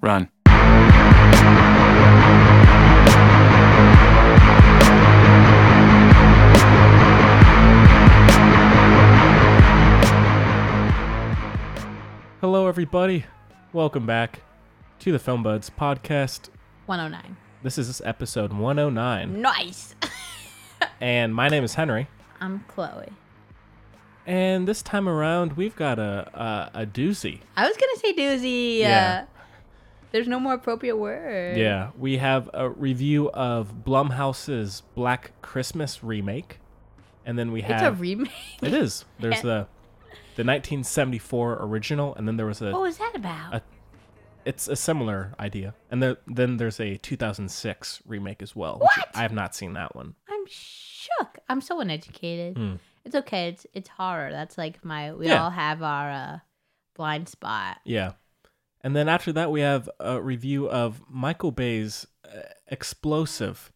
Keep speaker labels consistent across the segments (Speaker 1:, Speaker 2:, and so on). Speaker 1: Run.
Speaker 2: Hello, everybody. Welcome back to the Film Buds podcast.
Speaker 3: 109.
Speaker 2: This is episode 109,
Speaker 3: Nice.
Speaker 2: and my name is Henry.
Speaker 3: I'm Chloe.
Speaker 2: And this time around, we've got a a, a doozy.
Speaker 3: I was going to say doozy.
Speaker 2: Yeah.
Speaker 3: Uh, there's no more appropriate word.
Speaker 2: Yeah, we have a review of Blumhouse's Black Christmas remake, and then we
Speaker 3: It's
Speaker 2: have
Speaker 3: a remake.
Speaker 2: it is there's the the 1974 original, and then there was a
Speaker 3: What was that about?
Speaker 2: A- it's a similar idea, and the, then there's a 2006 remake as well. which
Speaker 3: What?
Speaker 2: I have not seen that one.
Speaker 3: I'm shook. I'm so uneducated.
Speaker 2: Hmm.
Speaker 3: It's okay. It's it's horror. That's like my. We
Speaker 2: Yeah.
Speaker 3: all have our uh, blind spot.
Speaker 2: Yeah. And then after that, we have a review of Michael Bay's uh, explosive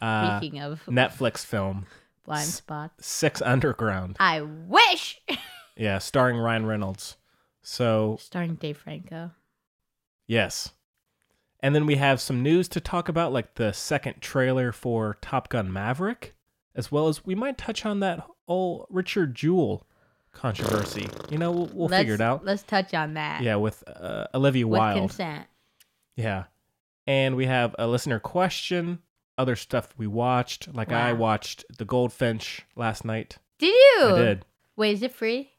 Speaker 2: Uh,
Speaker 3: Speaking of
Speaker 2: Netflix film,
Speaker 3: blind
Speaker 2: s-
Speaker 3: spots,
Speaker 2: Six Underground.
Speaker 3: I wish.
Speaker 2: Yeah, starring Ryan Reynolds. So,
Speaker 3: Starring Dave Franco.
Speaker 2: yes. And then we have some news to talk about, like the second trailer for Top Gun Maverick, as well as we might touch on that whole Richard Jewell controversy. You know, we'll, we'll
Speaker 3: Let's-
Speaker 2: figure it out.
Speaker 3: Let's touch on that.
Speaker 2: Yeah, with uh, Olivia
Speaker 3: With
Speaker 2: Wilde.
Speaker 3: consent.
Speaker 2: Yeah. And we have a listener question, other stuff we watched. Like I
Speaker 3: Wow.
Speaker 2: watched The Goldfinch last night.
Speaker 3: Did you?
Speaker 2: I did.
Speaker 3: Wait, is it free?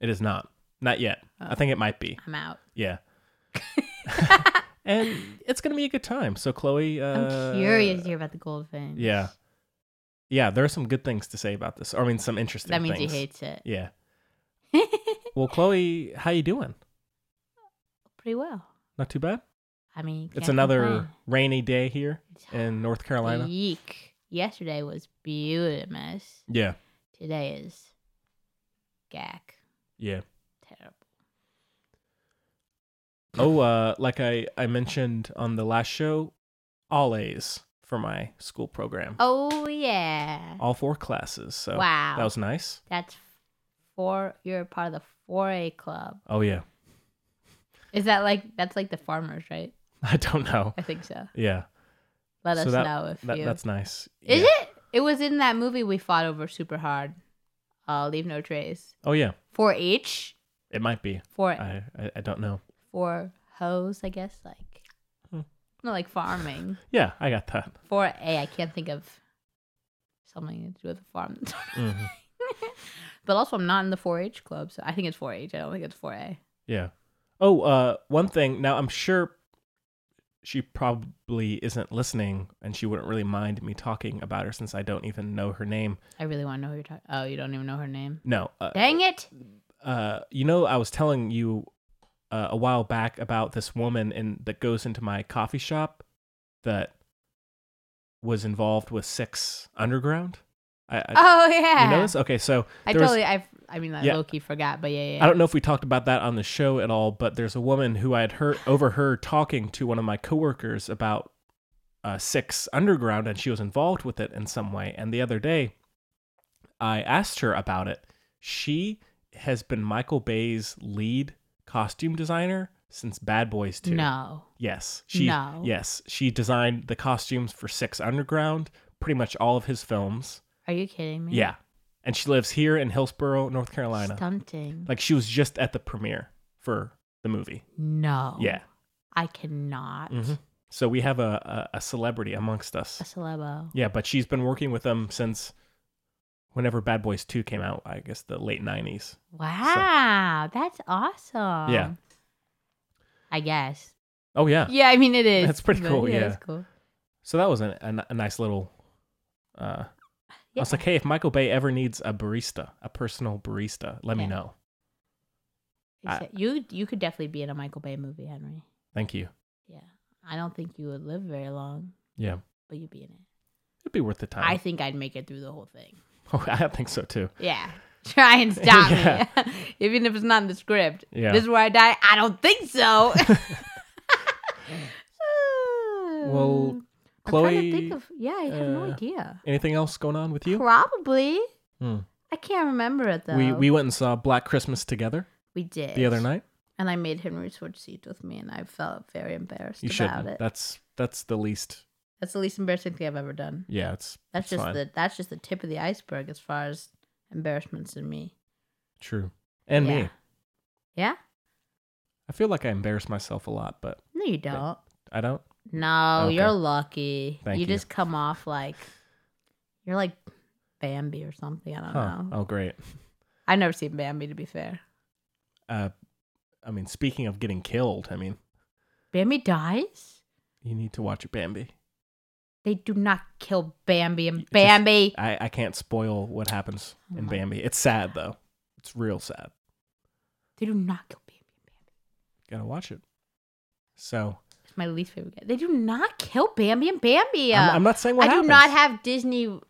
Speaker 2: It is not. Not yet. I
Speaker 3: Oh.
Speaker 2: think it might be.
Speaker 3: I'm out.
Speaker 2: Yeah. and it's going to be a good time. So, Chloe.
Speaker 3: I'm
Speaker 2: Uh,
Speaker 3: curious to hear about the goldfinch.
Speaker 2: Yeah. Yeah, there are some good things to say about this. Or, I mean, some interesting
Speaker 3: That means
Speaker 2: things.
Speaker 3: he hates it.
Speaker 2: Yeah. Well, Chloe, how you doing?
Speaker 3: Pretty well.
Speaker 2: Not too bad.
Speaker 3: I mean,
Speaker 2: It's
Speaker 3: can't
Speaker 2: another
Speaker 3: complain.
Speaker 2: rainy day here
Speaker 3: It's
Speaker 2: in North Carolina.
Speaker 3: Yeek. Yesterday was beautiful.
Speaker 2: Yeah.
Speaker 3: Today is gack.
Speaker 2: Yeah.
Speaker 3: Terrible.
Speaker 2: Oh, uh, like I, I mentioned on the last show, all A's for my school program.
Speaker 3: Oh yeah.
Speaker 2: All four classes. So
Speaker 3: wow.
Speaker 2: that was nice.
Speaker 3: That's four. You're a part of the four A club.
Speaker 2: Oh, yeah.
Speaker 3: Is that like that's like the farmers, right?
Speaker 2: I don't know.
Speaker 3: I think so.
Speaker 2: Yeah.
Speaker 3: Let
Speaker 2: So
Speaker 3: us
Speaker 2: that-
Speaker 3: know if
Speaker 2: That,
Speaker 3: you.
Speaker 2: That's nice.
Speaker 3: Is
Speaker 2: Yeah.
Speaker 3: it? It was in that movie we fought over super hard. Uh, leave no trace.
Speaker 2: Oh, yeah.
Speaker 3: Four H.
Speaker 2: It might be.
Speaker 3: Four
Speaker 2: I, I, I don't know.
Speaker 3: for hoes, I guess, like
Speaker 2: Hmm.
Speaker 3: no, like farming.
Speaker 2: Yeah, I got that.
Speaker 3: For a, I can't think of something to do with a farm.
Speaker 2: Mhm.
Speaker 3: but also, I'm not in the 4-H club, so I think it's 4-H. I don't think it's 4A.
Speaker 2: Yeah. Oh, uh, one thing. Now, I'm sure she probably isn't listening and she wouldn't really mind me talking about her since I don't even know her name.
Speaker 3: I really want to know who you're talking. Oh, you don't even know her name.
Speaker 2: No. Uh,
Speaker 3: Dang it!
Speaker 2: uh, you know, I was telling you uh, a while back about this woman in that goes into my coffee shop that was involved with Six Underground. I, I
Speaker 3: oh yeah,
Speaker 2: you know this? Okay, so
Speaker 3: I
Speaker 2: there was-
Speaker 3: totally. I I mean, I
Speaker 2: Yeah.
Speaker 3: low key forgot, but yeah, yeah.
Speaker 2: I don't know if we talked about that on the show at all, but there's a woman who I had heard overheard talking to one of my coworkers about uh, Six Underground, and she was involved with it in some way. And the other day, I asked her about it. She has been Michael Bay's lead costume designer since Bad Boys Two.
Speaker 3: No,
Speaker 2: Yes. She
Speaker 3: No.
Speaker 2: yes, she designed the costumes for Six Underground, pretty much all of his films.
Speaker 3: are you kidding me?
Speaker 2: Yeah. And she lives here in Hillsborough, North Carolina.
Speaker 3: stunting.
Speaker 2: Like she was just at the premiere for the movie.
Speaker 3: no,
Speaker 2: Yeah.
Speaker 3: I cannot.
Speaker 2: Mhm. So we have a, a, a celebrity amongst
Speaker 3: A
Speaker 2: us.
Speaker 3: celebo.
Speaker 2: Yeah, but she's been working with them since whenever Bad Boys 2 came out, I guess the late 90s.
Speaker 3: Wow, that's awesome. I guess.
Speaker 2: Oh, yeah.
Speaker 3: Yeah, I mean it is.
Speaker 2: That's pretty
Speaker 3: but
Speaker 2: cool, yeah.
Speaker 3: it's cool.
Speaker 2: So that was a, a, a nice little. Uh, I
Speaker 3: Yeah.
Speaker 2: was like, hey, if Michael Bay ever needs a barista, a personal barista, let me
Speaker 3: Yeah.
Speaker 2: know. I-
Speaker 3: Except you you could definitely be in a Michael Bay movie, Henry.
Speaker 2: Thank you.
Speaker 3: Yeah. I don't think you would live very long,
Speaker 2: Yeah.
Speaker 3: but you'd be in it.
Speaker 2: It'd be worth the
Speaker 3: I
Speaker 2: time.
Speaker 3: think I'd make it through the whole thing.
Speaker 2: Oh, I think so too.
Speaker 3: Yeah. Try and stop
Speaker 2: Yeah.
Speaker 3: me. Even if it's not in the script.
Speaker 2: Yeah.
Speaker 3: This is where I die. I don't think so.
Speaker 2: Well,
Speaker 3: I'm
Speaker 2: Chloe,
Speaker 3: trying to think of yeah, I have no
Speaker 2: uh,
Speaker 3: idea.
Speaker 2: anything else going on with you?
Speaker 3: Probably.
Speaker 2: Hmm.
Speaker 3: I can't remember it though.
Speaker 2: We we went and saw Black Christmas together
Speaker 3: we did
Speaker 2: the other night.
Speaker 3: and I made him research seats with me, and I felt very embarrassed
Speaker 2: You
Speaker 3: about
Speaker 2: shouldn't.
Speaker 3: it.
Speaker 2: That's that's the least.
Speaker 3: That's the least embarrassing thing I've ever done.
Speaker 2: Yeah, it's
Speaker 3: That's
Speaker 2: it's
Speaker 3: just
Speaker 2: fine.
Speaker 3: the that's just the tip of the iceberg as far as embarrassments in me.
Speaker 2: true. And
Speaker 3: yeah.
Speaker 2: me,
Speaker 3: Yeah?
Speaker 2: I feel like I embarrass myself a lot, but
Speaker 3: No, you don't.
Speaker 2: I don't.
Speaker 3: No,
Speaker 2: Okay.
Speaker 3: you're lucky.
Speaker 2: Thank
Speaker 3: you,
Speaker 2: you.
Speaker 3: just come off like you're like Bambi or something. I don't
Speaker 2: Huh.
Speaker 3: know.
Speaker 2: Oh, great.
Speaker 3: I've never seen Bambi to be fair.
Speaker 2: Uh, I mean, speaking of getting killed, I mean,
Speaker 3: Bambi dies?
Speaker 2: you need to watch Bambi.
Speaker 3: They do not kill Bambi and
Speaker 2: just-
Speaker 3: Bambi.
Speaker 2: I, I can't spoil what happens in
Speaker 3: Oh my
Speaker 2: Bambi. It's sad though. It's real sad.
Speaker 3: they do not kill Bambi and Bambi.
Speaker 2: Gotta watch it. So
Speaker 3: It's my least favorite guy. They do not kill Bambi and Bambi.
Speaker 2: I'm-
Speaker 3: Uh,
Speaker 2: I'm, not saying what
Speaker 3: I
Speaker 2: happens.
Speaker 3: do not have Disney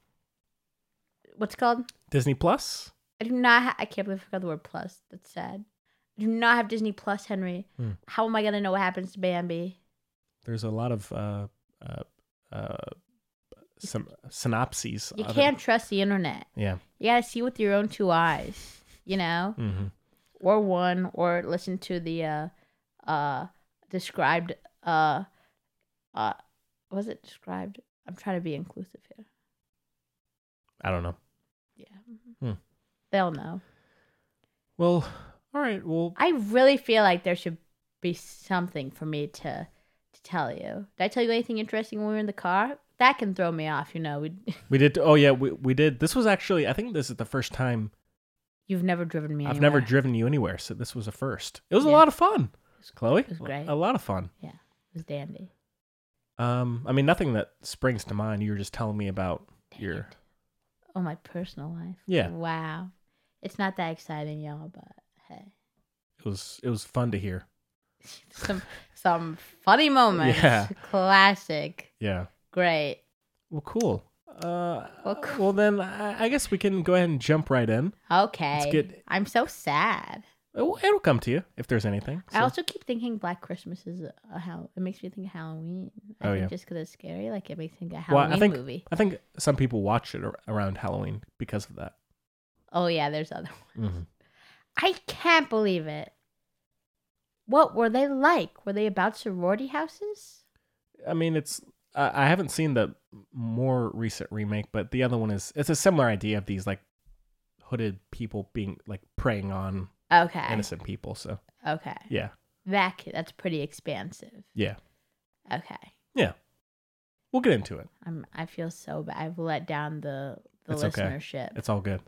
Speaker 3: what's it called?
Speaker 2: Disney Plus.
Speaker 3: I do not. Ha- I can't believe I forgot the word plus. That's sad. I do not have Disney Plus, Henry.
Speaker 2: Hmm.
Speaker 3: How am I gonna know what happens to Bambi?
Speaker 2: There's a lot of uh, uh, uh, some synopses.
Speaker 3: You
Speaker 2: of it.
Speaker 3: can't trust the internet.
Speaker 2: Yeah.
Speaker 3: You gotta see with your own two eyes, you know,
Speaker 2: Mm-hmm.
Speaker 3: or one, or listen to the uh, uh, described. Uh, uh, was it described? I'm trying to be inclusive here.
Speaker 2: I don't know.
Speaker 3: Yeah,
Speaker 2: Hmm.
Speaker 3: they'll know.
Speaker 2: Well, all right. Well,
Speaker 3: I really feel like there should be something for me to to tell you. Did I tell you anything interesting when we were in the car? That can throw me off, you know. We
Speaker 2: we did. Oh yeah, we we did. This was actually. I think this is the first time
Speaker 3: you've never driven me.
Speaker 2: I've never
Speaker 3: anywhere.
Speaker 2: driven you anywhere. So this was a first. It was a
Speaker 3: Yeah.
Speaker 2: lot of fun,
Speaker 3: was-
Speaker 2: Chloe. Oh.
Speaker 3: it was great.
Speaker 2: A lot of fun.
Speaker 3: It was dandy.
Speaker 2: Um, I mean, nothing that springs to mind. You were just telling me about your.
Speaker 3: Oh, my personal life.
Speaker 2: Yeah.
Speaker 3: Wow. It's not that exciting, y'all, but hey,
Speaker 2: It was it was fun to hear.
Speaker 3: some some funny moments.
Speaker 2: Yeah.
Speaker 3: Classic.
Speaker 2: Yeah.
Speaker 3: Great.
Speaker 2: Well, cool. Uh,
Speaker 3: Well,
Speaker 2: well,
Speaker 3: cool.
Speaker 2: then I, I guess we can go ahead and jump right in.
Speaker 3: Okay.
Speaker 2: get-
Speaker 3: I'm so sad.
Speaker 2: It'll, it'll come to you if there's anything.
Speaker 3: I
Speaker 2: So-
Speaker 3: also keep thinking Black Christmas is a, a how it makes me think of Halloween. I
Speaker 2: Oh,
Speaker 3: think
Speaker 2: yeah.
Speaker 3: just because it's scary, like it makes me think of
Speaker 2: Well, I
Speaker 3: Halloween
Speaker 2: think-
Speaker 3: movie.
Speaker 2: I think some people watch it ar- around Halloween because of that.
Speaker 3: Oh yeah, there's other.
Speaker 2: Mm-hmm.
Speaker 3: I can't believe it. What were they like? Were they about sorority houses?
Speaker 2: I mean, it's I I haven't seen the more recent remake, but the other one is it's a similar idea of these like hooded people being like preying on
Speaker 3: Okay.
Speaker 2: innocent people. So
Speaker 3: Okay.
Speaker 2: yeah,
Speaker 3: That that's pretty expansive.
Speaker 2: yeah,
Speaker 3: Okay.
Speaker 2: we'll get into it.
Speaker 3: I'm I feel so bad. I've let down the the
Speaker 2: It's okay.
Speaker 3: listenership.
Speaker 2: It's all good.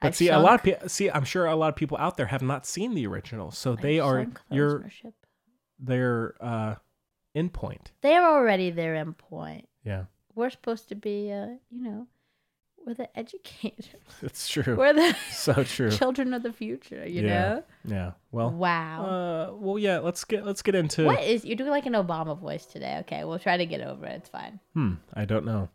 Speaker 2: But
Speaker 3: I've
Speaker 2: see, a lot of
Speaker 3: sunk-
Speaker 2: people see. I'm sure a lot of people out there have not seen the original, so
Speaker 3: I've
Speaker 2: they are
Speaker 3: sunk the
Speaker 2: your
Speaker 3: listenership.
Speaker 2: their uh endpoint.
Speaker 3: They're already there in point.
Speaker 2: Yeah,
Speaker 3: We're supposed to be uh, you know, we're the educators.
Speaker 2: it's true.
Speaker 3: We're the
Speaker 2: so true.
Speaker 3: children of the future, you
Speaker 2: Yeah.
Speaker 3: know?
Speaker 2: Yeah. Well.
Speaker 3: wow.
Speaker 2: Uh. Well. Yeah. Let's get let's get into.
Speaker 3: what is you're doing like an Obama voice today? Okay, we'll try to get over it. It's fine.
Speaker 2: Hmm. I don't know.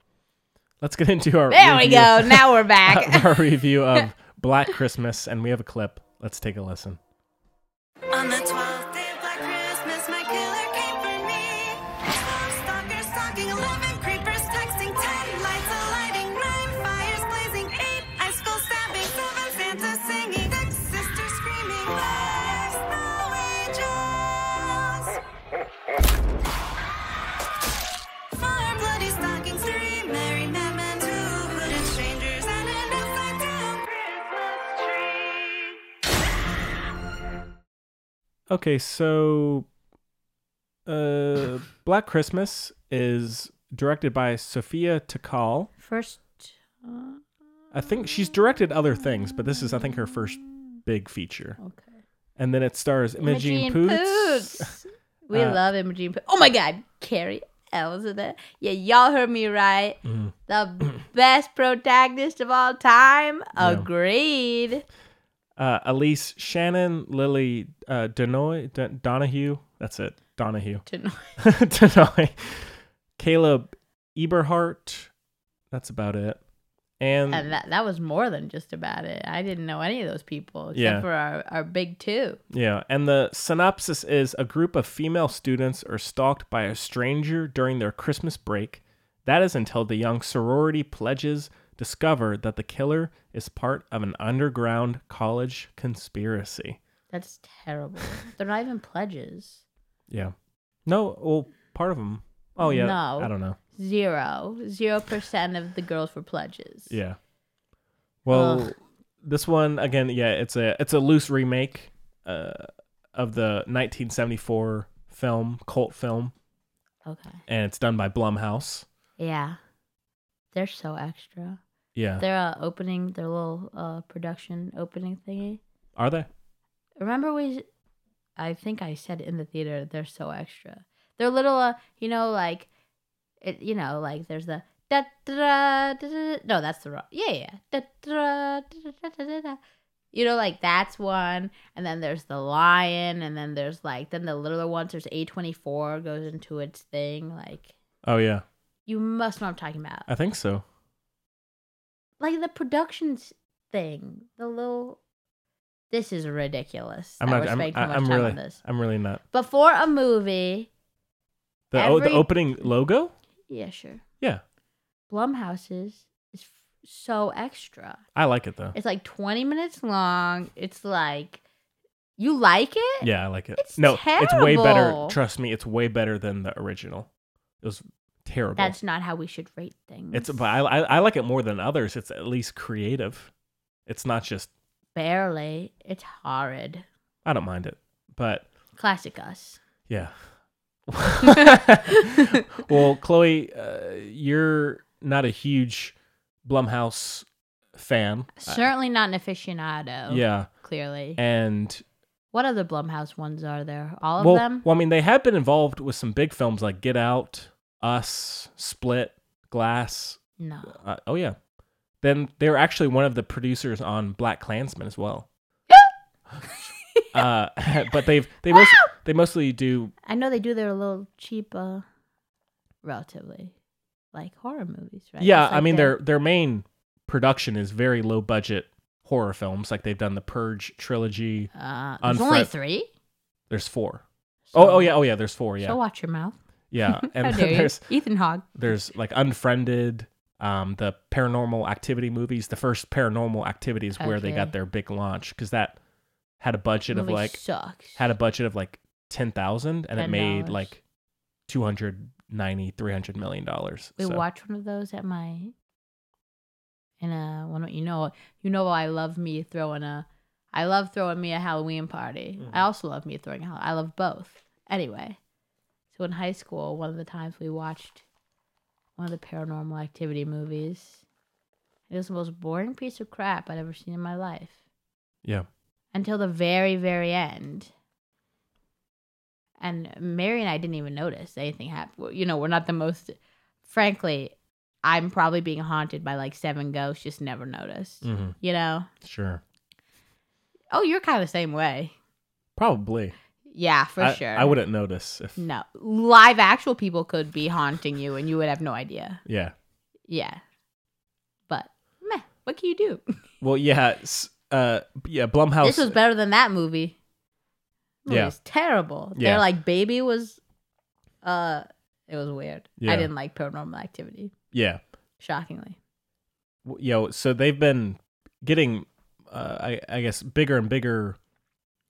Speaker 2: Let's get into our.
Speaker 3: There we
Speaker 2: review-
Speaker 3: go. Now we're back.
Speaker 2: our review of Black Christmas, and we have a clip. Let's take a listen.
Speaker 1: On the 12th day of Black Christmas, my killer came for me. Slow stalker stalking 11 creepers, texting 10 lights, alighting 9 fires, blazing 8 high school stabbing, 7 Santa singing, 6 sisters screaming, Where's the angels? Four bloody stockings, 3 merry madmen, 2 hooded strangers, and an upside down Christmas tree.
Speaker 2: Okay, so uh Black Christmas is directed by Sophia Takal.
Speaker 3: First uh,
Speaker 2: I think she's directed other things, but this is I think her first big feature.
Speaker 3: okay.
Speaker 2: And then it stars Imogene, Poots.
Speaker 3: Poots. We
Speaker 2: Uh,
Speaker 3: love Imogene Poots. Oh my God, Carrie L's in it. Yeah, y'all heard me right.
Speaker 2: Mhm.
Speaker 3: The best protagonist of all time.
Speaker 2: Yeah.
Speaker 3: Agreed.
Speaker 2: Uh, Elise Shannon, Lily uh, Denoy, Don- Donahue. That's it, Donahue.
Speaker 3: To-
Speaker 2: Denoy. Caleb Eberhart. That's about it. And,
Speaker 3: And that, that was more than just about it. I didn't know any of those people except
Speaker 2: Yeah.
Speaker 3: for our, our big two.
Speaker 2: Yeah, and the synopsis is a group of female students are stalked by a stranger during their Christmas break. That is until the young sorority pledges discover that the killer is part of an underground college conspiracy.
Speaker 3: That's terrible. They're not even pledges.
Speaker 2: Yeah. No, well, part of them. Oh yeah.
Speaker 3: No.
Speaker 2: I don't know.
Speaker 3: Zero. Zero percent of the girls were pledges.
Speaker 2: Yeah. Well,
Speaker 3: Ugh.
Speaker 2: this one again, yeah, it's a it's a loose remake uh, of the 1974 film cult film,
Speaker 3: Okay.
Speaker 2: and it's done by Blumhouse.
Speaker 3: Yeah. They're so extra.
Speaker 2: Yeah,
Speaker 3: Their uh, opening, their little uh, production opening thingy.
Speaker 2: are they?
Speaker 3: Remember we? I think I said in the theater. They're so extra. They're little. Uh, you know, like, it. You know, like there's the da da da da. da- No, that's the wrong. Yeah, yeah. Da da da da da da. da. You know, like that's one, and then there's the lion, and then there's like then the littler ones. There's A twenty four goes into its thing. Like
Speaker 2: Oh yeah,
Speaker 3: you must know what I'm talking about.
Speaker 2: I think so.
Speaker 3: like the productions thing, the little. This is ridiculous.
Speaker 2: I'm
Speaker 3: that
Speaker 2: not.
Speaker 3: we're spending
Speaker 2: I'm,
Speaker 3: too
Speaker 2: I-
Speaker 3: much
Speaker 2: I'm
Speaker 3: time
Speaker 2: really.
Speaker 3: on this.
Speaker 2: I'm really not.
Speaker 3: Before a movie,
Speaker 2: The oh, the
Speaker 3: Every-
Speaker 2: opening logo.
Speaker 3: yeah, sure.
Speaker 2: Yeah,
Speaker 3: Blumhouse's is f- so extra.
Speaker 2: I like it though.
Speaker 3: It's like 20 minutes long. It's like, you like it?
Speaker 2: Yeah, I like it.
Speaker 3: It's
Speaker 2: no, it's way better.
Speaker 3: terrible.
Speaker 2: Trust me, it's way better than the original. It was terrible.
Speaker 3: That's not how we should rate things.
Speaker 2: it's but I, I I like it more than others. It's at least creative. It's not just
Speaker 3: barely. It's horrid.
Speaker 2: I don't mind it, but
Speaker 3: Classic us.
Speaker 2: yeah. well, Chloe, uh, you're not a huge Blumhouse fan.
Speaker 3: Certainly not an aficionado.
Speaker 2: Uh, yeah,
Speaker 3: Clearly.
Speaker 2: and
Speaker 3: what other Blumhouse ones are there? All of
Speaker 2: well,
Speaker 3: them?
Speaker 2: well, I mean, they have been involved with some big films like Get Out, Us, Split, Glass.
Speaker 3: No.
Speaker 2: Uh, oh yeah. Then they're actually one of the producers on Black Klansman as well. uh, but they've they most, they mostly do
Speaker 3: I know they do their little cheap, uh, relatively, like horror movies, right?
Speaker 2: yeah.
Speaker 3: It's
Speaker 2: I
Speaker 3: like
Speaker 2: mean
Speaker 3: their-
Speaker 2: their their main production is very low budget horror films. Like they've done the Purge trilogy.
Speaker 3: Uh, there's only
Speaker 2: unfriend-
Speaker 3: three.
Speaker 2: There's four.
Speaker 3: so-
Speaker 2: Oh oh yeah oh yeah. There's four yeah
Speaker 3: So watch your mouth.
Speaker 2: yeah. And
Speaker 3: How dare you.
Speaker 2: there's
Speaker 3: Ethan Hawke.
Speaker 2: there's like Unfriended. Um, the Paranormal Activity movies. The first Paranormal Activity is where they
Speaker 3: Okay.
Speaker 2: got their big launch because that had a budget
Speaker 3: Movie
Speaker 2: of like
Speaker 3: sucks.
Speaker 2: had a budget of like 10,000 and it made
Speaker 3: $10.
Speaker 2: like 290 300 million dollars.
Speaker 3: we
Speaker 2: so,
Speaker 3: watched one of those at my. In a one, of- you know, you know, I love me throwing a, I love throwing me a Halloween party.
Speaker 2: Mm.
Speaker 3: I also love me throwing a. Hall- I love both. Anyway, so in high school, one of the times we watched one of the Paranormal Activity movies. It was the most boring piece of crap I'd ever seen in my life
Speaker 2: yeah.
Speaker 3: until the very, very end. And Mary and I didn't even notice anything happened. You know, we're not the most, frankly, I'm probably being haunted by like seven ghosts, just never noticed.
Speaker 2: hmm
Speaker 3: You know?
Speaker 2: Sure.
Speaker 3: Oh, you're kind of the same way.
Speaker 2: Probably.
Speaker 3: Yeah, for
Speaker 2: I,
Speaker 3: sure. Mm.
Speaker 2: I wouldn't notice if
Speaker 3: No. Live actual people could be haunting you and you would have no idea.
Speaker 2: yeah.
Speaker 3: Yeah. But, meh, what can you do?
Speaker 2: Well, yeah, s- uh yeah, Blumhouse
Speaker 3: This was better than that movie. It
Speaker 2: Yeah.
Speaker 3: was terrible.
Speaker 2: Yeah.
Speaker 3: They're like baby was uh it was weird.
Speaker 2: Yeah.
Speaker 3: I didn't like paranormal activity.
Speaker 2: yeah.
Speaker 3: Shockingly.
Speaker 2: W- Yo, so they've been getting uh, I I guess bigger and bigger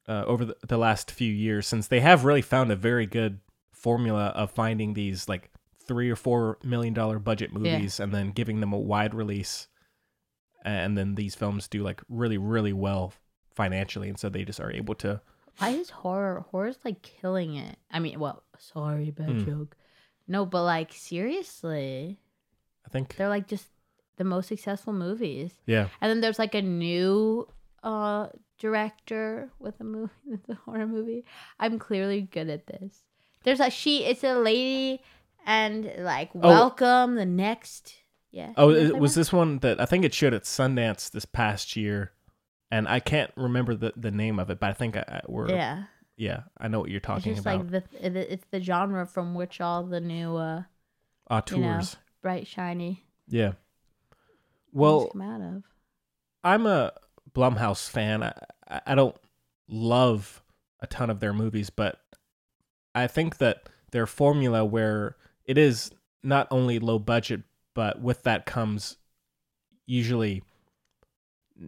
Speaker 2: uh, over the, the last few years since they have really found a very good formula of finding these like 3 or 4 million dollar budget movies and then giving them a wide release and then these films do like really really well financially and so they just are able to
Speaker 3: Why is horror horror's like killing it? I mean, well, sorry, bad
Speaker 2: Hmm.
Speaker 3: joke. No, but like seriously,
Speaker 2: I think
Speaker 3: they're like just the most successful movies.
Speaker 2: yeah
Speaker 3: And then there's like a new uh director with a movie with a horror movie. I'm clearly good at this. There's a she it's a lady and like welcome the next yeah.
Speaker 2: oh
Speaker 3: you know
Speaker 2: it,
Speaker 3: what
Speaker 2: was
Speaker 3: I'm
Speaker 2: this one that I think it showed at Sundance this past year and I can't remember the, the name of it but I think I, I
Speaker 3: talking
Speaker 2: we're
Speaker 3: about?
Speaker 2: yeah.
Speaker 3: Yeah.
Speaker 2: I know what you're
Speaker 3: It's
Speaker 2: talking
Speaker 3: just like
Speaker 2: about
Speaker 3: the it- it's the genre from which all the new uh
Speaker 2: auteurs
Speaker 3: you know, bright shiny
Speaker 2: yeah
Speaker 3: well,
Speaker 2: well
Speaker 3: come out of.
Speaker 2: I'm a Blumhouse fan. I, I- I don't love a ton of their movies, but I think that their formula, where it is not only low budget, but with that comes usually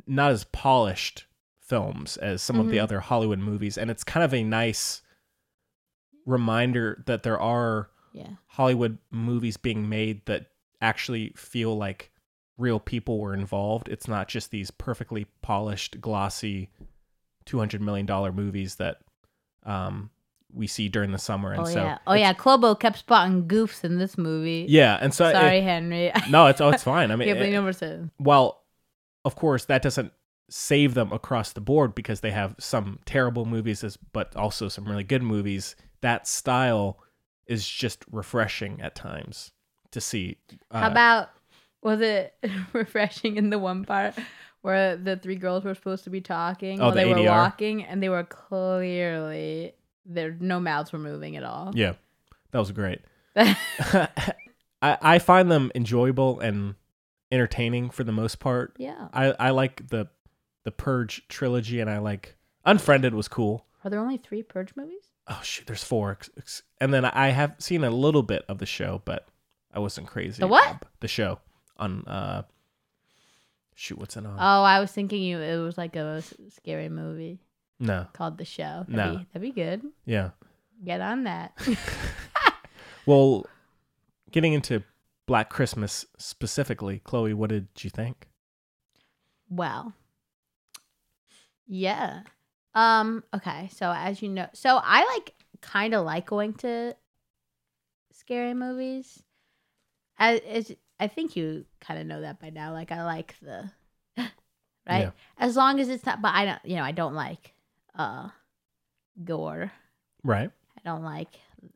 Speaker 2: not as polished films as some of the
Speaker 3: Mhm.
Speaker 2: other Hollywood movies. And it's kind of a nice reminder that there are
Speaker 3: Yeah.
Speaker 2: Hollywood movies being made that actually feel like real people were involved. It's not just these perfectly polished, glossy, $200 million movies that um, we see during the summer. And
Speaker 3: Oh
Speaker 2: so,
Speaker 3: yeah. Oh yeah. Clobo kept spotting goofs in this movie.
Speaker 2: yeah. And so, it-
Speaker 3: Sorry, Henry. I
Speaker 2: no, it's, oh, it's fine. I mean,
Speaker 3: can't
Speaker 2: it-
Speaker 3: believe no person.
Speaker 2: while of course that doesn't save them across the board because they have some terrible movies as- but also some really good movies that style is just refreshing at times to see uh,
Speaker 3: How about was it refreshing in the one part where the three girls were supposed to be talking
Speaker 2: Oh,
Speaker 3: while
Speaker 2: the
Speaker 3: they were
Speaker 2: ADR?
Speaker 3: walking and they were clearly their no mouths were moving at all.
Speaker 2: yeah that was great I, I find them enjoyable and entertaining for the most part
Speaker 3: yeah.
Speaker 2: i, I like the the purge trilogy and i like unfriended was cool
Speaker 3: Are there only three Purge movies?
Speaker 2: oh shoot there's four Ex- ex- and then i have seen a little bit of the show but i wasn't crazy
Speaker 3: The what?
Speaker 2: ab- the show on uh shoot what's it on
Speaker 3: Oh, I was thinking you. It was like a s- scary movie
Speaker 2: no
Speaker 3: called The Show. That'd,
Speaker 2: No.
Speaker 3: be, that'd be good.
Speaker 2: yeah
Speaker 3: Get on that.
Speaker 2: well getting into black christmas specifically chloe what did you think
Speaker 3: Well, yeah. Um. Okay. So as you know, so I like kind of like going to scary movies. As, as I think you kind of know that by now. Like I like the right
Speaker 2: Yeah.
Speaker 3: as long as it's not. But I don't. You know, I don't like uh gore.
Speaker 2: right
Speaker 3: I don't like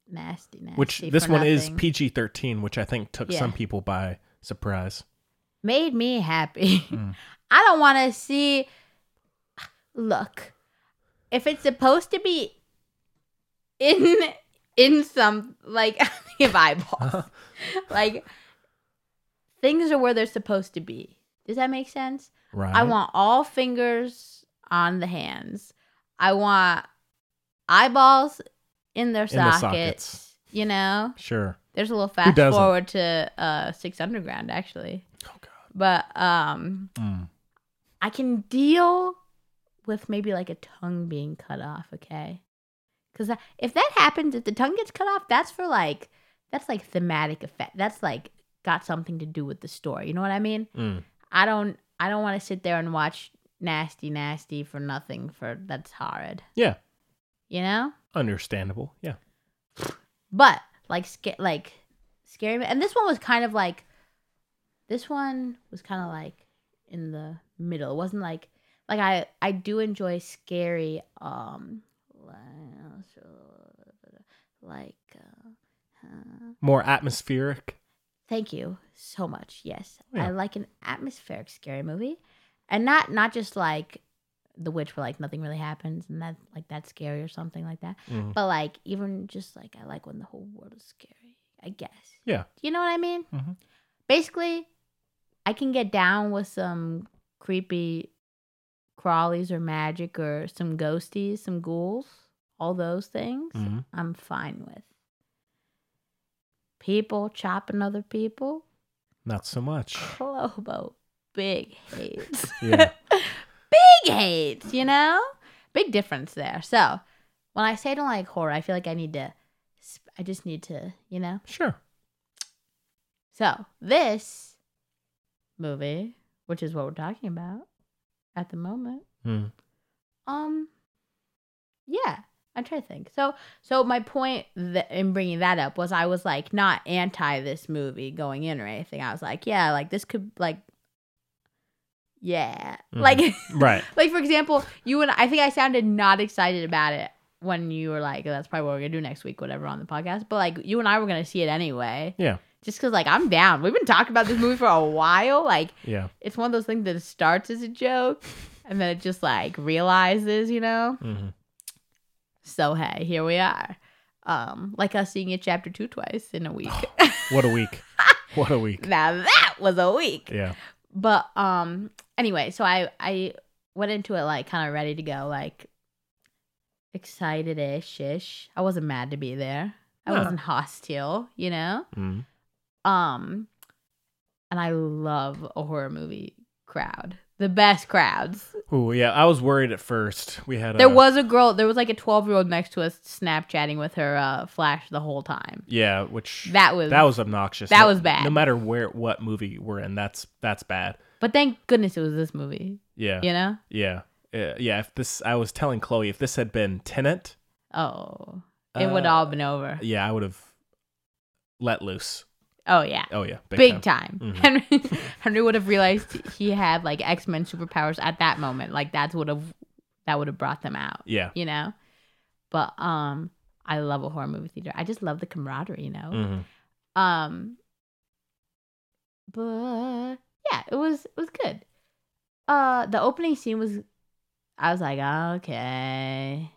Speaker 3: nasty nasty.
Speaker 2: which this
Speaker 3: for
Speaker 2: one is
Speaker 3: nothing.
Speaker 2: pg-13 which i think took
Speaker 3: Yeah.
Speaker 2: some people by surprise
Speaker 3: made me happy.
Speaker 2: Mm.
Speaker 3: I don't want to see. Look, if it's supposed to be in in some like if eyeballs, like things are where they're supposed to be. Does that make sense?
Speaker 2: right
Speaker 3: I want all fingers on the hands. I want eyeballs in their
Speaker 2: In the
Speaker 3: sockets.
Speaker 2: sockets.
Speaker 3: You know,
Speaker 2: sure
Speaker 3: there's a little fast
Speaker 2: doesn't?
Speaker 3: forward to uh, Six Underground actually,
Speaker 2: oh god
Speaker 3: but um,
Speaker 2: Mm.
Speaker 3: I can deal with maybe like a tongue being cut off, okay? Because if that happens, if the tongue gets cut off, that's for like, that's like thematic effect. That's like got something to do with the story. You know what I mean?
Speaker 2: Mm.
Speaker 3: I don't, I don't want to sit there and watch nasty, nasty for nothing. For that's horrid,
Speaker 2: yeah
Speaker 3: you know.
Speaker 2: understandable yeah
Speaker 3: But like, sca- like scary. And this one was kind of like, this one was kind of like in the middle. It wasn't like like I I do enjoy scary um like uh, uh,
Speaker 2: more atmospheric
Speaker 3: thank you so much. Yes,
Speaker 2: Oh, Yeah.
Speaker 3: I like an atmospheric scary movie, and not not just like the witch where like nothing really happens and that like that's scary or something like that.
Speaker 2: Mm.
Speaker 3: But like even just like I like when the whole world is scary. I guess.
Speaker 2: Yeah.
Speaker 3: You know what I mean?
Speaker 2: Mhm.
Speaker 3: Basically, I can get down with some creepy crawlies or magic or some ghosties, some ghouls, all those things.
Speaker 2: Mhm.
Speaker 3: I'm fine with. People chopping other people,
Speaker 2: not so much
Speaker 3: Clobo, big hates.
Speaker 2: yeah
Speaker 3: big hates, you know? Big difference there. So when I say I don't like horror, I feel like I need to, sp- I just need to, you know?
Speaker 2: sure
Speaker 3: So this movie, which is what we're talking about at the moment,
Speaker 2: Mm.
Speaker 3: um, yeah, I'm trying to think. So, so my point th- in bringing that up was I was like not anti this movie going in or anything. I was like, yeah, like this could like, yeah,
Speaker 2: Mhm.
Speaker 3: like
Speaker 2: Right.
Speaker 3: like for example, you and I think I sounded not excited about it when you were like, "That's probably what we're gonna do next week, whatever," on the podcast. But like, you and I were gonna see it anyway.
Speaker 2: Yeah.
Speaker 3: Just because, like, I'm down. We've been talking about this movie for a while. Like,
Speaker 2: Yeah.
Speaker 3: it's one of those things that it starts as a joke and then it just like realizes, you know.
Speaker 2: hmm
Speaker 3: So hey, here we are. Um, like us seeing it chapter two twice in a week.
Speaker 2: What a week. what a week.
Speaker 3: now that was a week.
Speaker 2: Yeah.
Speaker 3: but um anyway so i i went into it like kind of ready to go like excited ish ish i wasn't mad to be there i
Speaker 2: Yeah.
Speaker 3: wasn't hostile you know
Speaker 2: Mm.
Speaker 3: um and i love a horror movie crowd the best crowds.
Speaker 2: Oh yeah, I was worried at first. We had
Speaker 3: There
Speaker 2: uh,
Speaker 3: was a girl. There was like a twelve-year-old next to us, Snapchatting with her uh, flash the whole time.
Speaker 2: yeah, which
Speaker 3: That was-
Speaker 2: that was obnoxious.
Speaker 3: that
Speaker 2: No-
Speaker 3: was bad.
Speaker 2: No matter where what movie we're in, that's that's bad.
Speaker 3: But thank goodness it was this movie.
Speaker 2: Yeah,
Speaker 3: You know?
Speaker 2: yeah, yeah. yeah if this, I was telling Chloe, if this had been Tenant,
Speaker 3: Oh, it would
Speaker 2: Uh,
Speaker 3: all been over.
Speaker 2: yeah, I would have let loose.
Speaker 3: Oh yeah.
Speaker 2: Oh yeah,
Speaker 3: Big, time. Mm-hmm. Henry, Henry would have realized he had like X Men superpowers at that moment. Like that's would have that would have brought them out.
Speaker 2: Yeah.
Speaker 3: You know, but um, I love a horror movie theater. I just love the camaraderie. You know,
Speaker 2: hmm
Speaker 3: Um, but yeah, it was it was good. Uh, the opening scene was, I was like, okay,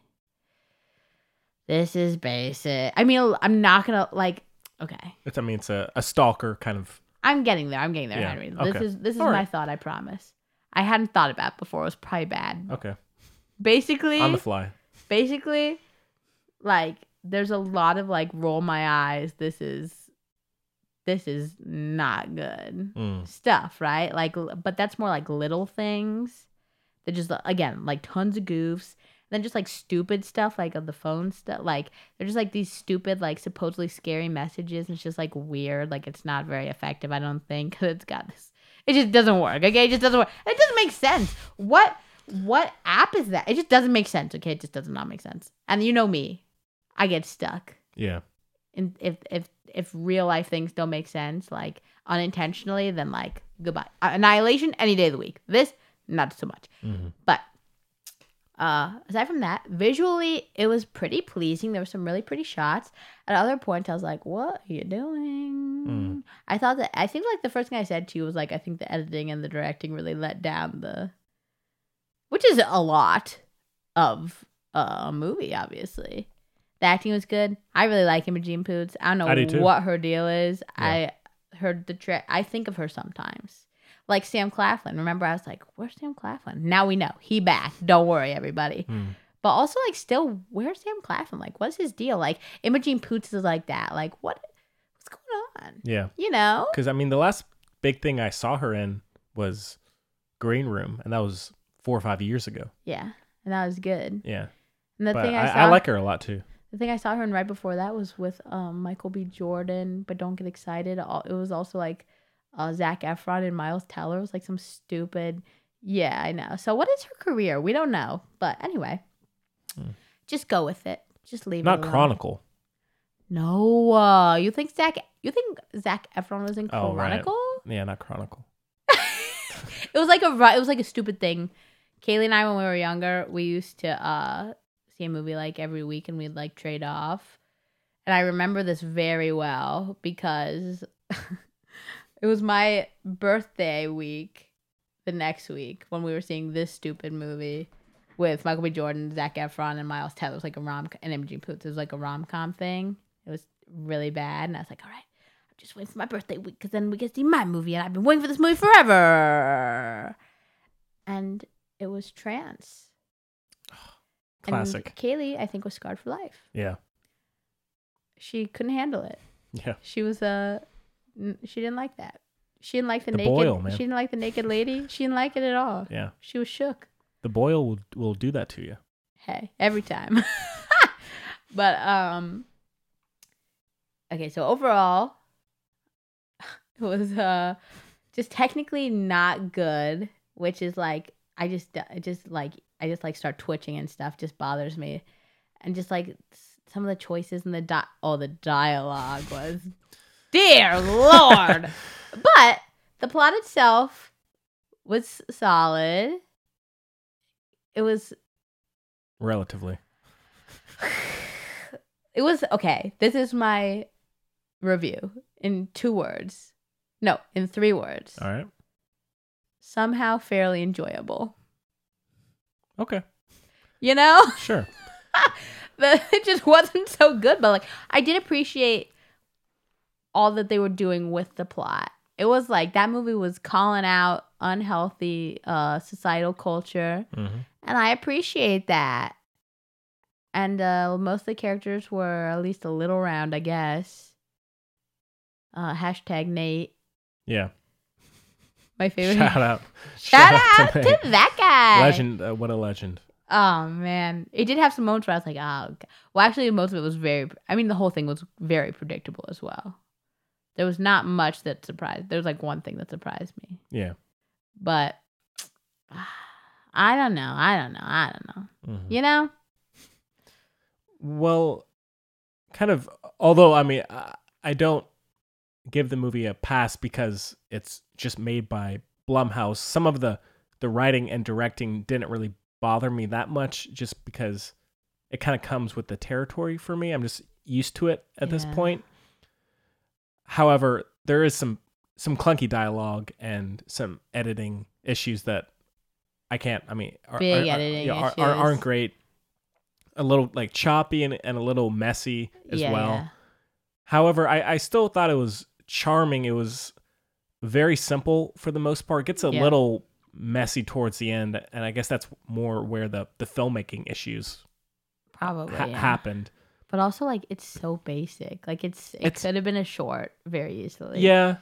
Speaker 3: this is basic. I mean, I'm not gonna like. Okay,
Speaker 2: It's, I mean, it's a, a stalker kind of.
Speaker 3: I'm getting there. I'm getting there,
Speaker 2: Yeah,
Speaker 3: Henry. This
Speaker 2: okay.
Speaker 3: is this is
Speaker 2: All
Speaker 3: my
Speaker 2: right.
Speaker 3: thought. I promise. I hadn't thought about it before. It was probably bad.
Speaker 2: Okay,
Speaker 3: Basically,
Speaker 2: on the fly.
Speaker 3: basically like there's a lot of like roll my eyes this is this is not good
Speaker 2: Mm.
Speaker 3: stuff right like l- but that's more like little things that just uh, again like tons of goofs and then just like stupid stuff like of the phone stuff like they're just like these stupid like supposedly scary messages and it's just like weird like it's not very effective i don't think 'cause it's got this it just doesn't work okay it just doesn't work it doesn't make sense what what app is that it just doesn't make sense okay it just does not make sense and you know me i get stuck
Speaker 2: Yeah,
Speaker 3: and if if if real life things don't make sense like unintentionally then like goodbye Uh, annihilation any day of the week this not so much
Speaker 2: Mhm.
Speaker 3: but uh aside from that visually it was pretty pleasing there were some really pretty shots at other points i was like what are you doing
Speaker 2: Mm.
Speaker 3: i thought that i think like the first thing i said to you was like i think the editing and the directing really let down the which is a lot of uh, a movie obviously the acting was good. I really like Imogene Poots. I don't know
Speaker 2: I do too.
Speaker 3: what her deal is. I heard the tra- I think of her sometimes. Like Sam Claflin. Remember, I was like, "Where's Sam Claflin?" Now we know he back. Don't worry, everybody.
Speaker 2: Mm.
Speaker 3: But also, like, still, where's Sam Claflin? Like, what's his deal? Like, Imogene Poots is like that. Like, what? What's going on?
Speaker 2: yeah.
Speaker 3: You know?
Speaker 2: Because I mean, the last big thing I saw her in was Green Room, and that was four or five years ago.
Speaker 3: Yeah, and that was good.
Speaker 2: Yeah,
Speaker 3: And the
Speaker 2: but
Speaker 3: thing I,
Speaker 2: I,
Speaker 3: saw,
Speaker 2: I like her a lot too.
Speaker 3: the thing I saw her in right before that was with um, Michael B. Jordan, but don't get excited. Al- It was also like uh, Zach Efron and Miles Teller. It was like some stupid. Yeah, I know. So what is her career? We don't know. But anyway,
Speaker 2: Hmm.
Speaker 3: just go with it. Just leave
Speaker 2: Not
Speaker 3: it. alone.
Speaker 2: Chronicle.
Speaker 3: No, uh, you think Zach? You think Zach Efron was in
Speaker 2: Oh, right.
Speaker 3: Chronicle?
Speaker 2: Yeah, not Chronicle.
Speaker 3: It was like a ru- it was like a stupid thing. Kaylee and I, when we were younger, we used to uh, see a movie like every week, and we'd like trade off. And I remember this very well because it was my birthday week, the next week when we were seeing this stupid movie with Michael B. Jordan, Zach Efron, and Miles Teller. It was like a rom and Imogen Poots. It was like a rom com thing. It was really bad, and I was like, all right just waiting for my birthday week because then we get to see my movie, and I've been waiting for this movie forever. And it was trans. And
Speaker 2: Classic.
Speaker 3: Kaylee, I think, was scarred for life.
Speaker 2: Yeah,
Speaker 3: She couldn't handle it.
Speaker 2: yeah.
Speaker 3: She was a. She didn't like that. She didn't like the,
Speaker 2: The
Speaker 3: naked.
Speaker 2: boil, man.
Speaker 3: She didn't like the naked lady. She didn't like it at all.
Speaker 2: Yeah,
Speaker 3: She was shook.
Speaker 2: the boil will will do that to you.
Speaker 3: hey every time but um okay so overall it was uh just technically not good which is like i just I just like i just like start twitching and stuff just bothers me and just like s- some of the choices and the di- oh the dialogue was dear lord but the plot itself was solid it was
Speaker 2: Relatively.
Speaker 3: it was okay. This is my review in two words. No, in three words.
Speaker 2: All right.
Speaker 3: Somehow fairly enjoyable.
Speaker 2: Okay.
Speaker 3: You know?
Speaker 2: Sure.
Speaker 3: But it just wasn't so good, but like I did appreciate all that they were doing with the plot. It was like that movie was calling out unhealthy uh societal culture.
Speaker 2: hmm
Speaker 3: and I appreciate that. And uh, most of the characters were at least a little round, I guess. Uh, hashtag Nate.
Speaker 2: Yeah.
Speaker 3: My favorite.
Speaker 2: Shout out.
Speaker 3: Shout out to,
Speaker 2: Meg.
Speaker 3: that guy.
Speaker 2: Legend. Uh, what a legend.
Speaker 3: Oh man, it did have some moments where I was like, oh, g- well, actually, most of it was very. I mean, the whole thing was very predictable as well. There was not much that surprised. There was like one thing that surprised me,
Speaker 2: Yeah.
Speaker 3: but I don't know. I don't know. I don't know.
Speaker 2: Mhm.
Speaker 3: You know?
Speaker 2: Well, kind of. Although, I mean, I, I don't give the movie a pass because it's just made by Blumhouse. Some of the the writing and directing didn't really bother me that much, just because it kind of comes with the territory for me. I'm just used to it at this
Speaker 3: Yeah.
Speaker 2: point. However, there is some some clunky dialogue and some editing issues that I can't. I mean, are,
Speaker 3: Big
Speaker 2: are- are-
Speaker 3: editing
Speaker 2: yeah, are- are-
Speaker 3: issues.
Speaker 2: aren't great. A little like choppy and, and a little messy as
Speaker 3: yeah,
Speaker 2: well.
Speaker 3: yeah.
Speaker 2: However, I, I still thought it was charming. It was very simple for the most part. Gets a
Speaker 3: Yeah.
Speaker 2: little messy towards the end, and I guess that's more where the the filmmaking issues
Speaker 3: probably.
Speaker 2: ha-
Speaker 3: yeah.
Speaker 2: happened.
Speaker 3: But also, like, it's so basic. Like, it's it
Speaker 2: It's-
Speaker 3: could have been a short very easily.
Speaker 2: yeah.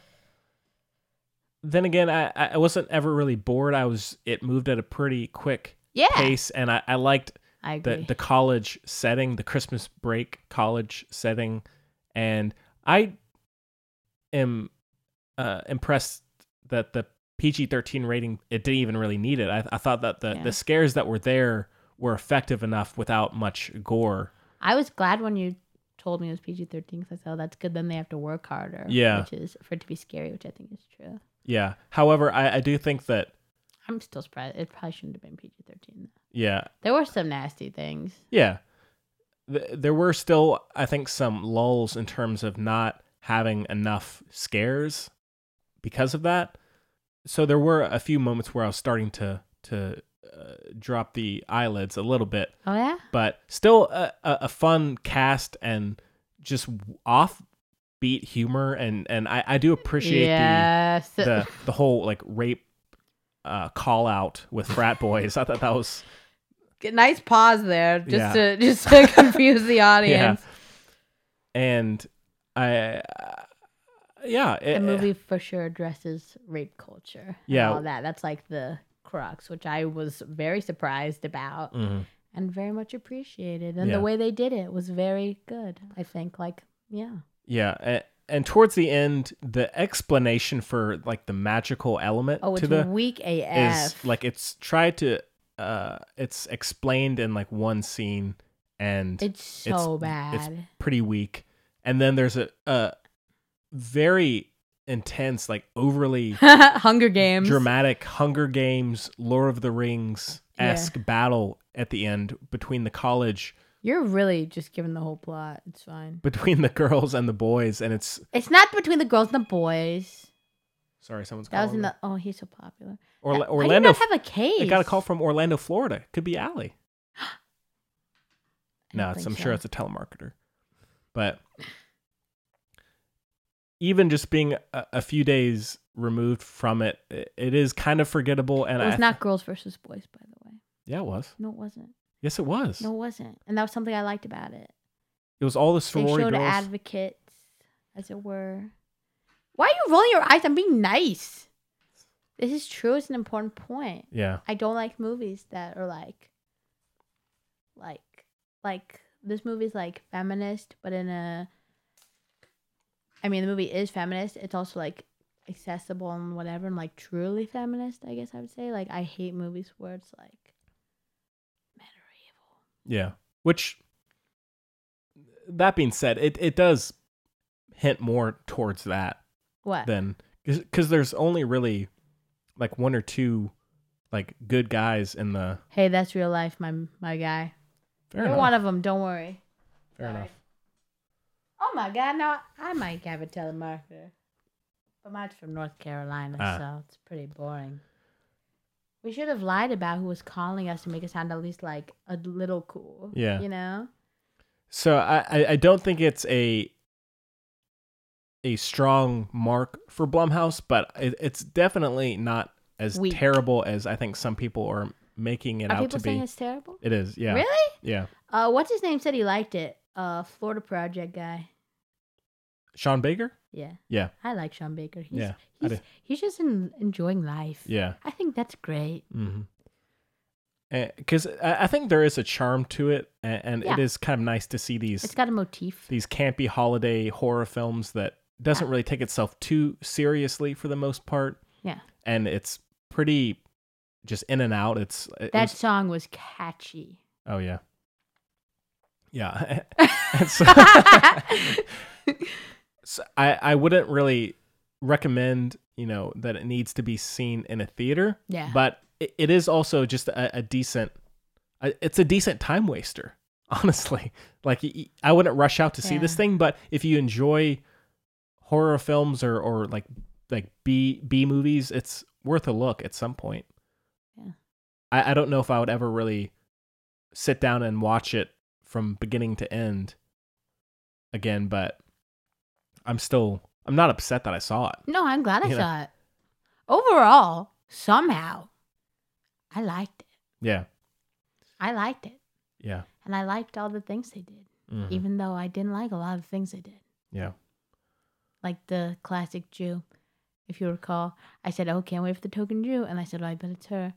Speaker 2: Then again, I, I I wasn't ever really bored. I was it moved at a pretty quick
Speaker 3: yeah.
Speaker 2: pace, and I, I liked
Speaker 3: I agree.
Speaker 2: the the college setting, the Christmas break college setting, and I am uh, impressed that the PG thirteen rating it didn't even really need it. I, I thought that the
Speaker 3: Yeah.
Speaker 2: the scares that were there were effective enough without much gore.
Speaker 3: I was glad when you told me it was PG thirteen because I said, "Oh, that's good. Then they have to work harder."
Speaker 2: Yeah.
Speaker 3: which is for it to be scary, which I think is true.
Speaker 2: Yeah. However, I, I do think that
Speaker 3: I'm still surprised. It probably shouldn't have been PG thirteen.
Speaker 2: yeah
Speaker 3: There were some nasty things.
Speaker 2: Yeah. Th- There were still, I think, some lulls in terms of not having enough scares because of that. So there were a few moments where I was starting to to uh, drop the eyelids a little bit,
Speaker 3: Oh yeah,
Speaker 2: but still a, a, a fun cast and just offbeat humor and and I, I do appreciate
Speaker 3: yes.
Speaker 2: the, the the whole like rape uh, call out with frat boys. I thought that was
Speaker 3: nice pause there, just to
Speaker 2: Yeah.
Speaker 3: just to confuse the audience.
Speaker 2: and I, yeah, it,
Speaker 3: The movie for sure addresses rape culture. and
Speaker 2: Yeah.
Speaker 3: all that. That's like the crux, which I was very surprised about.
Speaker 2: Mhm.
Speaker 3: and very much appreciated. And
Speaker 2: Yeah.
Speaker 3: the way they did it was very good. I think, like, yeah,
Speaker 2: yeah, a- and towards the end, the explanation for like the magical element
Speaker 3: oh,
Speaker 2: to
Speaker 3: it's
Speaker 2: the
Speaker 3: weak AF.
Speaker 2: is like it's tried to, uh, it's explained in like one scene, and
Speaker 3: it's so bad.
Speaker 2: pretty weak, and then there's a a very intense, like overly
Speaker 3: Hunger Games.
Speaker 2: dramatic Hunger Games, Lord of the Rings esque battle at the end between the college,
Speaker 3: You're really just giving the whole plot. It's fine.
Speaker 2: between the girls and the boys, and it's
Speaker 3: It's not between the girls and the boys.
Speaker 2: sorry, someone's
Speaker 3: That
Speaker 2: calling.
Speaker 3: was in
Speaker 2: me.
Speaker 3: the. Oh, he's so popular.
Speaker 2: Orla-
Speaker 3: That-
Speaker 2: Orlando.
Speaker 3: I did not have a case.
Speaker 2: I got a call from Orlando, Florida. Could be Allie.
Speaker 3: I don't
Speaker 2: No, it's,
Speaker 3: think
Speaker 2: I'm sure
Speaker 3: so.
Speaker 2: it's a telemarketer, but even just being a, a few days removed from it, i- it is kind of forgettable. And
Speaker 3: It was
Speaker 2: I,
Speaker 3: not girls versus boys, by the way.
Speaker 2: yeah, it was.
Speaker 3: No, it wasn't.
Speaker 2: Yes, it was.
Speaker 3: No, it wasn't. And that was something I liked about it.
Speaker 2: It was all the
Speaker 3: They
Speaker 2: sorority
Speaker 3: showed
Speaker 2: girls.
Speaker 3: advocates, as it were. Why are you rolling your eyes? I'm being nice. This is true. It's an important point.
Speaker 2: yeah,
Speaker 3: I don't like movies that are like, like, like this movie's like feminist, but in a. I mean, the movie is feminist. It's also like accessible and whatever, and like truly feminist. I guess I would say. Like, I hate movies where it's like, men are evil.
Speaker 2: Yeah. Which that being said, it, it does hint more towards that
Speaker 3: What?
Speaker 2: than because there's only really like one or two like good guys in the
Speaker 3: hey, that's real life, my my guy.
Speaker 2: fair
Speaker 3: You're
Speaker 2: enough.
Speaker 3: one of them. Don't worry.
Speaker 2: fair enough.
Speaker 3: Oh my God! Now I might have a telemarketer, but mine's from North Carolina,
Speaker 2: Ah.
Speaker 3: so it's pretty boring. We should have lied about who was calling us to make it sound at least like a little cool.
Speaker 2: Yeah.
Speaker 3: you know.
Speaker 2: So I, I I don't think it's a a strong mark for Blumhouse, but it, it's definitely not as
Speaker 3: Weak.
Speaker 2: terrible as I think some people are making it
Speaker 3: Are
Speaker 2: out
Speaker 3: people
Speaker 2: to
Speaker 3: saying
Speaker 2: be.
Speaker 3: it's terrible?
Speaker 2: It is, yeah,
Speaker 3: Really?
Speaker 2: yeah.
Speaker 3: Uh, what's his name said he liked it? Uh, Florida Project guy.
Speaker 2: Sean Baker?
Speaker 3: Yeah.
Speaker 2: Yeah.
Speaker 3: I like Sean Baker. He's,
Speaker 2: Yeah, I
Speaker 3: He's, he's just en- enjoying life.
Speaker 2: Yeah.
Speaker 3: I think that's great.
Speaker 2: Mm-hmm. Because I I think there is a charm to it, a- and, and
Speaker 3: Yeah.
Speaker 2: it is kind of nice to see these
Speaker 3: It's got a motif.
Speaker 2: these campy holiday horror films that doesn't really take itself too seriously for the most part,
Speaker 3: Yeah.
Speaker 2: and it's pretty just in and out. It's it
Speaker 3: That
Speaker 2: was-
Speaker 3: song was catchy.
Speaker 2: oh yeah, yeah. It's- so I I wouldn't really recommend you know that it needs to be seen in a theater.
Speaker 3: Yeah.
Speaker 2: But it, it is also just a, a decent, a, it's a decent time waster. Honestly, like y- y- I wouldn't rush out to see this
Speaker 3: Yeah.
Speaker 2: thing, but if you enjoy horror films or or like like B B movies, it's worth a look at some point.
Speaker 3: Yeah.
Speaker 2: I, I don't know if I would ever really sit down and watch it from beginning to end again, but I'm still I'm not upset that I saw it.
Speaker 3: No, I'm glad I
Speaker 2: You know.
Speaker 3: saw it. Overall, somehow, I liked it.
Speaker 2: Yeah.
Speaker 3: I liked it.
Speaker 2: Yeah.
Speaker 3: And I liked all the things they did,
Speaker 2: Mhm.
Speaker 3: even though I didn't like a lot of things they did.
Speaker 2: Yeah.
Speaker 3: Like the classic Jew, if you recall. I said, Oh, can't wait for the token Jew. And I said, Oh, I bet it's her.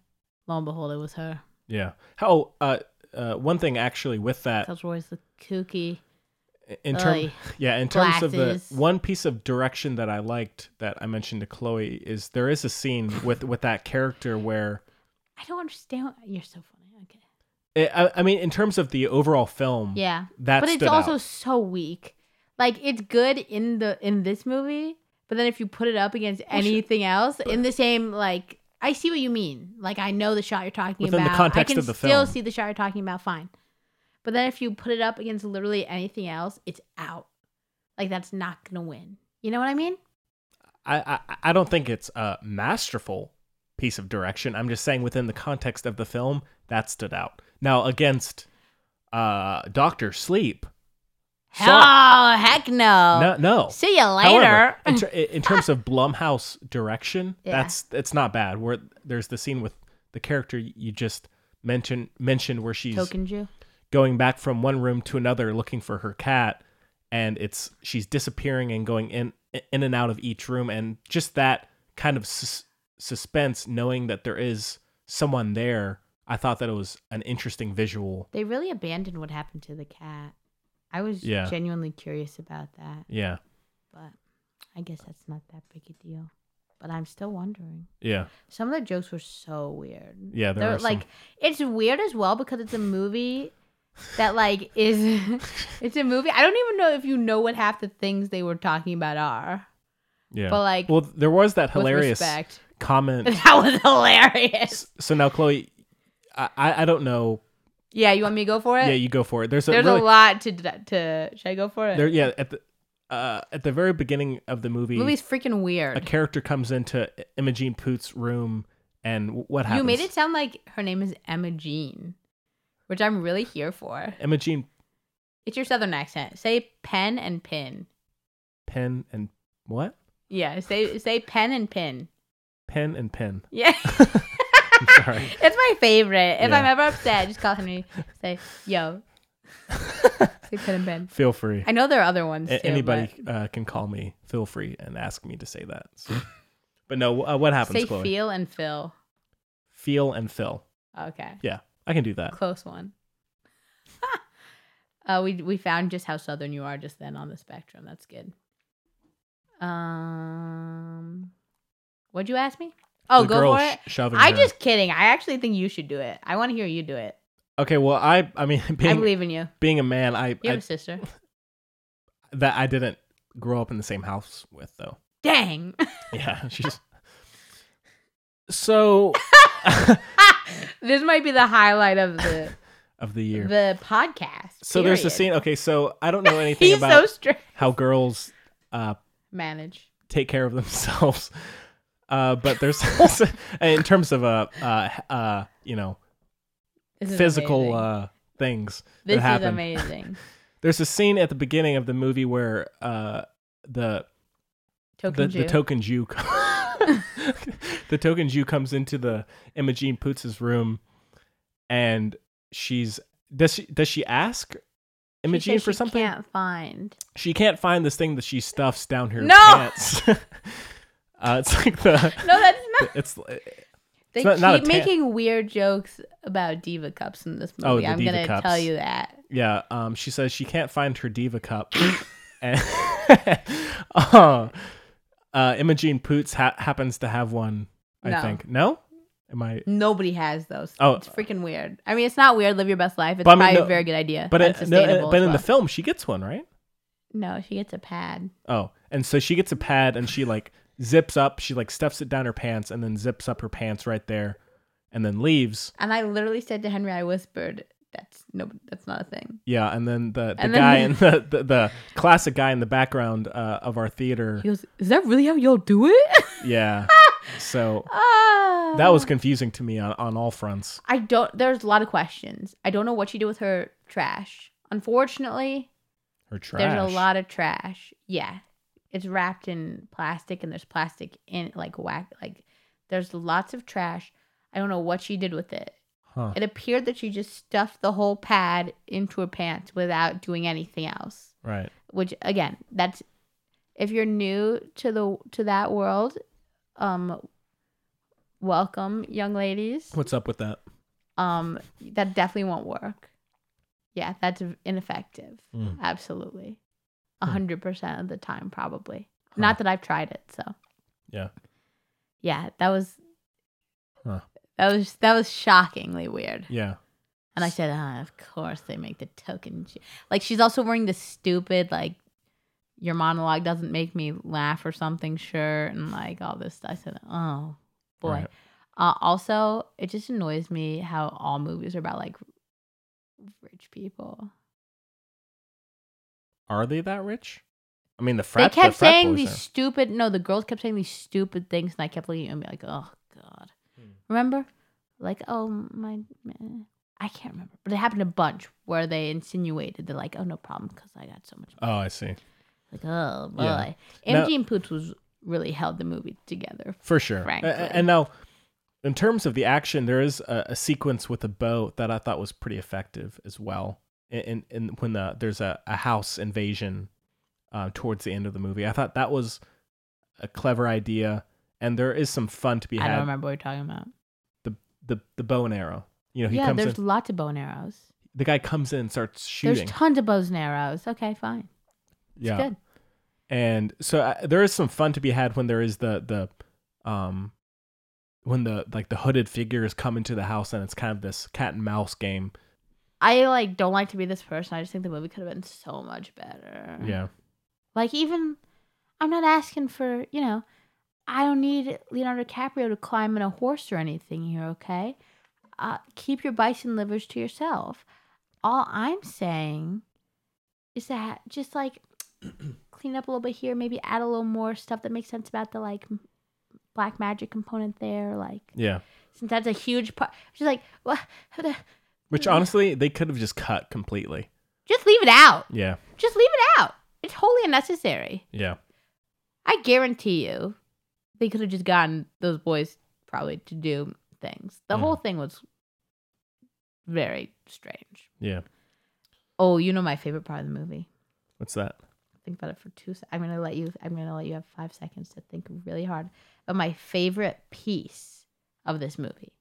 Speaker 3: Lo and behold, it was her.
Speaker 2: Yeah. How uh, uh one thing actually with that
Speaker 3: That's always the kooky.
Speaker 2: in terms
Speaker 3: Oy.
Speaker 2: yeah, in terms of the
Speaker 3: Glasses.
Speaker 2: one piece of direction that I liked that I mentioned to Chloe is there is a scene with with that character where
Speaker 3: I don't understand. what- You're so funny. Okay.
Speaker 2: eh, I, I mean in terms of the overall film
Speaker 3: Yeah.
Speaker 2: that
Speaker 3: but it's
Speaker 2: stood
Speaker 3: also
Speaker 2: out.
Speaker 3: so weak. Like it's good in the in this movie, but then if you put it up against
Speaker 2: Oh,
Speaker 3: anything else in the same like I see what you mean. Like I know the shot you're talking
Speaker 2: Within the
Speaker 3: about.
Speaker 2: context
Speaker 3: I can
Speaker 2: of the
Speaker 3: still
Speaker 2: film.
Speaker 3: see the shot you're talking about fine. But then if you put it up against literally anything else, it's out. Like that's not going to win. You know what I mean?
Speaker 2: I, I I don't think it's a masterful piece of direction. I'm just saying within the context of the film that stood out. Now against uh Doctor Sleep.
Speaker 3: Oh, heck no.
Speaker 2: No no.
Speaker 3: See you later.
Speaker 2: However, in, ter- in terms of Blumhouse direction,
Speaker 3: Yeah.
Speaker 2: that's it's not bad. Where there's the scene with the character you just mentioned mentioned where she's
Speaker 3: Token Jew.
Speaker 2: going back from one room to another looking for her cat and it's she's disappearing and going in in and out of each room and just that kind of sus- suspense knowing that there is someone there I thought that it was an interesting visual
Speaker 3: They really abandoned what happened to the cat. I was
Speaker 2: Yeah.
Speaker 3: genuinely curious about that.
Speaker 2: yeah
Speaker 3: but I guess that's not that big a deal. But I'm still wondering.
Speaker 2: yeah
Speaker 3: Some of the jokes were so weird.
Speaker 2: Yeah, there
Speaker 3: They're,
Speaker 2: are some.
Speaker 3: like it's weird as well because it's a movie that like is it's a movie. I don't even know if you know what half the things they were talking about are.
Speaker 2: yeah
Speaker 3: But, like,
Speaker 2: well there was that hilarious
Speaker 3: With respect.
Speaker 2: comment
Speaker 3: That was hilarious.
Speaker 2: so now Chloe I I I don't know
Speaker 3: Yeah, you want me to go for it?
Speaker 2: yeah you go for it there's a
Speaker 3: Uh, There's
Speaker 2: really
Speaker 3: a lot to to should I go for it?
Speaker 2: there yeah at the uh at the very beginning of the movie
Speaker 3: the movie's freaking
Speaker 2: a
Speaker 3: weird.
Speaker 2: character comes into Imogene Poot's room and w- what happens?
Speaker 3: You made it sound like her name is Emma Jean, which I'm really here for.
Speaker 2: Imogene
Speaker 3: It's your southern accent. Say pen and pin.
Speaker 2: Pen and what?
Speaker 3: Yeah, say say pen and pin.
Speaker 2: Pen and Pen.
Speaker 3: Yeah.
Speaker 2: I'm sorry.
Speaker 3: it's my favorite. If
Speaker 2: Yeah.
Speaker 3: I'm ever upset, just call Henry. Say, yo. say pen and pin.
Speaker 2: Feel free.
Speaker 3: I know there are other ones
Speaker 2: A-
Speaker 3: too.
Speaker 2: anybody uh, can call me. Feel free and ask me to say that. So- but no, uh, what
Speaker 3: but
Speaker 2: happens,
Speaker 3: Say
Speaker 2: Chloe? Feel.
Speaker 3: feel and fill.
Speaker 2: and Phil.
Speaker 3: Okay.
Speaker 2: Yeah, I can do that.
Speaker 3: Close one. uh, we we found just how southern you are just then on the spectrum. That's good. Um, what'd you ask me? Oh,
Speaker 2: The
Speaker 3: go
Speaker 2: girl
Speaker 3: for
Speaker 2: sh-
Speaker 3: it.
Speaker 2: shoving
Speaker 3: I
Speaker 2: her.
Speaker 3: just kidding. I actually think you should do it. I want to hear you do it.
Speaker 2: okay. Well, I I mean
Speaker 3: I
Speaker 2: being
Speaker 3: believe in you.
Speaker 2: being a man, I,
Speaker 3: You have
Speaker 2: I
Speaker 3: a sister.
Speaker 2: that I didn't grow up in the same house with though.
Speaker 3: Dang.
Speaker 2: Yeah, she's. So
Speaker 3: this might be the highlight of the
Speaker 2: of the year.
Speaker 3: the podcast.
Speaker 2: So there's a
Speaker 3: period.
Speaker 2: scene. Okay, so I don't know anything
Speaker 3: He's so
Speaker 2: about
Speaker 3: strict.
Speaker 2: how girls uh,
Speaker 3: Manage.
Speaker 2: take care of themselves, uh, but there's in terms of uh, uh, uh, you know
Speaker 3: This is
Speaker 2: physical
Speaker 3: amazing.
Speaker 2: uh, things
Speaker 3: this
Speaker 2: that
Speaker 3: is
Speaker 2: happen.
Speaker 3: amazing.
Speaker 2: There's a scene at the beginning of the movie where uh, the
Speaker 3: Token
Speaker 2: the,
Speaker 3: Jew.
Speaker 2: the token Jew, co- the token Jew comes into the Imogene Poots' room, and she's does she does she ask Imogene
Speaker 3: she said
Speaker 2: for
Speaker 3: she
Speaker 2: something.
Speaker 3: Can't find.
Speaker 2: She can't find this thing that she stuffs down her
Speaker 3: No!
Speaker 2: pants. uh, it's like the.
Speaker 3: No, that's not.
Speaker 2: It's uh,
Speaker 3: They
Speaker 2: not-
Speaker 3: keep
Speaker 2: not a tan-
Speaker 3: making weird jokes about diva cups in this
Speaker 2: Oh,
Speaker 3: movie.
Speaker 2: the
Speaker 3: I'm
Speaker 2: diva
Speaker 3: gonna
Speaker 2: cups.
Speaker 3: tell you that.
Speaker 2: yeah. Um, she says she can't find her diva cup. and uh, uh, Imogene Poots ha- happens to have one. I
Speaker 3: No.
Speaker 2: think no. Am I?
Speaker 3: Nobody has those.
Speaker 2: Oh.
Speaker 3: it's freaking weird. I mean, it's not weird. Live your best life. It's
Speaker 2: But I mean,
Speaker 3: probably
Speaker 2: no-
Speaker 3: a very good idea.
Speaker 2: But
Speaker 3: and
Speaker 2: it, no,
Speaker 3: sustainable
Speaker 2: but
Speaker 3: as
Speaker 2: in the
Speaker 3: well.
Speaker 2: film she gets one right.
Speaker 3: no, she gets a pad.
Speaker 2: Oh, and so she gets a pad and she like zips up. She like stuffs it down her pants and then zips up her pants right there, and then leaves.
Speaker 3: And I literally said to Henry, I whispered, "That's no, that's not a thing."
Speaker 2: Yeah, and then the, the
Speaker 3: And then-
Speaker 2: guy in the, the the classic guy in the background uh, of our theater.
Speaker 3: He goes, "Is that really how y'all do it?"
Speaker 2: Yeah, so
Speaker 3: ah,
Speaker 2: that was confusing to me on, on all fronts.
Speaker 3: I don't. There's a lot of questions. I don't know what she did with her trash. Unfortunately,
Speaker 2: Her trash.
Speaker 3: there's a lot of trash. Yeah, it's wrapped in plastic, and there's plastic in like whack. Like there's lots of trash. I don't know what she did with it.
Speaker 2: Huh.
Speaker 3: It appeared that she just stuffed the whole pad into her pants without doing anything else.
Speaker 2: Right.
Speaker 3: Which again, that's if you're new to the to that world, um, welcome, young ladies
Speaker 2: What's up with that?
Speaker 3: um that definitely won't work yeah that's ineffective
Speaker 2: Mm.
Speaker 3: absolutely a
Speaker 2: Hmm.
Speaker 3: 100% of the time probably
Speaker 2: Huh.
Speaker 3: not that i've tried it so
Speaker 2: Yeah.
Speaker 3: yeah that was
Speaker 2: Huh.
Speaker 3: that was that was shockingly weird
Speaker 2: Yeah.
Speaker 3: and i said ah, of course they make the token j-" like she's also wearing this stupid like your monologue doesn't make me laugh or something shirt and like all this i said oh boy
Speaker 2: Right.
Speaker 3: uh, also, it just annoys me how all movies are about like rich people.
Speaker 2: Are they that rich? I mean, the frat.
Speaker 3: they kept
Speaker 2: the frat
Speaker 3: saying
Speaker 2: boys
Speaker 3: these
Speaker 2: are-
Speaker 3: stupid. No, the girls kept saying these stupid things, and I kept looking at them like, oh god,
Speaker 2: Hmm.
Speaker 3: remember? Like, oh my, I can't remember, but it happened a bunch where they insinuated they're like, oh no problem, because I got so much.
Speaker 2: Oh, I see.
Speaker 3: Like, oh boy,
Speaker 2: Yeah. Now-
Speaker 3: MG and Poots was really held the movie together.
Speaker 2: For sure. A- a-
Speaker 3: Frankly.
Speaker 2: And, now, in terms of the action, there is a, a sequence with a boat that I thought was pretty effective as well. In, in, in when the, there's a, a house invasion uh, towards the end of the movie, I thought that was a clever idea, and there is some fun to be
Speaker 3: I
Speaker 2: had.
Speaker 3: don't remember what we're talking about.
Speaker 2: The, the the bow and arrow. You know, he
Speaker 3: yeah,
Speaker 2: comes
Speaker 3: there's
Speaker 2: in.
Speaker 3: lots of bow and arrows.
Speaker 2: The guy comes in, and starts shooting.
Speaker 3: There's tons of bows and arrows. Okay, fine, it's
Speaker 2: yeah,
Speaker 3: good.
Speaker 2: and so uh, there is some fun to be had when there is the the um when the like the hooded figures come into the house and it's kind of this cat and mouse game
Speaker 3: I like don't like to be this person. I just think the movie could have been so much better.
Speaker 2: yeah
Speaker 3: Like even I'm not asking for, you know, I don't need Leonardo DiCaprio to climb on a horse or anything here, okay? Uh, keep your bison livers to yourself. All I'm saying is that just like clean up a little bit here, maybe add a little more stuff that makes sense about the like m- black magic component there, like
Speaker 2: yeah
Speaker 3: since that's a huge part. She's like, what?
Speaker 2: which
Speaker 3: Mm.
Speaker 2: honestly they could have just cut completely
Speaker 3: Just leave it out.
Speaker 2: yeah
Speaker 3: Just leave it out. It's wholly unnecessary.
Speaker 2: yeah
Speaker 3: I guarantee you, they could have just gotten those boys probably to do things. The
Speaker 2: Mhm.
Speaker 3: whole thing was very strange.
Speaker 2: yeah
Speaker 3: Oh, you know my favorite part of the movie.
Speaker 2: what's that
Speaker 3: Think about it for two. Se- I'm gonna let you. I'm gonna let you have five seconds to think really hard. But my favorite piece of this movie,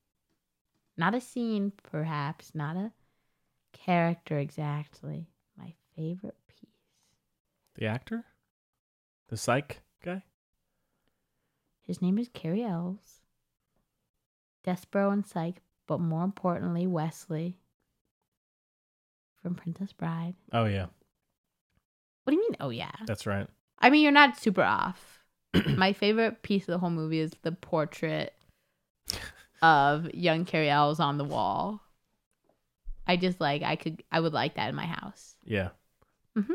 Speaker 3: not a scene, perhaps, not a character exactly. My favorite piece.
Speaker 2: the actor the psych guy
Speaker 3: His name is Carrie Elves. Despero and Psyche, but more importantly, Wesley from Princess Bride.
Speaker 2: oh yeah
Speaker 3: What do you mean? Oh, yeah.
Speaker 2: that's right
Speaker 3: I mean, you're not super off. My favorite piece of the whole movie is the portrait of young Carrie Elves on the wall. I just like, I could, I would like that in my house.
Speaker 2: yeah
Speaker 3: Mhm.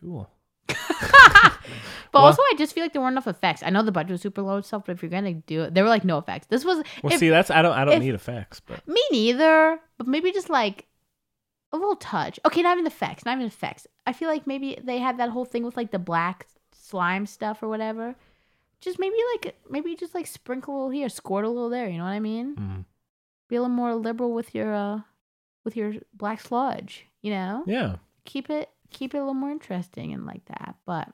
Speaker 2: cool
Speaker 3: But
Speaker 2: Well-
Speaker 3: also, I just feel like there weren't enough effects. I know the budget was super low and stuff, but if you're gonna do it, there were like no effects. This was
Speaker 2: well
Speaker 3: if-
Speaker 2: see that's i don't i don't
Speaker 3: if-
Speaker 2: need effects but
Speaker 3: Me neither, but maybe just like a little touch. Okay, not even the facts, not even the facts. I feel like maybe they had that whole thing with like the black slime stuff or whatever. Just maybe like maybe just like sprinkle a little here, squirt a little there. You know what I mean?
Speaker 2: Mm.
Speaker 3: Be a little more liberal with your uh with your black sludge. You know,
Speaker 2: yeah
Speaker 3: keep it keep it a little more interesting and like that. But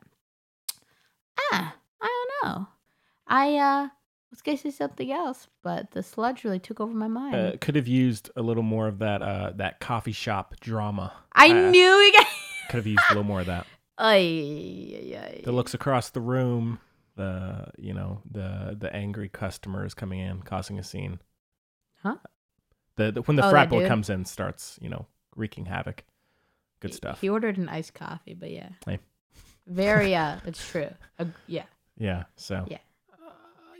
Speaker 3: ah, I don't know. I uh was gonna say something else, but the sludge really took over my mind.
Speaker 2: Uh, could have used a little more of that uh, that coffee shop drama.
Speaker 3: I
Speaker 2: uh,
Speaker 3: knew you guys.
Speaker 2: Could have used a little more of that.
Speaker 3: Ay, ay, ay.
Speaker 2: The looks across the room. The you know the the angry customer is coming in, causing a scene.
Speaker 3: Huh?
Speaker 2: The, the when the
Speaker 3: Oh,
Speaker 2: frat
Speaker 3: that
Speaker 2: boy
Speaker 3: dude?
Speaker 2: comes in, starts you know wreaking havoc. Good stuff.
Speaker 3: He ordered an iced coffee, but yeah.
Speaker 2: Hey.
Speaker 3: Very uh, it's true. Uh, yeah,
Speaker 2: Yeah. So.
Speaker 3: Yeah.
Speaker 2: Uh,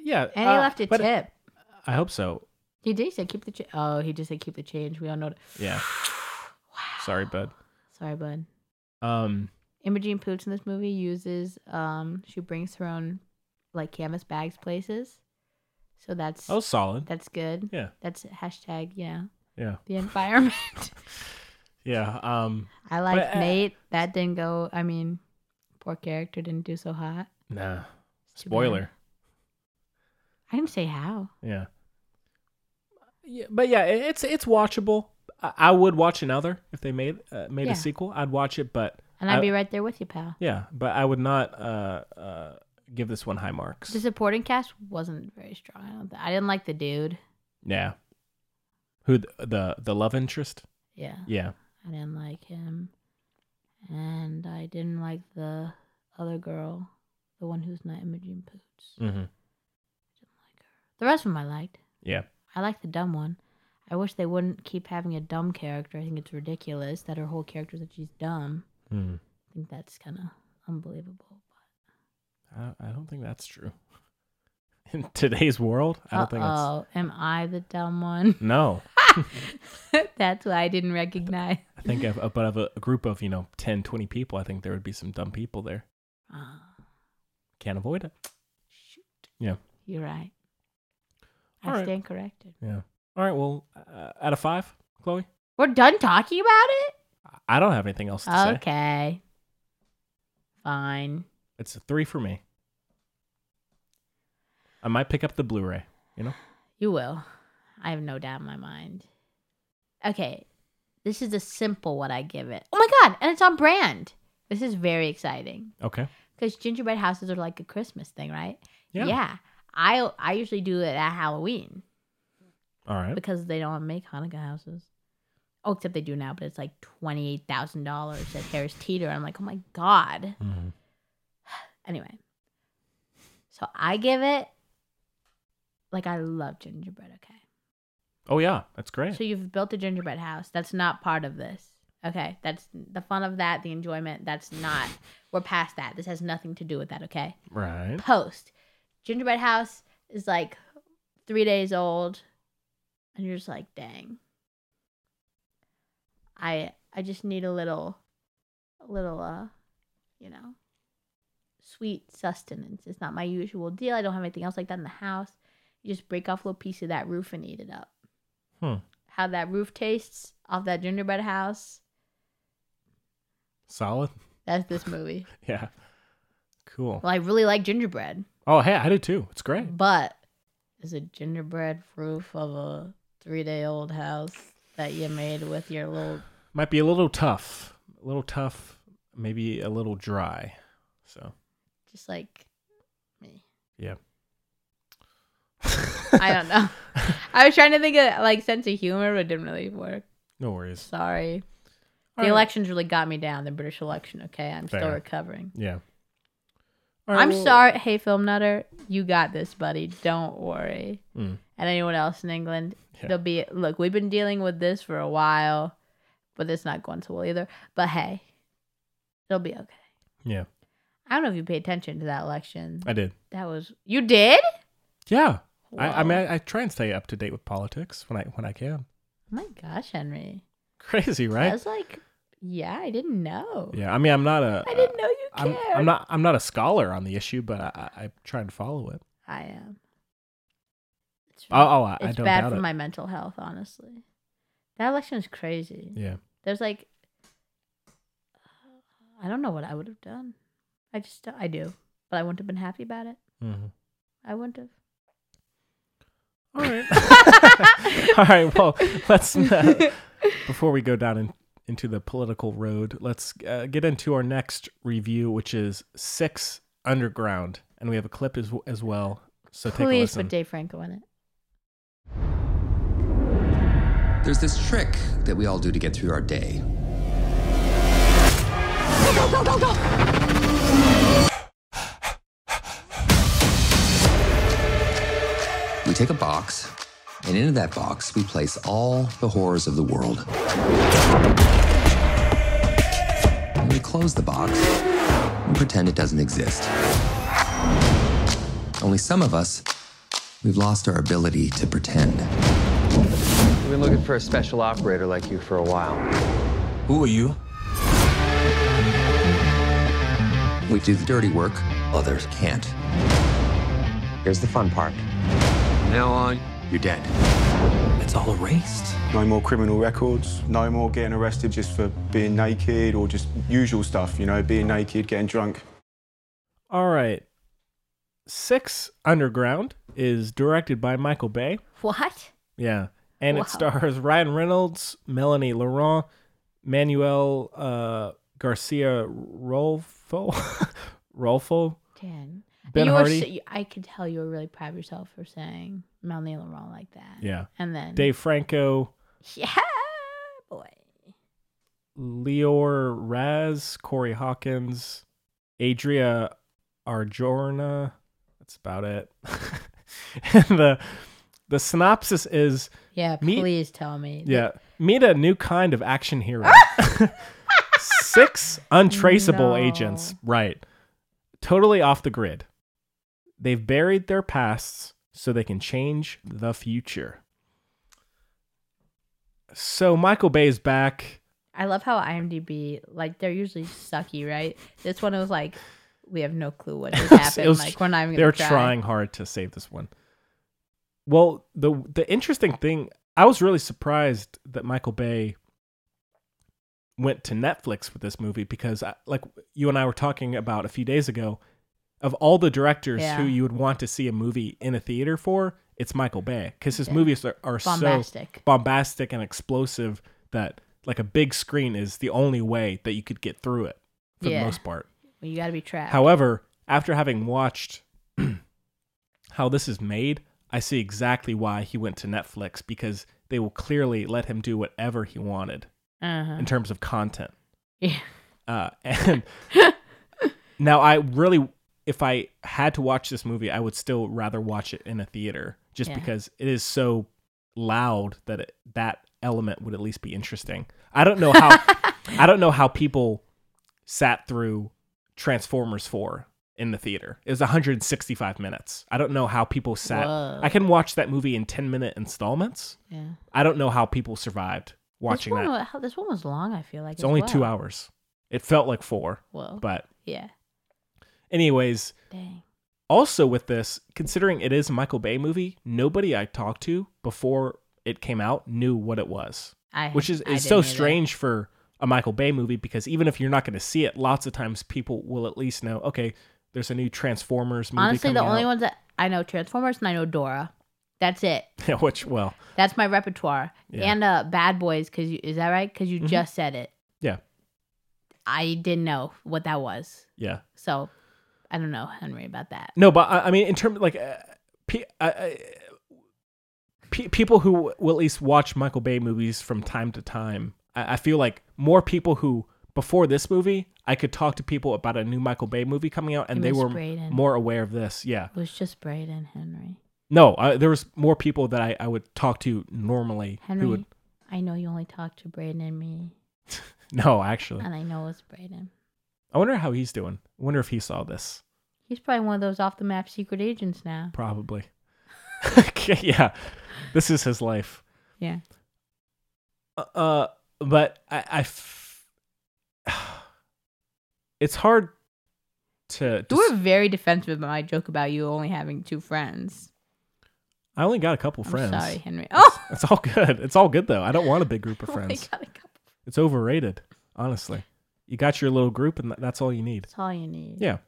Speaker 2: yeah.
Speaker 3: and he
Speaker 2: uh,
Speaker 3: left a
Speaker 2: but
Speaker 3: tip.
Speaker 2: I hope so.
Speaker 3: He did he said keep the change. Oh, he just said keep the change. We all know. It.
Speaker 2: Yeah. Sorry, bud.
Speaker 3: Sorry, bud.
Speaker 2: Um.
Speaker 3: Imogene Poots in this movie uses um she brings her own like canvas bags places, so that's
Speaker 2: That was solid.
Speaker 3: that's good.
Speaker 2: Oh, Yeah.
Speaker 3: That's hashtag yeah
Speaker 2: Yeah.
Speaker 3: the environment.
Speaker 2: Yeah. Um.
Speaker 3: I like
Speaker 2: But, uh,
Speaker 3: Nate. That didn't go. I mean, poor character didn't do so hot.
Speaker 2: Nah.
Speaker 3: It's too bad.
Speaker 2: Spoiler.
Speaker 3: I didn't say how.
Speaker 2: Yeah. Yeah, but yeah, it- it's it's watchable. I, I would watch another if they made uh, made
Speaker 3: Yeah.
Speaker 2: a sequel. I'd watch it, but
Speaker 3: And I'd
Speaker 2: I-
Speaker 3: be right there with you, pal.
Speaker 2: yeah, but I would not uh, uh, give this one high marks.
Speaker 3: The supporting cast wasn't very strong. I don't. Th- I didn't like the dude.
Speaker 2: yeah. Who the, the the love interest?
Speaker 3: Yeah.
Speaker 2: Yeah.
Speaker 3: I didn't like him. And I didn't like the other girl, the one who's not Imogene Poots.
Speaker 2: Mm-hmm.
Speaker 3: Didn't like her. The rest of them I liked.
Speaker 2: Yeah.
Speaker 3: I liked the dumb one. I wish they wouldn't keep having a dumb character. I think it's ridiculous that her whole character is that she's dumb.
Speaker 2: Mm.
Speaker 3: I think that's kind of unbelievable.
Speaker 2: I, I don't think that's true. In today's world, I don't think that's
Speaker 3: Oh, am I the dumb one?
Speaker 2: no.
Speaker 3: that's what I didn't recognize.
Speaker 2: I think of of- but of a, a group of you know 10, 20 people, I think there would be some dumb people there.
Speaker 3: Oh,
Speaker 2: Can't avoid it.
Speaker 3: shoot.
Speaker 2: Yeah.
Speaker 3: You're right. I
Speaker 2: All right.
Speaker 3: stand corrected.
Speaker 2: Yeah. All right. Well, uh, out of five, Chloe,
Speaker 3: We're done talking about it?
Speaker 2: I don't have anything else to say.
Speaker 3: Uh, Okay. Fine.
Speaker 2: It's a three for me. I might pick up the Blu-ray. You know.
Speaker 3: You will. I have no doubt in my mind. Okay. This is a simple what I give it. Oh my god, and it's on brand. This is very exciting.
Speaker 2: Okay.
Speaker 3: Because gingerbread houses are like a Christmas thing, right?
Speaker 2: Yeah.
Speaker 3: I I usually do it at Halloween
Speaker 2: All right.
Speaker 3: because they don't make Hanukkah houses. Oh, except they do now, but it's like twenty eight thousand dollars at Harris Teeter. I'm like, oh my god.
Speaker 2: Mhm.
Speaker 3: Anyway, so I give it like I love gingerbread. Okay,
Speaker 2: Oh yeah, that's great.
Speaker 3: so you've built a gingerbread house. That's not part of this. Okay, that's the fun of that, the enjoyment. That's not. We're past that. This has nothing to do with that. Okay.
Speaker 2: right.
Speaker 3: Post gingerbread house is like three days old, and you're just like, dang. I I just need a little, a little uh, you know, sweet sustenance. It's not my usual deal. I don't have anything else like that in the house. You just break off a little piece of that roof and eat it up.
Speaker 2: Hmm.
Speaker 3: How that roof tastes off that gingerbread house.
Speaker 2: Solid.
Speaker 3: That's this movie.
Speaker 2: Yeah. Cool.
Speaker 3: well, I really like gingerbread,
Speaker 2: Oh hey, I do too. It's great.
Speaker 3: but it's a gingerbread roof of a three day old house that you made with your little.
Speaker 2: Might be a little tough. A little tough. Maybe a little dry. So
Speaker 3: just like me.
Speaker 2: yeah.
Speaker 3: I don't know. I was trying to think of like sense of humor, but it didn't really work.
Speaker 2: No worries.
Speaker 3: Sorry. The
Speaker 2: All right.
Speaker 3: elections really got me down. The British election. Okay, I'm still
Speaker 2: Fair.
Speaker 3: recovering.
Speaker 2: Yeah. All right,
Speaker 3: I'm
Speaker 2: well-
Speaker 3: sorry. Hey, film nutter, you got this, buddy. Don't worry.
Speaker 2: Mm.
Speaker 3: And anyone else in England,
Speaker 2: Yeah.
Speaker 3: they'll be. Look, we've been dealing with this for a while, but it's not going so well either. But hey, it'll be okay.
Speaker 2: Yeah,
Speaker 3: I don't know if you paid attention to that election.
Speaker 2: I did.
Speaker 3: That was you did.
Speaker 2: Yeah. I, I
Speaker 3: Wow.
Speaker 2: mean, I, I try and stay up to date with politics when I when I
Speaker 3: Oh
Speaker 2: can.
Speaker 3: my gosh, Henry.
Speaker 2: Crazy, right?
Speaker 3: I was like, yeah, I didn't know.
Speaker 2: Yeah. I mean, I'm not a.
Speaker 3: I didn't know you
Speaker 2: I'm,
Speaker 3: cared.
Speaker 2: I'm not. I'm not a scholar on the issue, but I, I, I try and follow it.
Speaker 3: I am. It's,
Speaker 2: Oh, oh I, I
Speaker 3: it's
Speaker 2: don't
Speaker 3: bad
Speaker 2: doubt
Speaker 3: for
Speaker 2: it.
Speaker 3: my mental health, honestly. That election is crazy.
Speaker 2: yeah.
Speaker 3: There's like, I don't know what I would have done. I just, I do, but I wouldn't have been happy about it.
Speaker 2: Mhm.
Speaker 3: I wouldn't have.
Speaker 2: All right. All right. Well, let's uh, before we go down in into the political road, let's uh, get into our next review, which is Six Underground, and we have a clip as as well. So take a
Speaker 3: Please put
Speaker 2: listen.
Speaker 3: Dave Franco in it.
Speaker 4: There's this trick that we all do to get through our day. We take a box, and into that box, we place all the horrors of the world. And we close the box and pretend it doesn't exist. Only some of us, we've lost our ability to pretend.
Speaker 5: We've been looking for a special operator like you for a while.
Speaker 4: Who are you? We do the dirty work, others can't. Here's the fun part. Now on, you're dead. It's all erased.
Speaker 6: No more criminal records, no more getting arrested just for being naked or just usual stuff, you know, being naked, getting drunk.
Speaker 2: All right, Six Underground is directed by Michael Bay.
Speaker 3: What?
Speaker 2: Yeah. And
Speaker 3: Wow.
Speaker 2: it stars Ryan Reynolds, Melanie Laurent, Manuel uh, Garcia Rolfo, Rolfo,
Speaker 3: Dan.
Speaker 2: Ben
Speaker 3: you were
Speaker 2: Hardy.
Speaker 3: so- you- I could tell you were really proud of yourself for saying Melanie Laurent like that.
Speaker 2: Yeah.
Speaker 3: And then
Speaker 2: Dave Franco,
Speaker 3: Yeah, boy.
Speaker 2: Leor Raz, Corey Hawkins, Adria Arjorna. That's about it. and the the synopsis is
Speaker 3: Yeah,
Speaker 2: Me-
Speaker 3: please tell me. that
Speaker 2: yeah, meet a new kind of action hero. Six untraceable
Speaker 3: No.
Speaker 2: agents, right? Totally off the grid. They've buried their pasts so they can change the future. So Michael Bay is back.
Speaker 3: I love how IMDb like they're usually sucky, right? This one was like, we have no clue what just
Speaker 2: It
Speaker 3: happened.
Speaker 2: was-
Speaker 3: like we're not even.
Speaker 2: They're
Speaker 3: gonna try.
Speaker 2: trying hard to save this one. Well, the the interesting thing, I was really surprised that Michael Bay went to Netflix with this movie because, I, like you and I were talking about a few days ago, of all the directors
Speaker 3: Yeah.
Speaker 2: who you would want to see a movie in a theater for, it's Michael Bay because his
Speaker 3: Yeah.
Speaker 2: movies are, are so
Speaker 3: Bombastic.
Speaker 2: bombastic and explosive that like a big screen is the only way that you could get through it for
Speaker 3: Yeah.
Speaker 2: the most part.
Speaker 3: Well, you got to be trapped.
Speaker 2: However, after having watched how this is made, I see exactly why he went to Netflix because they will clearly let him do whatever he wanted
Speaker 3: uh-huh.
Speaker 2: in terms of content.
Speaker 3: yeah.
Speaker 2: Uh, and now I really, if I had to watch this movie, I would still rather watch it in a theater just
Speaker 3: Yeah.
Speaker 2: because it is so loud that it, that element would at least be interesting. I don't know how, I don't know how people sat through Transformers 4 in the theater. It was 165 minutes. I don't know how people sat.
Speaker 3: Whoa.
Speaker 2: I can watch that movie in 10 minute installments.
Speaker 3: yeah.
Speaker 2: I don't know how people survived watching
Speaker 3: this
Speaker 2: that.
Speaker 3: one, wa- how- This one was long. I feel like
Speaker 2: It's
Speaker 3: as
Speaker 2: only
Speaker 3: well.
Speaker 2: two hours. It felt like four,
Speaker 3: Whoa.
Speaker 2: but
Speaker 3: yeah.
Speaker 2: anyways,
Speaker 3: Dang.
Speaker 2: also with this, considering it is a Michael Bay movie, nobody I talked to before it came out knew what it was,
Speaker 3: I
Speaker 2: which is,
Speaker 3: I
Speaker 2: is so
Speaker 3: didn't either.
Speaker 2: strange for a Michael Bay movie because even if you're not going to see it, lots of times people will at least know, okay, there's a new Transformers movie.
Speaker 3: Honestly, the
Speaker 2: coming
Speaker 3: only
Speaker 2: out.
Speaker 3: ones that I know Transformers and I know Dora. That's it.
Speaker 2: Yeah, which, well,
Speaker 3: That's my repertoire.
Speaker 2: Yeah. Mm-hmm.
Speaker 3: And uh, Bad Boys, because is that right? Because you just said it.
Speaker 2: yeah,
Speaker 3: I didn't know what that was,
Speaker 2: yeah.
Speaker 3: so I don't know Henry about that.
Speaker 2: No, but I, I mean, in terms like, uh, pe- I, I, pe- people who will at least watch Michael Bay movies from time to time, I, I feel like more people who before this movie, I could talk to people about a new Michael Bay movie coming out, and
Speaker 3: It
Speaker 2: they
Speaker 3: was
Speaker 2: were
Speaker 3: Braden.
Speaker 2: more aware of this. Yeah,
Speaker 3: It was just Braden Henry.
Speaker 2: no, I, there was more people that I, I would talk to normally
Speaker 3: Henry,
Speaker 2: who would
Speaker 3: I know you only talked to Braden and me,
Speaker 2: no, actually,
Speaker 3: and I know it's Braden.
Speaker 2: I wonder how he's doing. I wonder if he saw this.
Speaker 3: He's probably one of those off the map secret agents now.
Speaker 2: Probably. Okay, yeah, this is his life.
Speaker 3: Yeah.
Speaker 2: uh but I, I f- it's hard to
Speaker 3: You
Speaker 2: dis-
Speaker 3: were very defensive about my joke about you only having two friends.
Speaker 2: i only got a couple friends
Speaker 3: I'm sorry, Henry. Oh,
Speaker 2: it's all good it's all good though i don't want a big group of
Speaker 3: oh my
Speaker 2: friends
Speaker 3: God, I got-
Speaker 2: it's overrated honestly you got your little group and tha- that's all you need
Speaker 3: that's all you need.
Speaker 2: yeah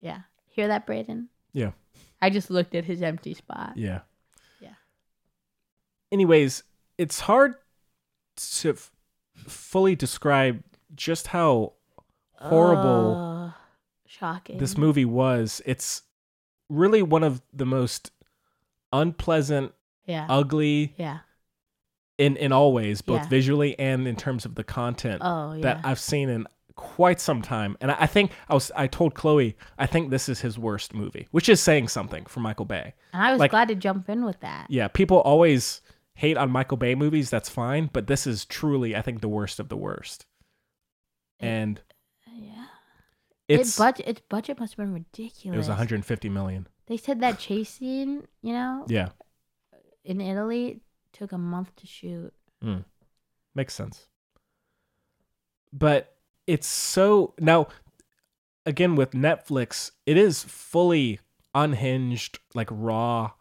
Speaker 3: Yeah. Hear that, Braden?
Speaker 2: yeah
Speaker 3: I just looked at his empty spot.
Speaker 2: yeah
Speaker 3: Yeah.
Speaker 2: anyways it's hard to f- fully describe just how horrible
Speaker 3: Ugh. shocking.
Speaker 2: this movie was. It's really one of the most unpleasant,
Speaker 3: Yeah.
Speaker 2: Um, ugly
Speaker 3: yeah.
Speaker 2: in in all ways, both
Speaker 3: Yeah.
Speaker 2: visually and in terms of the content
Speaker 3: Oh, yeah.
Speaker 2: that I've seen in quite some time. And I, I think I was I told Chloe I think this is his worst movie, which is saying something for Michael Bay.
Speaker 3: and I was
Speaker 2: like-
Speaker 3: glad to jump in with that.
Speaker 2: Yeah, people always hate on Michael Bay movies. That's fine, but this is truly I think the worst of the worst. And
Speaker 3: Yeah.
Speaker 2: it's
Speaker 3: it budget, its budget must have been ridiculous.
Speaker 2: it was 150 million.
Speaker 3: They said that chase scene, you know,
Speaker 2: Yeah,
Speaker 3: in Italy took a month to shoot.
Speaker 2: makes sense. But it's so now again with Netflix, it is fully unhinged, like raw,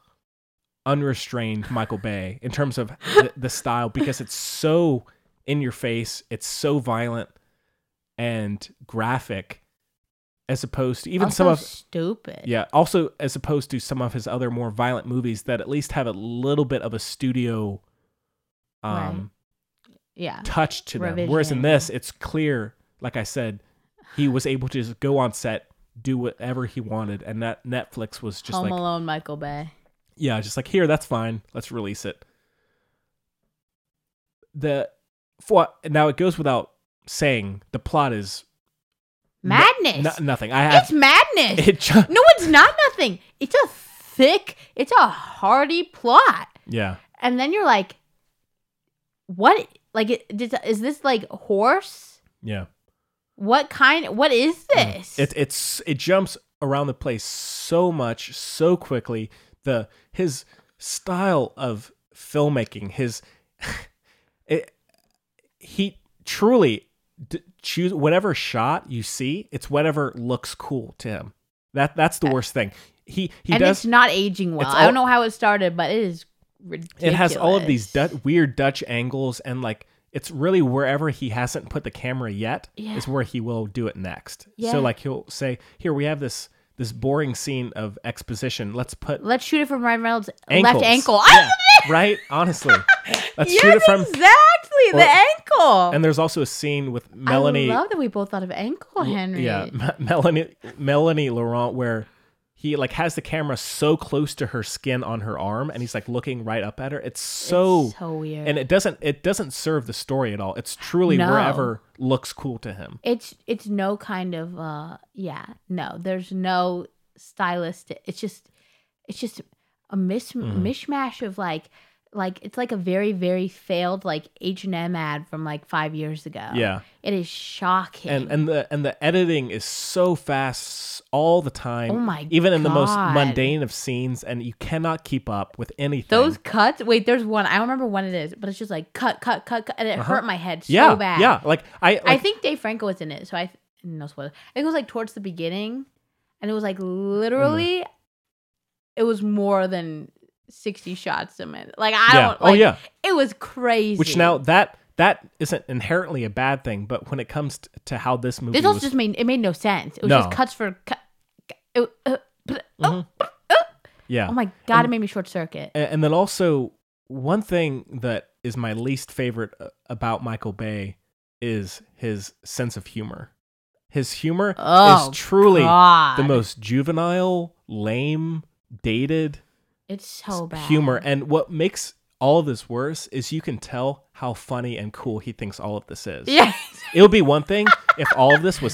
Speaker 2: unrestrained Michael Bay in terms of the, the style because it's so in your face, it's so violent and graphic as opposed to even
Speaker 3: also
Speaker 2: some of
Speaker 3: stupid.
Speaker 2: Yeah. Also, as opposed to some of his other more violent movies that at least have a little bit of a studio um,
Speaker 3: Yeah.
Speaker 2: touch to them. Whereas in
Speaker 3: Revisioning.
Speaker 2: this, it's clear, like I said, he was able to just go on set, do whatever he wanted, and that Netflix was just
Speaker 3: Home
Speaker 2: like,
Speaker 3: Alone, Michael Bay.
Speaker 2: yeah, just like here, that's fine. Let's release it. The for now it goes without saying the plot is no-
Speaker 3: Madness.
Speaker 2: no- nothing. I have
Speaker 3: it's madness.
Speaker 2: it. ju-
Speaker 3: no, it's not nothing. It's a thick, it's a hardy plot.
Speaker 2: yeah.
Speaker 3: And then you're like, what? Like, it- did- is this like horse?
Speaker 2: Yeah.
Speaker 3: What kind? What is this?
Speaker 2: It Mm. it's it jumps around the place so much so quickly. The his style of filmmaking, his it, he truly d- choose whatever shot you see, it's whatever looks cool to him. That that's the worst thing. He he
Speaker 3: Uh, and
Speaker 2: does
Speaker 3: it's not aging well.
Speaker 2: it's
Speaker 3: I don't
Speaker 2: all-
Speaker 3: know how it started, but it is ridiculous.
Speaker 2: it has all of these du- weird Dutch angles and like it's really wherever he hasn't put the camera yet
Speaker 3: Yeah.
Speaker 2: is where he will do it next.
Speaker 3: Yeah.
Speaker 2: So like he'll say, "Here we have this this boring scene of exposition. Let's put
Speaker 3: Let's shoot it from Ryan Reynolds'
Speaker 2: ankles.
Speaker 3: left ankle.
Speaker 2: Yeah,
Speaker 3: I
Speaker 2: right? Honestly, let's
Speaker 3: yes,
Speaker 2: shoot it from.
Speaker 3: exactly
Speaker 2: Or-
Speaker 3: the ankle.
Speaker 2: And there's also a scene with Melanie.
Speaker 3: I love that we both thought of ankle Henry.
Speaker 2: Yeah, M- Melanie Melanie Laurent, where he like has the camera so close to her skin on her arm, and he's like looking right up at her. It's so
Speaker 3: It's so weird.
Speaker 2: and it doesn't it doesn't serve the story at all. It's truly
Speaker 3: No.
Speaker 2: wherever looks cool to him.
Speaker 3: it's it's no kind of uh yeah no there's no stylistic it's just it's just a mis-
Speaker 2: Mm-hmm.
Speaker 3: mishmash of like like it's like a very very failed like h&m ad from like five years ago
Speaker 2: Yeah.
Speaker 3: it is shocking
Speaker 2: And and the and the editing is so fast all the time.
Speaker 3: Oh my
Speaker 2: Even in the most
Speaker 3: God.
Speaker 2: mundane of scenes, and you cannot keep up with anything.
Speaker 3: those cuts wait there's one i don't remember when it is but it's just like cut cut cut, cut and it hurt my head so
Speaker 2: Uh-huh. yeah,
Speaker 3: bad
Speaker 2: yeah. Like I, like,
Speaker 3: I think Dave Franco was in it, so I th- no spoiler. I think it was like towards the beginning, and it was like literally,
Speaker 2: Mm-hmm.
Speaker 3: it was more than sixty shots a minute. Like I
Speaker 2: Yeah.
Speaker 3: don't.
Speaker 2: Oh,
Speaker 3: Like,
Speaker 2: yeah.
Speaker 3: It was crazy.
Speaker 2: which now that that isn't inherently a bad thing, but when it comes t- to how this movie
Speaker 3: this also
Speaker 2: was
Speaker 3: just made it made no sense. It was
Speaker 2: No.
Speaker 3: just cuts for cut. It, uh, but- oh,
Speaker 2: yeah.
Speaker 3: oh my god! it made me short circuit.
Speaker 2: A- and, then also one thing that is my least favorite uh, about Michael Bay is his sense of humor. His humor
Speaker 3: Oh,
Speaker 2: is truly
Speaker 3: God.
Speaker 2: the most juvenile, lame, dated
Speaker 3: It's so bad.
Speaker 2: humor. And what makes all of this worse is you can tell how funny and cool he thinks all of this is.
Speaker 3: Yeah.
Speaker 2: It would be one thing if all of this was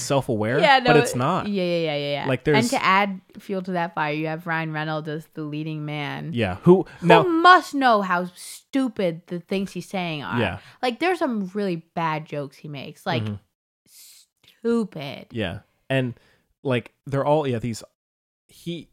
Speaker 2: self-aware,
Speaker 3: Yeah, no,
Speaker 2: but it's not.
Speaker 3: Yeah, yeah, yeah, yeah, yeah.
Speaker 2: Like, there's-
Speaker 3: and to add fuel to that fire, you have Ryan Reynolds as the leading man.
Speaker 2: Yeah, who
Speaker 3: Now,
Speaker 2: now
Speaker 3: must know how stupid the things he's saying are.
Speaker 2: Yeah. Mm-hmm.
Speaker 3: Like there's some really bad jokes he makes. Like stupid.
Speaker 2: Yeah. And like they're all yeah, these he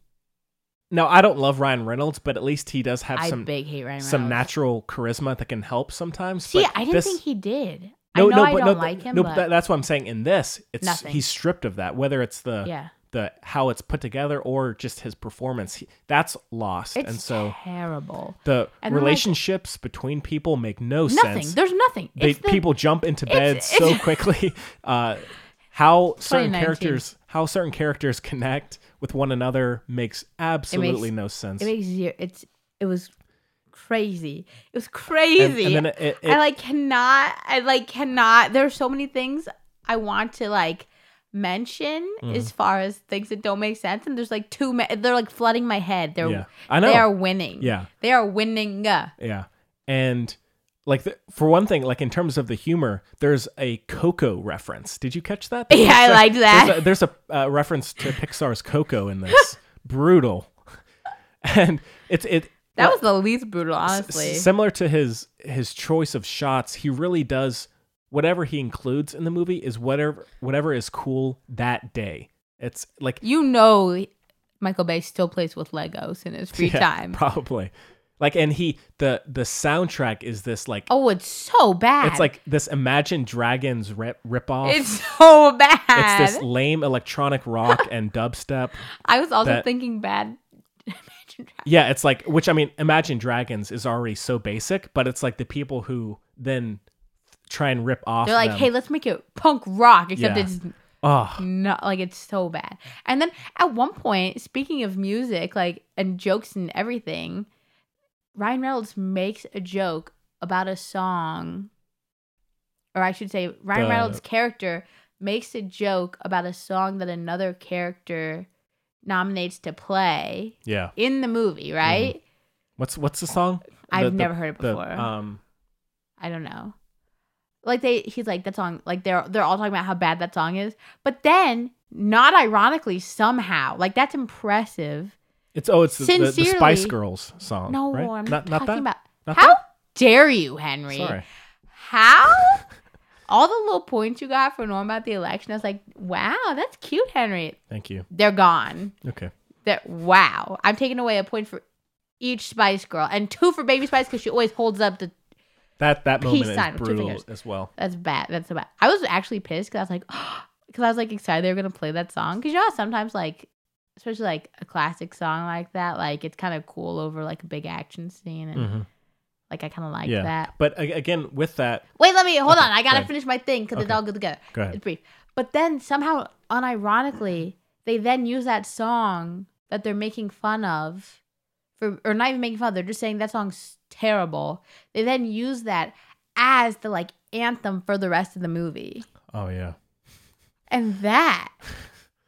Speaker 2: Now I don't love Ryan Reynolds, but at least he does have
Speaker 3: I
Speaker 2: some
Speaker 3: big hate Ryan
Speaker 2: some
Speaker 3: Reynolds.
Speaker 2: natural charisma that can help sometimes.
Speaker 3: See,
Speaker 2: but
Speaker 3: I didn't
Speaker 2: this-
Speaker 3: think he did.
Speaker 2: no,
Speaker 3: I know
Speaker 2: no,
Speaker 3: I
Speaker 2: but
Speaker 3: don't
Speaker 2: no,
Speaker 3: like him,
Speaker 2: no,
Speaker 3: but
Speaker 2: that- that's what I'm saying. In this, it's
Speaker 3: Nothing.
Speaker 2: he's stripped of that. Whether it's the
Speaker 3: Yeah.
Speaker 2: the how it's put together or just his performance, he, that's lost.
Speaker 3: it's
Speaker 2: and so
Speaker 3: terrible.
Speaker 2: the
Speaker 3: and then, like-
Speaker 2: relationships between people make no
Speaker 3: Nothing.
Speaker 2: sense.
Speaker 3: There's nothing.
Speaker 2: they,
Speaker 3: It's the-
Speaker 2: people jump into bed
Speaker 3: it's-
Speaker 2: so quickly. Uh, how certain
Speaker 3: 2019.
Speaker 2: characters how certain characters connect with one another makes absolutely no sense.
Speaker 3: It makes zero. It's it was crazy. It was crazy.
Speaker 2: and then it- it-
Speaker 3: I like cannot. I like cannot. There are so many things I want to like mention
Speaker 2: Mm-hmm.
Speaker 3: as far as things that don't make sense, and there's like two. Ma- they're like flooding my head. They're
Speaker 2: Yeah. I know.
Speaker 3: they are winning.
Speaker 2: Yeah.
Speaker 3: they are winning. uh.
Speaker 2: Yeah. And like the, for one thing, like in terms of the humor, there's a Coco reference. Did you catch that?
Speaker 3: Yeah, I liked
Speaker 2: There's
Speaker 3: that.
Speaker 2: a, there's a uh, reference to Pixar's Coco in this. Brutal. And it's it
Speaker 3: That was the least brutal, honestly.
Speaker 2: S- similar to his his choice of shots, he really does whatever he includes in the movie is whatever whatever is cool that day. It's like
Speaker 3: you know, Michael Bay still plays with Legos in his free
Speaker 2: yeah,
Speaker 3: time.
Speaker 2: probably like, and he the the soundtrack is this like
Speaker 3: oh, it's so bad.
Speaker 2: it's like this Imagine Dragons rip ripoff.
Speaker 3: It's so bad.
Speaker 2: it's this lame electronic rock and dubstep.
Speaker 3: I was also
Speaker 2: that-
Speaker 3: thinking bad. Imagine Dragons.
Speaker 2: Yeah, it's like which I mean, Imagine Dragons is already so basic, but it's like the people who then try and rip off.
Speaker 3: They're like,
Speaker 2: them. Ah,
Speaker 3: hey, let's make it punk rock, except
Speaker 2: Yeah.
Speaker 3: it's
Speaker 2: Ugh.
Speaker 3: not like it's so bad. And then at one point, speaking of music, like and jokes and everything, Ryan Reynolds makes a joke about a song, or I should say, Ryan
Speaker 2: The-
Speaker 3: Reynolds' character makes a joke about a song that another character nominates to play
Speaker 2: yeah.
Speaker 3: in the movie, right?
Speaker 2: What's what's the song?
Speaker 3: I've
Speaker 2: The- the-
Speaker 3: never heard it
Speaker 2: the,
Speaker 3: before.
Speaker 2: um,
Speaker 3: I don't know. Like they he's like that song like they're they're all talking about how bad that song is. But then, not ironically, somehow, like that's impressive.
Speaker 2: it's oh, it's the, the, the Spice
Speaker 3: Sincerely.
Speaker 2: Girls song.
Speaker 3: No,
Speaker 2: Oh, right?
Speaker 3: I'm not,
Speaker 2: not not
Speaker 3: talking
Speaker 2: that.
Speaker 3: about
Speaker 2: Not
Speaker 3: how dare you, Henry.
Speaker 2: Sorry.
Speaker 3: How all the little points you got for Norm about the election, I was like, wow, that's cute, Henry.
Speaker 2: Thank you.
Speaker 3: They're gone.
Speaker 2: Okay.
Speaker 3: That wow. I'm taking away a point for each Spice Girl and two for Baby Spice because she always holds up the
Speaker 2: That that
Speaker 3: Peace
Speaker 2: moment
Speaker 3: sign
Speaker 2: is
Speaker 3: with two
Speaker 2: brutal
Speaker 3: fingers.
Speaker 2: as well.
Speaker 3: That's bad. That's so bad. I was actually pissed because I was like, because I was like excited they were gonna play that song. Because you know how sometimes like, especially like a classic song like that, like it's kind of cool over like a big action scene, and
Speaker 2: Mhm.
Speaker 3: like I kind of like
Speaker 2: yeah.
Speaker 3: that.
Speaker 2: But a- again, with that,
Speaker 3: Wait, let me hold
Speaker 2: Okay,
Speaker 3: on. I gotta
Speaker 2: go ahead.
Speaker 3: finish my thing because it's
Speaker 2: Okay.
Speaker 3: all good together.
Speaker 2: Go ahead.
Speaker 3: It's brief. But then somehow, unironically, they then use that song that they're making fun of, for or not even making fun. They're just saying that song's terrible. They then use that as the like anthem for the rest of the movie.
Speaker 2: oh yeah,
Speaker 3: And that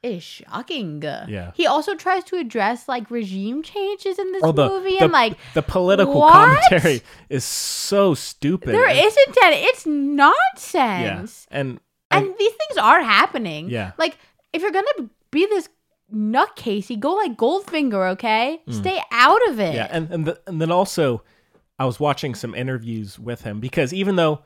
Speaker 3: is shocking.
Speaker 2: Yeah.
Speaker 3: He also tries to address like regime changes in this
Speaker 2: oh the
Speaker 3: movie
Speaker 2: the,
Speaker 3: and like
Speaker 2: the political
Speaker 3: what?
Speaker 2: commentary is so stupid.
Speaker 3: there
Speaker 2: It's-
Speaker 3: isn't any it's
Speaker 2: yeah,
Speaker 3: nonsense.
Speaker 2: and
Speaker 3: And these things are happening.
Speaker 2: Yeah.
Speaker 3: Like if you're gonna be this nutcasey, go like Goldfinger, okay? Stay out of it.
Speaker 2: Hmm. Yeah, and and, the, and then also, I was watching some interviews with him because even though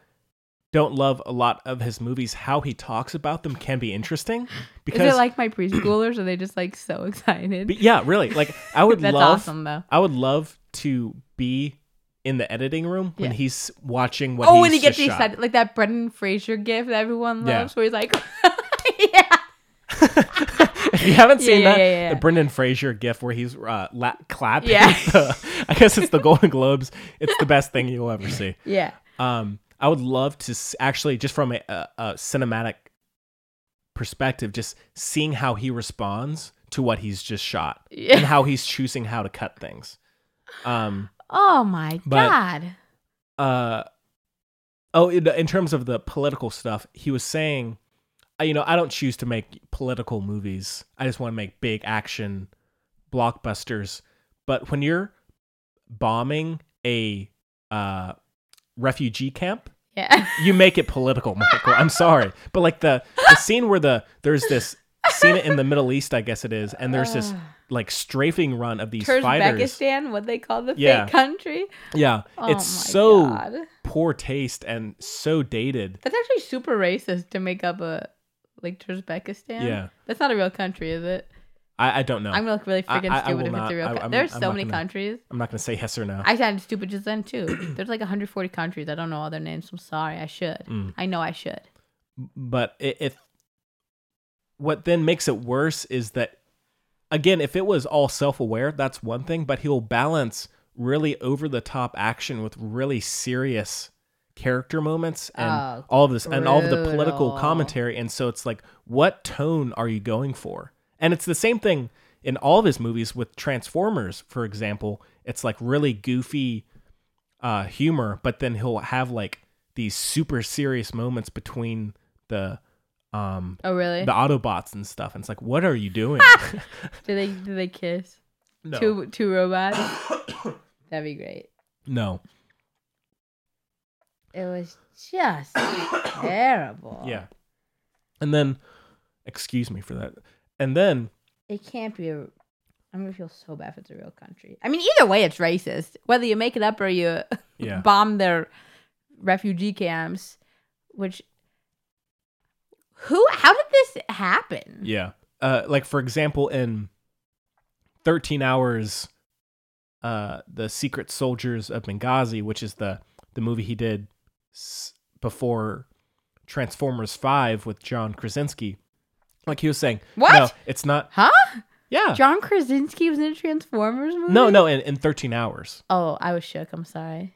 Speaker 2: don't love a lot of his movies, how he talks about them can be interesting.
Speaker 3: is
Speaker 2: Because
Speaker 3: it like my preschoolers? Are they just like so excited?
Speaker 2: but yeah, really, like I would
Speaker 3: That's
Speaker 2: love,
Speaker 3: awesome, though.
Speaker 2: I would love to be in the editing room when
Speaker 3: Yeah.
Speaker 2: he's watching what.
Speaker 3: oh,
Speaker 2: he's
Speaker 3: when he gets
Speaker 2: just shot.
Speaker 3: excited, like that Brendan Fraser gif that everyone
Speaker 2: Yeah.
Speaker 3: loves, where he's like, yeah.
Speaker 2: if you haven't
Speaker 3: Yeah,
Speaker 2: seen
Speaker 3: yeah,
Speaker 2: that,
Speaker 3: yeah, yeah.
Speaker 2: the Brendan Fraser gif where he's uh, la- clapping.
Speaker 3: Yeah.
Speaker 2: the- I guess it's the Golden Globes. It's the best thing you'll ever see.
Speaker 3: Yeah.
Speaker 2: Um, I would love to s- actually just from a, a, a cinematic perspective, just seeing how he responds to what he's just shot
Speaker 3: Yeah.
Speaker 2: and how he's choosing how to cut things. Um,
Speaker 3: Oh my
Speaker 2: But-
Speaker 3: god.
Speaker 2: uh, oh, in, in terms of the political stuff, he was saying, uh, you know, I don't choose to make political movies. I just want to make big action blockbusters. But when you're bombing a uh, refugee camp,
Speaker 3: Yeah.
Speaker 2: you make it political, Michael. I'm sorry, but like the the scene where the there's this scene in the Middle East, I guess it is, and there's this like strafing run of these fighters.
Speaker 3: Uzbekistan, what they call the
Speaker 2: Yeah.
Speaker 3: fake country.
Speaker 2: Yeah,
Speaker 3: Oh
Speaker 2: it's
Speaker 3: my
Speaker 2: so
Speaker 3: God.
Speaker 2: poor taste and so dated.
Speaker 3: That's actually super racist to make up a like Uzbekistan.
Speaker 2: Yeah.
Speaker 3: That's not a real country, is it?
Speaker 2: I, I don't know.
Speaker 3: I'm gonna look really
Speaker 2: I-
Speaker 3: freaking
Speaker 2: I- I
Speaker 3: stupid
Speaker 2: will
Speaker 3: if it's
Speaker 2: not-
Speaker 3: a real
Speaker 2: I-
Speaker 3: country.
Speaker 2: I'm-
Speaker 3: There's
Speaker 2: I'm
Speaker 3: so
Speaker 2: not
Speaker 3: many
Speaker 2: gonna-
Speaker 3: countries.
Speaker 2: I'm not gonna say yes or no.
Speaker 3: I sounded stupid just then too. There's like 140 countries. I don't know all their names. I'm sorry. I should.
Speaker 2: Mm.
Speaker 3: I know I should.
Speaker 2: but it, it what then makes it worse is that again if it was all self-aware that's one thing but he'll balance really over the top action with really serious character moments and
Speaker 3: Oh,
Speaker 2: all of this and all of the political
Speaker 3: brutal.
Speaker 2: commentary and so it's like what tone are you going for and it's the same thing in all of his movies with transformers for example it's like really goofy uh, humor, but then he'll have like these super serious moments between the um
Speaker 3: Oh really?
Speaker 2: the Autobots and stuff. And it's like, what are you doing?
Speaker 3: do they do they kiss?
Speaker 2: no,
Speaker 3: Two two robots. That'd be great.
Speaker 2: no,
Speaker 3: It was just terrible.
Speaker 2: yeah. And then, excuse me for that. And then,
Speaker 3: It can't be a. I'm gonna feel so bad if it's a real country. I mean, either way, it's racist. Whether you make it up or you
Speaker 2: Yeah.
Speaker 3: bomb their refugee camps, which who? How did this happen?
Speaker 2: yeah, uh, like for example, in Thirteen Hours, uh, the Secret Soldiers of Benghazi, which is the the movie he did s- before Transformers Five with John Krasinski. Like he was saying, no,
Speaker 3: What?
Speaker 2: it's not.
Speaker 3: Huh?
Speaker 2: Yeah,
Speaker 3: John Krasinski was in a Transformers movie.
Speaker 2: no, no. In, in Thirteen Hours,
Speaker 3: Oh, I was shook. I'm sorry.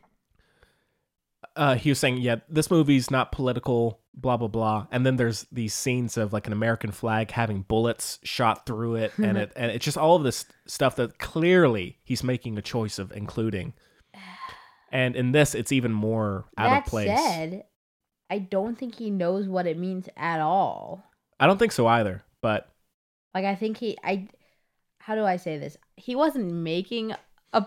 Speaker 2: uh, he was saying, yeah, this movie's not political, blah blah blah. And then there's these scenes of like an American flag having bullets shot through it, and it and it's just all of this stuff that clearly he's making a choice of including. And in this, it's even more out
Speaker 3: that
Speaker 2: of place.
Speaker 3: said, I don't think he knows what it means at all.
Speaker 2: I don't think so either. But
Speaker 3: Like I think he I how do I say this? He wasn't making a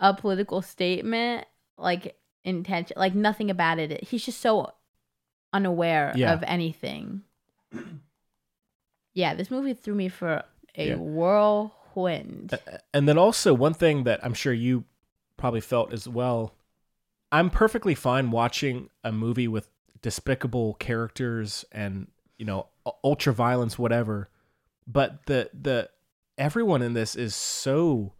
Speaker 3: a political statement like intention like nothing about it. He's just so unaware
Speaker 2: Yeah.
Speaker 3: of anything. Yeah, this movie threw me for a
Speaker 2: Yeah. Uh,
Speaker 3: whirlwind.
Speaker 2: and then also one thing that I'm sure you probably felt as well. I'm perfectly fine watching a movie with despicable characters and you know ultra violence, whatever. But the the everyone in this is so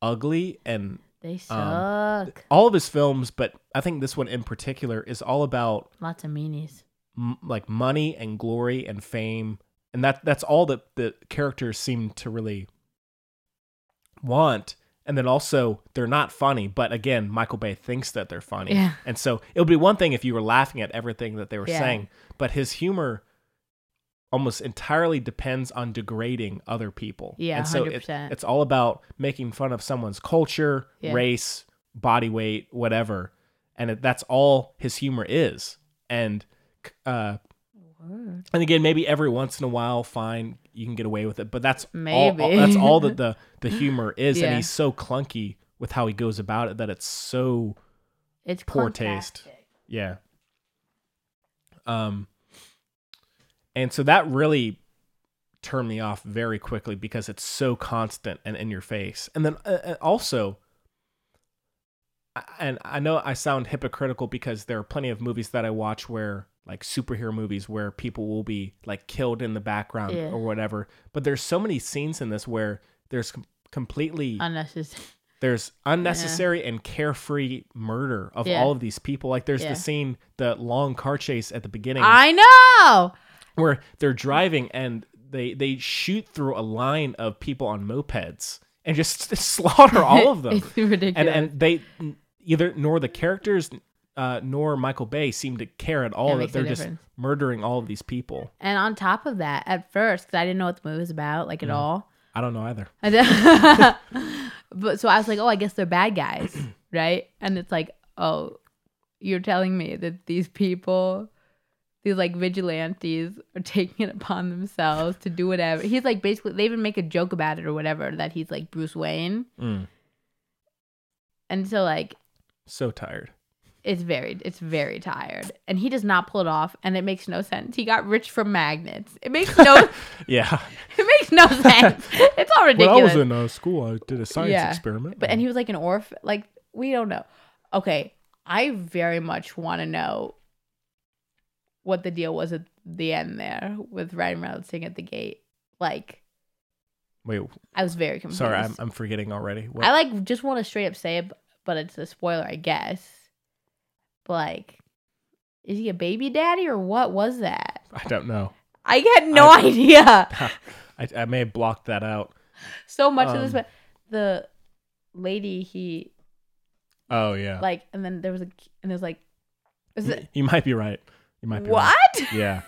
Speaker 2: ugly and
Speaker 3: They suck.
Speaker 2: um, all of his films, but I think this one in particular is all about
Speaker 3: Lots of meanies.
Speaker 2: m- like money and glory and fame and that that's all that the characters seem to really want and then also they're not funny but again michael bay thinks that they're funny
Speaker 3: Yeah.
Speaker 2: and so it would be one thing if you were laughing at everything that they were
Speaker 3: Yeah.
Speaker 2: saying but his humor almost entirely depends on degrading other people
Speaker 3: Yeah,
Speaker 2: and so it-
Speaker 3: 100%.
Speaker 2: it's all about making fun of someone's culture
Speaker 3: Yeah.
Speaker 2: race body weight whatever and it, that's all his humor is and uh and again maybe every once in a while fine you can get away with it but that's all,
Speaker 3: Maybe.
Speaker 2: all- that's all that the the humor is and
Speaker 3: Yeah.
Speaker 2: he's so clunky with how he goes about it that it's so
Speaker 3: It's
Speaker 2: Poor taste.
Speaker 3: cluntastic.
Speaker 2: yeah um and so that really turned me off very quickly because it's so constant and in your face and then uh, uh, also I- and I know I sound hypocritical because there are plenty of movies that I watch where like superhero movies where people will be like killed in the background
Speaker 3: Yeah.
Speaker 2: or whatever. But there's so many scenes in this where there's com- completely
Speaker 3: Unnecessary.
Speaker 2: there's unnecessary and carefree murder of
Speaker 3: Yeah.
Speaker 2: all of these people. Like there's
Speaker 3: Yeah.
Speaker 2: the scene, the long car chase at the beginning
Speaker 3: I know.
Speaker 2: where they're driving and they they shoot through a line of people on mopeds and just slaughter all of them.
Speaker 3: It's ridiculous.
Speaker 2: and and they n- either nor the characters uh, nor Michael Bay seem to care at all
Speaker 3: That
Speaker 2: that,
Speaker 3: makes a
Speaker 2: they're just
Speaker 3: difference.
Speaker 2: murdering all of these people.
Speaker 3: And on top of that, at first, because I didn't know what the movie was about, like
Speaker 2: Mm-hmm.
Speaker 3: at all.
Speaker 2: I don't know either.
Speaker 3: I did- but so I was like, oh, I guess they're bad guys, right? And it's like, oh, you're telling me that these people, these like vigilantes, are taking it upon themselves to do whatever. He's like, basically, they even make a joke about it or whatever that he's like Bruce Wayne.
Speaker 2: Mm.
Speaker 3: And so, like,
Speaker 2: So tired.
Speaker 3: it's very it's very tired and he does not pull it off and it makes no sense he got rich from magnets it makes no
Speaker 2: Yeah.
Speaker 3: It makes no sense. It's all ridiculous.
Speaker 2: uh, school, I did a science
Speaker 3: Yeah. but and he was like an orphan. Like we don't know. Okay, I very much want to know what the deal was at the end there with Ryan Reynolds sitting at the gate. Like
Speaker 2: Wait,
Speaker 3: I was very confused.
Speaker 2: sorry, I'm, I'm forgetting already. What-
Speaker 3: I like just want to straight up say it, but it's a spoiler, I guess. But like, is he a baby daddy or what was that?
Speaker 2: I don't know.
Speaker 3: I had no
Speaker 2: I-
Speaker 3: idea.
Speaker 2: I, I may have blocked that out.
Speaker 3: So much of this,
Speaker 2: Um,
Speaker 3: but the lady he
Speaker 2: Oh yeah.
Speaker 3: like and then there was a and there's like is it,
Speaker 2: you might be right. You might be
Speaker 3: what
Speaker 2: right. Yeah.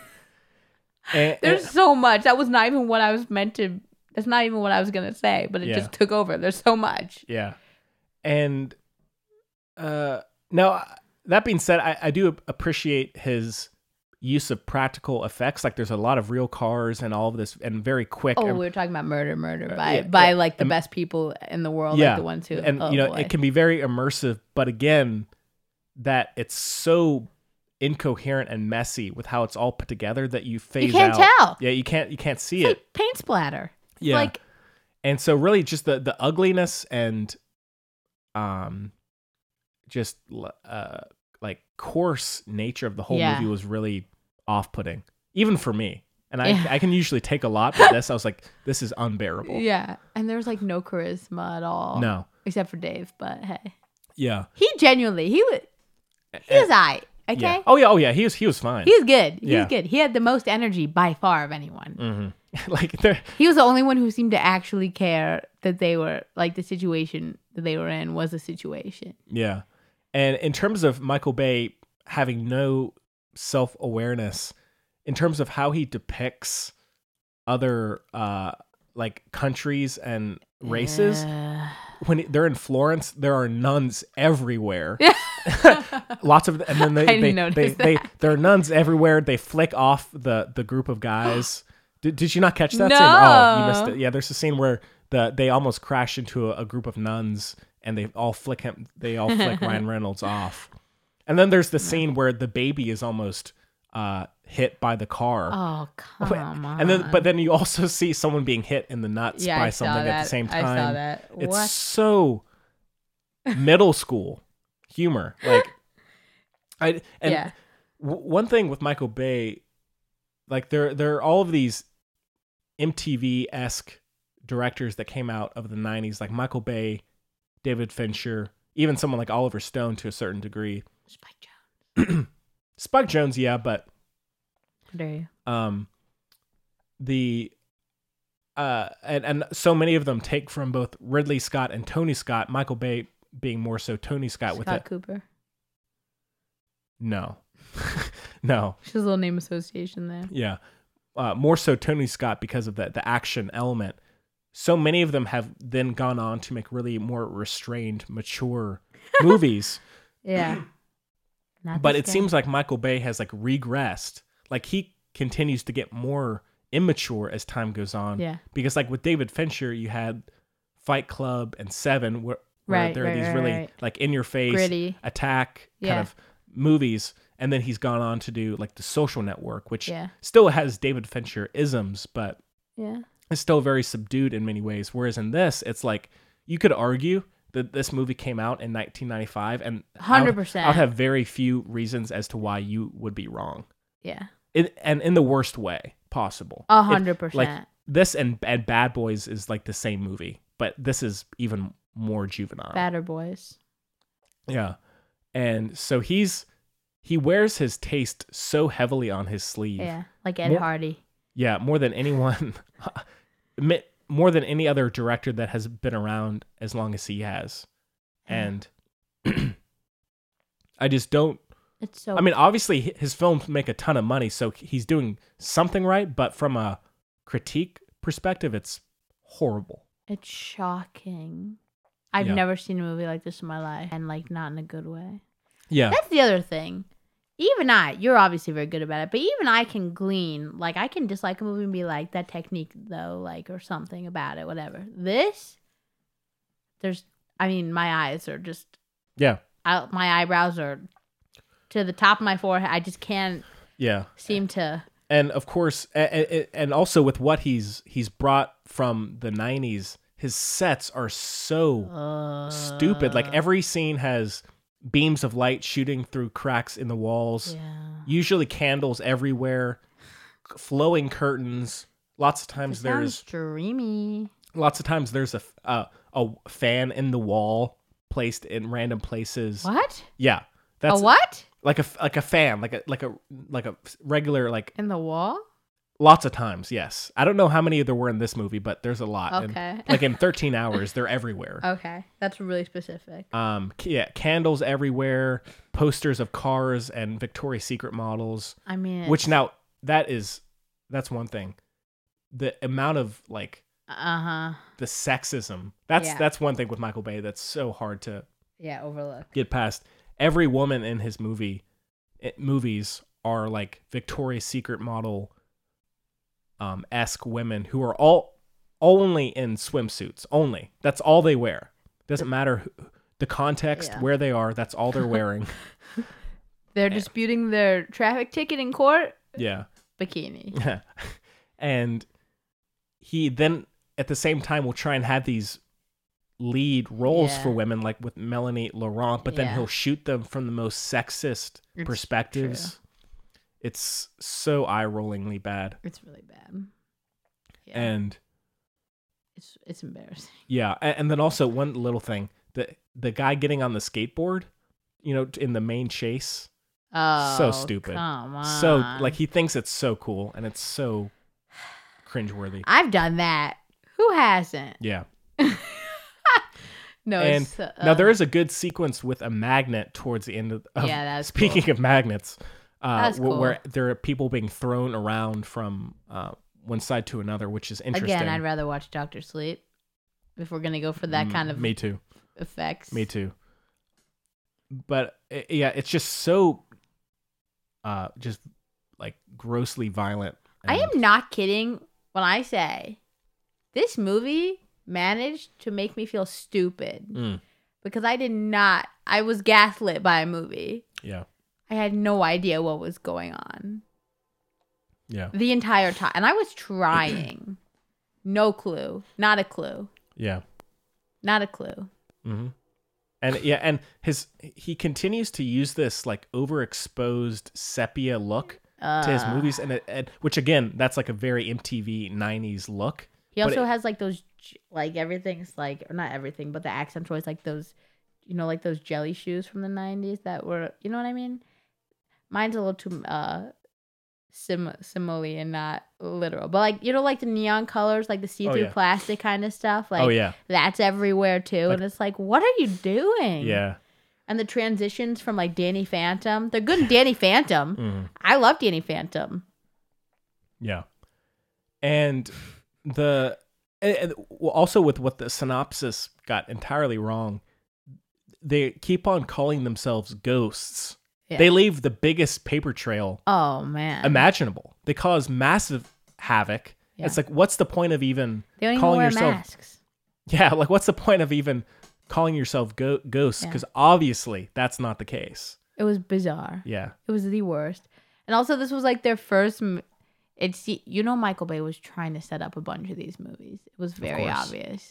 Speaker 2: And- and-
Speaker 3: there's so much that was not even what i was meant to that's not even what i was gonna say but it
Speaker 2: Yeah.
Speaker 3: just took over there's so much
Speaker 2: Yeah. And Uh, now, that being said, I, I do appreciate his use of practical effects. Like, there's a lot of real cars and all of this, and very quick.
Speaker 3: Oh,
Speaker 2: and- Uh,
Speaker 3: we were talking about murder, murder by
Speaker 2: yeah,
Speaker 3: by
Speaker 2: yeah,
Speaker 3: like the
Speaker 2: and-
Speaker 3: best people in the world, like the ones who
Speaker 2: and
Speaker 3: oh,
Speaker 2: you know
Speaker 3: boy.
Speaker 2: it can be very immersive but again that it's so incoherent and messy with how it's all put together that you phase
Speaker 3: can't
Speaker 2: out.
Speaker 3: tell.
Speaker 2: yeah you can't you can't see
Speaker 3: It's
Speaker 2: it
Speaker 3: like paint splatter. It's
Speaker 2: Yeah.
Speaker 3: like
Speaker 2: and so really just the the ugliness and um just l- uh like coarse nature of the whole
Speaker 3: Yeah.
Speaker 2: movie was really off-putting even for me and I,
Speaker 3: Yeah.
Speaker 2: I can usually take a lot but this i was like this is unbearable
Speaker 3: yeah, and there was like no charisma at all.
Speaker 2: no
Speaker 3: except for Dave. But hey,
Speaker 2: yeah
Speaker 3: he genuinely he was he was I okay.
Speaker 2: Uh, yeah oh yeah oh yeah he was he was fine
Speaker 3: He's good. He's
Speaker 2: Yeah.
Speaker 3: good. He had the most energy by far of anyone.
Speaker 2: like there
Speaker 3: He was the only one who seemed to actually care that they were like the situation that they were in was a situation.
Speaker 2: Yeah. And in terms of Michael Bay having no self awareness, in terms of how he depicts other uh like countries and races when they're in Florence there are nuns everywhere lots of and then they
Speaker 3: didn't
Speaker 2: they,
Speaker 3: notice
Speaker 2: they, they there are nuns everywhere they flick off the the group of guys did, did you not catch that scene oh you missed
Speaker 3: No.
Speaker 2: it yeah there's a scene where the they almost crash into a, a group of nuns and they all flick him they all flick Ryan Reynolds off and then there's the scene where the baby is almost uh hit by the car
Speaker 3: Oh come on!
Speaker 2: and then, but then you also see someone being hit in the nuts
Speaker 3: Yeah,
Speaker 2: by
Speaker 3: I saw
Speaker 2: something at
Speaker 3: that.
Speaker 2: the same
Speaker 3: I
Speaker 2: time.
Speaker 3: saw that.
Speaker 2: It's
Speaker 3: What?
Speaker 2: so middle school humor. Like, I and
Speaker 3: Yeah.
Speaker 2: w- one thing with Michael Bay, like there there are all of these MTV esque directors that came out of the '90s, like Michael Bay, David Fincher, even someone like Oliver Stone to a certain degree.
Speaker 3: Spike Jones.
Speaker 2: Spike Jones, yeah, but
Speaker 3: How dare you?
Speaker 2: um the uh and and so many of them take from both Ridley Scott and Tony Scott, Michael Bay being more so Tony Scott, with
Speaker 3: Scott
Speaker 2: it.
Speaker 3: Cooper.
Speaker 2: No. no.
Speaker 3: Just a little name association there.
Speaker 2: Yeah. Uh, more so Tony Scott because of the the action element. So many of them have then gone on to make really more restrained, mature movies.
Speaker 3: Yeah. Not
Speaker 2: but
Speaker 3: this
Speaker 2: it
Speaker 3: guy.
Speaker 2: seems like Michael Bay has like regressed. Like he continues to get more immature as time goes on.
Speaker 3: Yeah.
Speaker 2: Because like with David Fincher, you had Fight Club and Seven, where, where
Speaker 3: Right,
Speaker 2: there are
Speaker 3: right,
Speaker 2: these
Speaker 3: right,
Speaker 2: really
Speaker 3: right.
Speaker 2: like in your face
Speaker 3: Gritty.
Speaker 2: attack
Speaker 3: Yeah.
Speaker 2: kind of movies. And then he's gone on to do like The Social Network, which
Speaker 3: Yeah.
Speaker 2: still has David Fincher isms, but
Speaker 3: Yeah.
Speaker 2: it's still very subdued in many ways. Whereas in this, it's like you could argue that this movie came out in 1995, and I would-
Speaker 3: 100%.
Speaker 2: I would have very few reasons as to why you would be wrong,
Speaker 3: Yeah.
Speaker 2: it, and in the worst way possible.
Speaker 3: A
Speaker 2: It-
Speaker 3: hundred
Speaker 2: Like
Speaker 3: percent.
Speaker 2: this and, and Bad Boys is like the same movie, but this is even more juvenile.
Speaker 3: Batter boys.
Speaker 2: Yeah. And so he's he wears his taste so heavily on his sleeve.
Speaker 3: Yeah. Like Ed
Speaker 2: More-
Speaker 3: Hardy.
Speaker 2: Yeah, more than anyone, mi- more than any other director that has been around as long as he has. And I just don't.
Speaker 3: It's so.
Speaker 2: I mean, obviously, hi- his films make a ton of money, so he's doing something right, but from a critique perspective, it's horrible.
Speaker 3: it's shocking. I've
Speaker 2: Yeah.
Speaker 3: never seen a movie like this in my life, and like not in a good way.
Speaker 2: Yeah.
Speaker 3: That's the other thing. Even I, you're obviously very good about it, but even I can glean, like I can dislike a movie and be like that technique though, like or something about it, whatever. This, there's, I mean, my eyes are just
Speaker 2: Yeah.
Speaker 3: out. My eyebrows are to the top of my forehead. I just can't
Speaker 2: Yeah.
Speaker 3: seem to.
Speaker 2: and of course and, and also with what he's he's brought from the 90s his sets are so stupid
Speaker 3: Uh.
Speaker 2: like every scene has beams of light shooting through cracks in the walls usually candles everywhere c- flowing curtains lots of times
Speaker 3: Sounds
Speaker 2: there's
Speaker 3: dreamy.
Speaker 2: lots of times there's a f- a, a fan in the wall placed in random places
Speaker 3: What?
Speaker 2: yeah that's
Speaker 3: a what?
Speaker 2: like a f- like a fan like a like a like a regular like
Speaker 3: In the wall?
Speaker 2: Lots of times, yes. I don't know how many there were in this movie, but there's a lot. And,
Speaker 3: Okay.
Speaker 2: like in 13 hours, they're everywhere.
Speaker 3: Okay, that's really specific.
Speaker 2: Um, c- yeah, candles everywhere, posters of cars and Victoria's Secret models.
Speaker 3: I mean,
Speaker 2: Which now that is that's one thing. The amount of like
Speaker 3: uh huh.
Speaker 2: the sexism. That's
Speaker 3: Yeah.
Speaker 2: that's one thing with Michael Bay that's so hard to
Speaker 3: Yeah, overlook.
Speaker 2: get past every woman in his movie it, movies are like Victoria's Secret model um esque women who are all only in swimsuits only that's all they wear doesn't matter who, the context
Speaker 3: Yeah.
Speaker 2: where they are that's all they're wearing
Speaker 3: They're disputing their traffic ticket in court.
Speaker 2: yeah
Speaker 3: Bikini.
Speaker 2: and he then at the same time will try and have these lead roles
Speaker 3: Yeah.
Speaker 2: for women like with Melanie Laurent but then
Speaker 3: Yeah.
Speaker 2: he'll shoot them from the most sexist
Speaker 3: It's
Speaker 2: perspectives it's so eye-rollingly bad
Speaker 3: It's really bad. Yeah.
Speaker 2: and
Speaker 3: it's it's embarrassing.
Speaker 2: yeah a- and, then also one little thing the the guy getting on the skateboard you know in the main chase
Speaker 3: Oh,
Speaker 2: stupid.
Speaker 3: Come on.
Speaker 2: so like he thinks it's so cool and it's so cringeworthy
Speaker 3: I've done that. Who hasn't?
Speaker 2: yeah
Speaker 3: No.
Speaker 2: and
Speaker 3: it's, uh,
Speaker 2: now there is a good sequence with a magnet towards the end of, of
Speaker 3: Yeah, that was
Speaker 2: speaking of magnets uh,
Speaker 3: That was
Speaker 2: wh- where there are people being thrown around from uh, one side to another which is interesting Mm,
Speaker 3: Again, I'd rather watch Doctor Sleep if we're gonna go for that kind of
Speaker 2: me too
Speaker 3: effects.
Speaker 2: me too but i yeah it's just so uh just like grossly violent
Speaker 3: I
Speaker 2: and-
Speaker 3: am not kidding when I say this movie managed to make me feel stupid
Speaker 2: Mm.
Speaker 3: because I did not. I was gaslit by a movie.
Speaker 2: yeah
Speaker 3: I had no idea what was going on
Speaker 2: yeah
Speaker 3: the entire time, and I was trying. no clue. Not a clue.
Speaker 2: yeah
Speaker 3: Not a clue.
Speaker 2: Mm-hmm. And yeah, and his he continues to use this like overexposed sepia look to
Speaker 3: Uh,
Speaker 2: his movies, and, it, and which again, that's like a very MTV '90s look.
Speaker 3: He
Speaker 2: But
Speaker 3: also
Speaker 2: it-
Speaker 3: has like those, j- like everything's like, or not everything, but the accent choice, like those, you know, like those jelly shoes from the 90s that were, you know what I mean? Mine's a little too, uh, sim- simile and not literal, but like, you know, like the neon colors, like the see through
Speaker 2: Oh, yeah.
Speaker 3: plastic kind of stuff. Like,
Speaker 2: oh yeah,
Speaker 3: that's everywhere too.
Speaker 2: Like-
Speaker 3: and it's like, what are you doing?
Speaker 2: yeah,
Speaker 3: And the transitions from like Danny Phantom, they're good in Danny Phantom.
Speaker 2: Mhm.
Speaker 3: I love Danny Phantom.
Speaker 2: yeah. And the and, and well, also with what the synopsis got entirely wrong, they keep on calling themselves ghosts.
Speaker 3: Yeah.
Speaker 2: They leave the biggest paper trail
Speaker 3: Oh man.
Speaker 2: imaginable. They cause massive havoc.
Speaker 3: Yeah.
Speaker 2: It's like, what's the point of even
Speaker 3: they don't even
Speaker 2: calling
Speaker 3: wear
Speaker 2: yourself?
Speaker 3: masks.
Speaker 2: Yeah, like what's the point of even calling yourself go- ghosts?
Speaker 3: Yeah.
Speaker 2: Because obviously that's not the case.
Speaker 3: It was bizarre.
Speaker 2: Yeah,
Speaker 3: It was the worst. And also, this was like their first. m- It's you know Michael Bay was trying to set up a bunch of these movies. It was very
Speaker 2: course. Mm-hmm.
Speaker 3: obvious,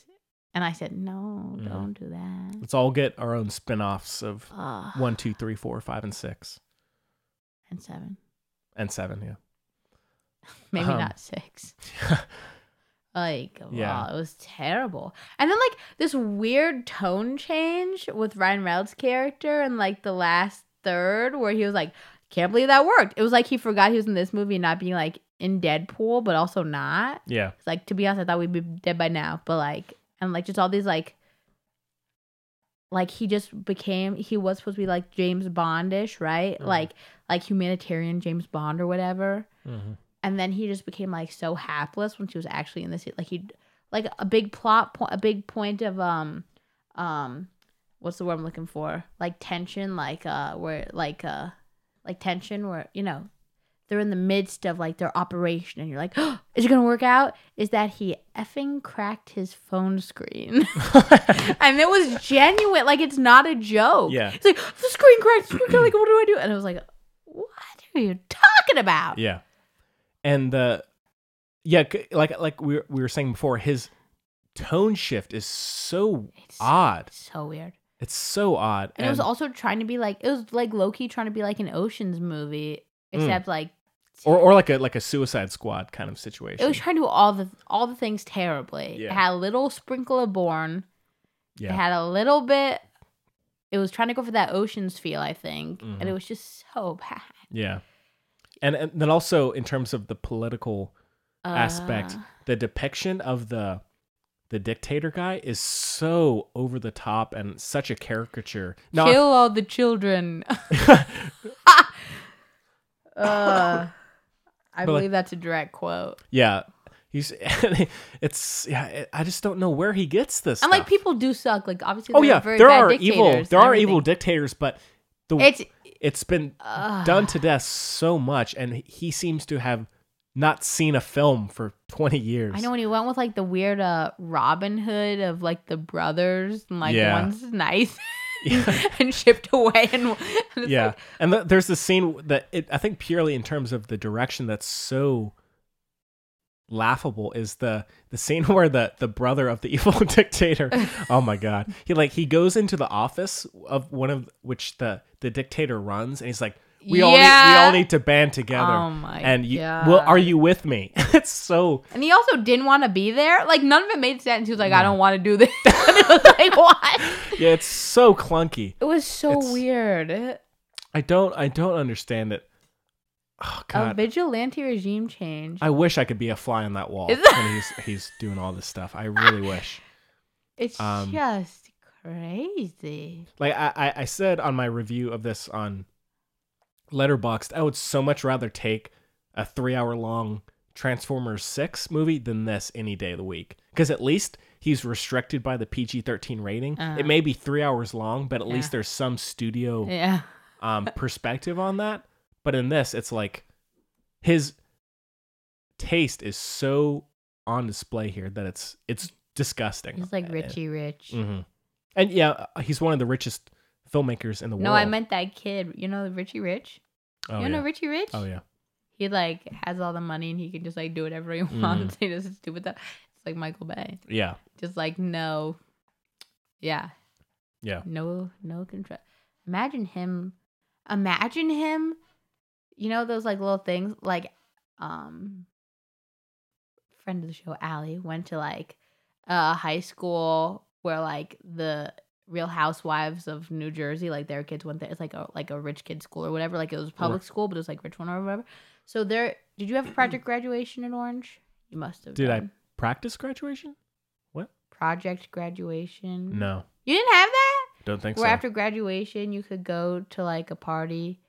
Speaker 3: and I said no, don't do that.
Speaker 2: let's all get our own spin-offs of
Speaker 3: Ugh.
Speaker 2: one, two, three, four, five, and six,
Speaker 3: and seven,
Speaker 2: and seven. Yeah,
Speaker 3: maybe
Speaker 2: Um,
Speaker 3: not six. Like
Speaker 2: Yeah.
Speaker 3: wow, it was terrible. And then like this weird tone change with Ryan Reynolds' character and like the last third where he was like, "Can't believe that worked." It was like he forgot he was in this movie, and not being like in Deadpool, but also not.
Speaker 2: yeah,
Speaker 3: It's like to be honest, I thought we'd be dead by now, but like and like just all these like like he just became he was supposed to be like James Bondish, right? Like like humanitarian James Bond or whatever.
Speaker 2: Mhm.
Speaker 3: And then he just became like so hapless when she was actually in this like he like a big plot point a big point of um um what's the word I'm looking for? Like tension, like uh where like uh like tension where, you know, they're in the midst of like their operation and you're like, "Oh, is it gonna work out? Is that he effing cracked his phone screen. and it was genuine, like it's not a joke.
Speaker 2: Yeah.
Speaker 3: It's like the screen cracked, the screen cracked, like what do I do? And I was like, What are you talking about?
Speaker 2: yeah. And the yeah, c- like like we were, we were saying before, his tone shift is so
Speaker 3: It's-
Speaker 2: odd.
Speaker 3: So weird.
Speaker 2: It's so odd.
Speaker 3: And, it was also trying to be like it was like Loki trying to be like an Ocean's movie,
Speaker 2: Mm.
Speaker 3: except like
Speaker 2: or or like a like a Suicide Squad kind of
Speaker 3: it
Speaker 2: situation.
Speaker 3: was trying to do all the all the things terribly. It
Speaker 2: Yeah.
Speaker 3: had a little sprinkle of Born.
Speaker 2: yeah.
Speaker 3: It had a little bit. It was trying to go for that oceans feel, I think, and
Speaker 2: Mm-hmm.
Speaker 3: it was just so bad.
Speaker 2: Yeah. And, and then also in terms of the political aspect,
Speaker 3: Uh,
Speaker 2: the depiction of the the dictator guy is so over the top and such a caricature. Now,
Speaker 3: Kill all the children. uh, I
Speaker 2: like-
Speaker 3: believe Uh, that's a direct quote.
Speaker 2: yeah. He's it's yeah. I just don't know where he gets this.
Speaker 3: And like
Speaker 2: stuff.
Speaker 3: people do suck. Like obviously,
Speaker 2: Oh
Speaker 3: there
Speaker 2: yeah,
Speaker 3: are very
Speaker 2: there
Speaker 3: bad
Speaker 2: are
Speaker 3: dictators
Speaker 2: evil.
Speaker 3: and
Speaker 2: There are
Speaker 3: everything.
Speaker 2: evil dictators, but the
Speaker 3: It's
Speaker 2: it's been
Speaker 3: Ah.
Speaker 2: done to death so much, and he seems to have not seen a film for twenty years.
Speaker 3: I know when he went with like the weird uh, Robin Hood of like the brothers, and like
Speaker 2: Yeah.
Speaker 3: one's nice and shipped away, and, and it's
Speaker 2: yeah,
Speaker 3: like, uh,
Speaker 2: and th- there's this scene that it, I think purely in terms of the direction that's so laughable is the the scene where the the brother of the evil dictator oh my god he like he goes into the office of one of which the the dictator runs and he's like we all need, we
Speaker 3: Yeah.
Speaker 2: all need to band together
Speaker 3: Oh my
Speaker 2: and you well are you with me it's so
Speaker 3: and he also didn't want to be there. Like none of it made sense. He was like, I don't want to do this. It was like what?
Speaker 2: yeah it's so clunky
Speaker 3: It was so
Speaker 2: It's-
Speaker 3: weird. A
Speaker 2: i don't i don't understand it oh god
Speaker 3: vigilante regime change.
Speaker 2: I wish I could be a fly on that wall
Speaker 3: Is-
Speaker 2: when he's he's doing all this stuff. I really wish.
Speaker 3: It's
Speaker 2: um,
Speaker 3: just crazy.
Speaker 2: Like I, I, I said on my review of this on Letterboxd, I would so much rather take a three hour long Transformers six movie than this any day of the week. Because at least he's restricted by the PG thirteen rating.
Speaker 3: Uh.
Speaker 2: it may be three hours long, but at least
Speaker 3: Yeah.
Speaker 2: there's some studio
Speaker 3: Yeah.
Speaker 2: um, perspective on that. But in this, it's like his taste is so on display here that it's it's disgusting.
Speaker 3: He's like Richie Rich.
Speaker 2: hmm And yeah, uh, he's one of the richest filmmakers in the
Speaker 3: No,
Speaker 2: world.
Speaker 3: I meant that kid. You know Richie Rich?
Speaker 2: Oh,
Speaker 3: you
Speaker 2: yeah.
Speaker 3: know Richie Rich?
Speaker 2: Oh yeah.
Speaker 3: He like has all the money and he can just like do whatever he
Speaker 2: Mm.
Speaker 3: wants. He does stupid stuff. It's like Michael Bay.
Speaker 2: Yeah.
Speaker 3: Just like no. Yeah.
Speaker 2: Yeah.
Speaker 3: No no control. Imagine him imagine him you know those like little things like um friend of the show Allie went to like a high school where like the real housewives of New Jersey like their kids went there it's like a like a rich kid school or whatever like it was public school but it was like rich one or whatever so there did you have project graduation in Orange you must have
Speaker 2: Did I
Speaker 3: done.
Speaker 2: practice graduation? What?
Speaker 3: project graduation
Speaker 2: No,
Speaker 3: you didn't have that
Speaker 2: don't think
Speaker 3: where
Speaker 2: so.
Speaker 3: Mm-hmm. after graduation you could go to like a party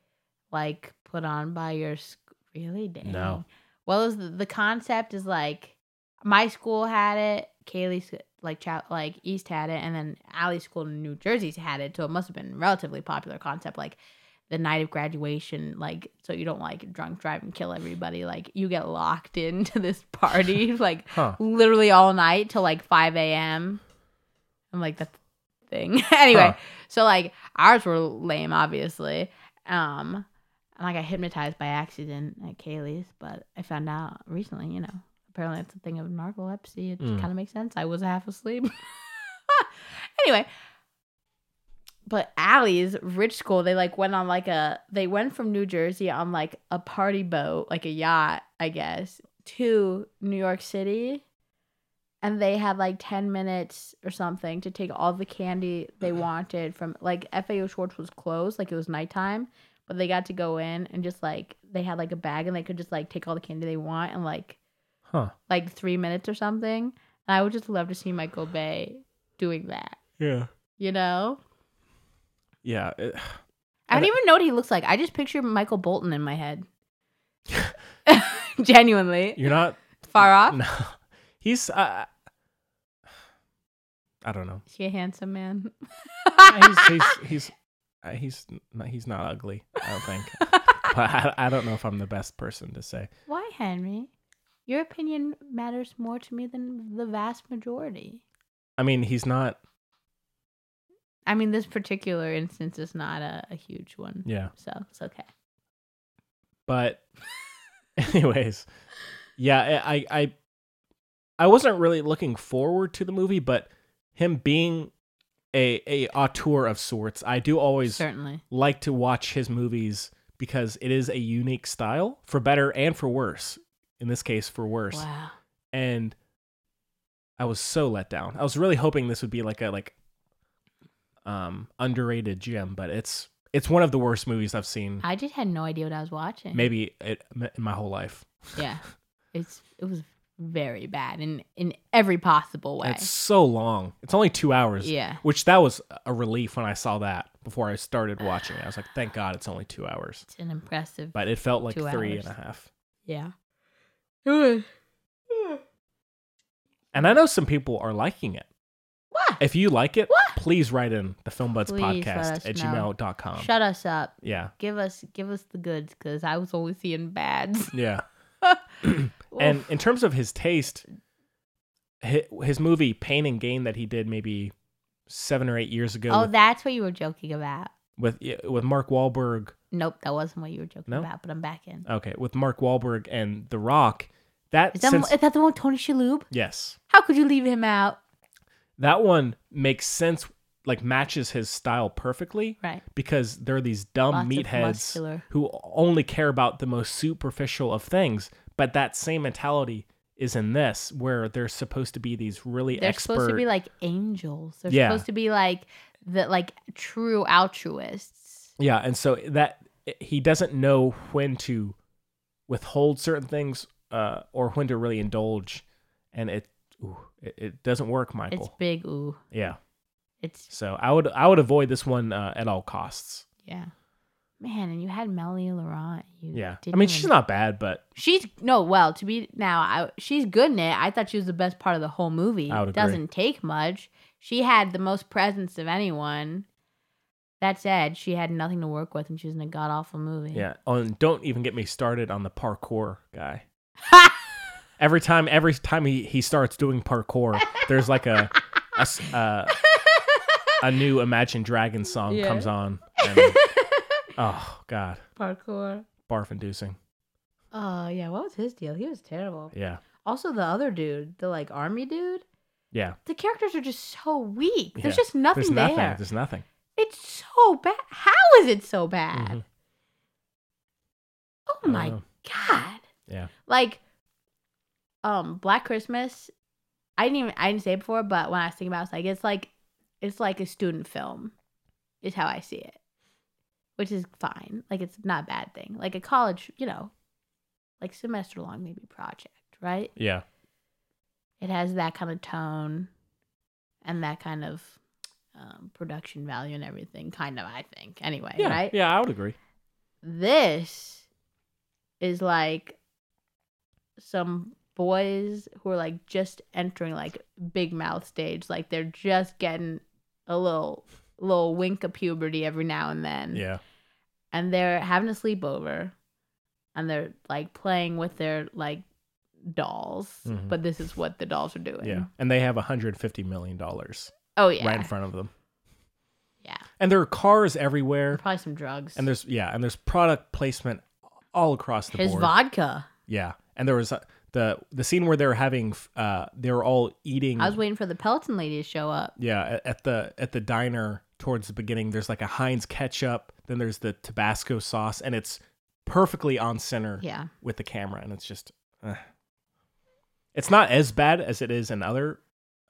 Speaker 3: like put on by your sc- really dang
Speaker 2: No.
Speaker 3: well it was the, the concept is like my school had it kaylee's like Chow, like east had it and then allie's school in new jersey's had it so it must have been a relatively popular concept like the night of graduation like so you don't like drunk drive and kill everybody like you get locked into this party like
Speaker 2: Huh.
Speaker 3: literally all night till like 5 a.m i'm like that's a thing anyway
Speaker 2: Huh.
Speaker 3: so like ours were lame obviously um and like i hypnotized by accident at kaylee's but i found out recently you know apparently it's a thing of narcolepsy it
Speaker 2: Mm.
Speaker 3: kind of makes sense i was half asleep anyway but Allie's rich school, they like went on like a they went from New Jersey on like a party boat, like a yacht, I guess, to New York City. And they had like 10 minutes or something to take all the candy they wanted from like FAO Schwartz was closed, like it was nighttime, but they got to go in and just like they had like a bag and they could just like take all the candy they want and like
Speaker 2: Huh.
Speaker 3: like 3 minutes or something. And I would just love to see Michael Bay doing that,
Speaker 2: Yeah.
Speaker 3: you know?
Speaker 2: Yeah. Uh, it-
Speaker 3: I don't
Speaker 2: And-
Speaker 3: even know what he looks like. I just picture Michael Bolton in my head. Genuinely.
Speaker 2: you're not
Speaker 3: Far off.
Speaker 2: No. He's uh, I don't know.
Speaker 3: Is he a handsome man?
Speaker 2: he's he's he's uh, he's not, he's not ugly. I don't think. but I, I don't know if I'm the best person to say.
Speaker 3: Why, Henry? Your opinion matters more to me than the vast majority.
Speaker 2: I mean, he's not.
Speaker 3: I mean, this particular instance is not a, a huge one.
Speaker 2: Yeah.
Speaker 3: So it's okay.
Speaker 2: But, anyways, yeah, I, I, I- I wasn't really looking forward to the movie, but him being a a auteur of sorts, I do always
Speaker 3: Certainly.
Speaker 2: like to watch his movies because it is a unique style, for better and for worse. In this case, for worse.
Speaker 3: Wow.
Speaker 2: and I was so let down. I was really hoping this would be like a like um underrated gem, but it's it's one of the worst movies I've seen
Speaker 3: I just had no idea what I was watching.
Speaker 2: maybe it, in my whole life.
Speaker 3: Yeah. It's it was very bad in in every possible way.
Speaker 2: It's so long. It's only 2 hours.
Speaker 3: Yeah.
Speaker 2: Which that was a relief when I saw that before I started watching it. I was like, "Thank God it's only 2 hours."
Speaker 3: It's an impressive
Speaker 2: But it felt like
Speaker 3: Two
Speaker 2: three
Speaker 3: hours.
Speaker 2: and a half.
Speaker 3: Yeah. It was.
Speaker 2: And I know some people are liking it.
Speaker 3: What?
Speaker 2: If you like it,
Speaker 3: What?
Speaker 2: please write in the film buds
Speaker 3: Please let
Speaker 2: podcast
Speaker 3: us
Speaker 2: at
Speaker 3: know.
Speaker 2: gmail.com.
Speaker 3: Shut us up.
Speaker 2: yeah.
Speaker 3: Give us give us the goods because I was only seeing bads.
Speaker 2: Yeah. and in terms of his taste, hi- his movie Pain and Gain that he did maybe seven or eight years ago
Speaker 3: oh,
Speaker 2: with,
Speaker 3: that's what you were joking about.
Speaker 2: with yeah, with Mark Wahlberg.
Speaker 3: Nope, that wasn't what you were joking
Speaker 2: No?
Speaker 3: about. But I'm back in.
Speaker 2: Okay, with Mark Wahlberg and The Rock. That,
Speaker 3: Is that,
Speaker 2: since-
Speaker 3: is that the one with Tony Shalhoub?
Speaker 2: yes,
Speaker 3: How could you leave him out?
Speaker 2: that one makes sense. Like matches his style perfectly,
Speaker 3: Right.
Speaker 2: Because there are these dumb
Speaker 3: Lots of
Speaker 2: meatheads
Speaker 3: muscular.
Speaker 2: who only care about the most superficial of things. But that same mentality is in this, where they're supposed to be these really
Speaker 3: They're
Speaker 2: expert.
Speaker 3: supposed to be like angels. They're
Speaker 2: Yeah.
Speaker 3: supposed to be like the like true altruists.
Speaker 2: Yeah, and so that he doesn't know when to withhold certain things uh, or when to really indulge, and it ooh, it, it doesn't work, Michael.
Speaker 3: It's big ooh.
Speaker 2: yeah,
Speaker 3: It's
Speaker 2: so I would I would avoid this one uh, at all costs.
Speaker 3: yeah. Man, and you had Melanie Laurent. You
Speaker 2: Yeah, I
Speaker 3: didn't
Speaker 2: mean
Speaker 3: even-
Speaker 2: she's not bad, but
Speaker 3: She's no well to be now. I, she's good in it. I thought she was the best part of the whole movie.
Speaker 2: I would agree.
Speaker 3: Doesn't take much. She had the most presence of anyone. That said, she had nothing to work with, and she was in a god awful movie.
Speaker 2: yeah. Oh, and don't even get me started on the parkour guy. every time, every time he, he starts doing parkour, there's like a a, s- uh, a new Imagine Dragon song
Speaker 3: Yeah.
Speaker 2: comes on. And, oh God,
Speaker 3: Parkour.
Speaker 2: barf inducing.
Speaker 3: Oh yeah, what was his deal? He was terrible.
Speaker 2: Yeah.
Speaker 3: Also, the other dude, the like army dude,
Speaker 2: Yeah.
Speaker 3: the characters are just so weak. There's
Speaker 2: yeah.
Speaker 3: just nothing
Speaker 2: There's
Speaker 3: there.
Speaker 2: nothing. There's nothing.
Speaker 3: It's so bad. How is it so bad?
Speaker 2: Mhm.
Speaker 3: Oh
Speaker 2: don't
Speaker 3: my
Speaker 2: know.
Speaker 3: god.
Speaker 2: Yeah.
Speaker 3: Like um Black Christmas, I didn't even I didn't say it before, but when I was thinking about it, I was like it's like it's like a student film is how I see it. Which is fine. Like it's not a bad thing. Like a college, you know, like semester long maybe project, right?
Speaker 2: Yeah.
Speaker 3: It has that kind of tone and that kind of um, production value and everything, kind of, I think. Anyway,
Speaker 2: Yeah.
Speaker 3: right?
Speaker 2: Yeah. I would agree.
Speaker 3: this is like some boys who are like just entering like big mouth stage like they're just getting a little little wink of puberty every now and then
Speaker 2: Yeah.
Speaker 3: and they're having a sleepover and they're like playing with their like dolls
Speaker 2: Mhm.
Speaker 3: but this is what the dolls are doing
Speaker 2: Yeah. And they have 150 million dollars
Speaker 3: oh mm. yeah
Speaker 2: right in front of them,
Speaker 3: yeah
Speaker 2: and there are cars everywhere,
Speaker 3: probably some drugs
Speaker 2: and there's yeah, and there's product placement all across the
Speaker 3: his
Speaker 2: board.
Speaker 3: vodka
Speaker 2: yeah. And there was uh, the the scene where they were having f- uh they were all eating.
Speaker 3: i was waiting for the pelton lady to show up
Speaker 2: yeah. a- At the at the diner towards the beginning, there's like a Heinz ketchup. Then there's the Tabasco sauce, and it's perfectly on center.
Speaker 3: yeah
Speaker 2: with the camera, and it's just, eh. it's not as bad as it is in other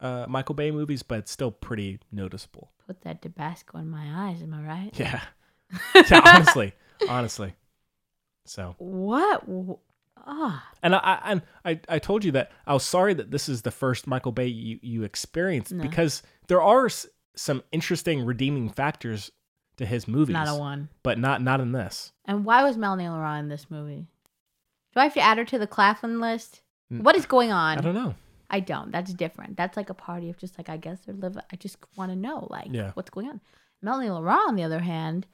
Speaker 2: uh, Michael Bay movies, but it's still pretty noticeable.
Speaker 3: put that tabasco in my eyes am i right
Speaker 2: Yeah, yeah. Honestly, honestly. So,
Speaker 3: What? w- Ah,
Speaker 2: and I, I and I, I told you that I was sorry that this is the first Michael Bay you you experienced
Speaker 3: No.
Speaker 2: because there are s- some interesting redeeming factors to his movies,
Speaker 3: not a one.
Speaker 2: but not not in this.
Speaker 3: And why was Melanie Laurent in this movie? Do I have to add her to the Claflin list? What is going on?
Speaker 2: Mm. I don't know.
Speaker 3: I don't. That's different. That's like a party of just like I guess they're live. I just want to know like
Speaker 2: Yeah.
Speaker 3: what's going on. Melanie Laurent, on the other hand,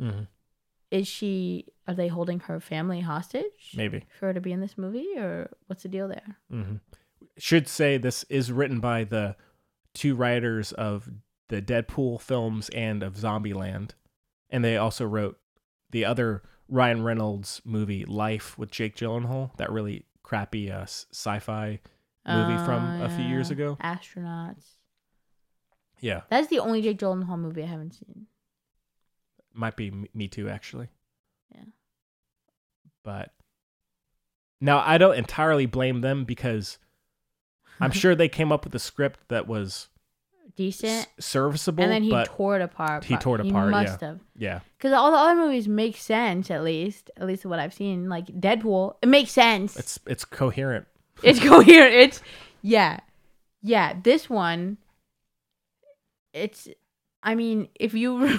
Speaker 2: Mhm.
Speaker 3: is she? Are they holding her family hostage?
Speaker 2: Maybe.
Speaker 3: for her to be in this movie, or what's the deal there?
Speaker 2: should say this is written by the two writers of the Deadpool films and of Zombieland, and they also wrote the other Ryan Reynolds movie Life with Jake Gyllenhaal, that really crappy uh, s- sci-fi movie from
Speaker 3: Oh,
Speaker 2: a few years
Speaker 3: yeah.
Speaker 2: ago.
Speaker 3: Astronauts.
Speaker 2: Yeah,
Speaker 3: That's the only Jake Gyllenhaal movie I haven't seen.
Speaker 2: might be M- Me Too actually.
Speaker 3: Yeah.
Speaker 2: but now I don't entirely blame them because I'm sure they came up with a script that was
Speaker 3: Decent.
Speaker 2: s- serviceable.
Speaker 3: and then he
Speaker 2: but
Speaker 3: tore it apart.
Speaker 2: he
Speaker 3: but
Speaker 2: tore it apart,
Speaker 3: Must
Speaker 2: yeah.
Speaker 3: have,
Speaker 2: yeah,
Speaker 3: because all the other movies make sense. At least, at least what I've seen, like Deadpool, it makes sense. It's,
Speaker 2: it's it's coherent.
Speaker 3: coherent. It's yeah, yeah. This one, it's. I mean, if you,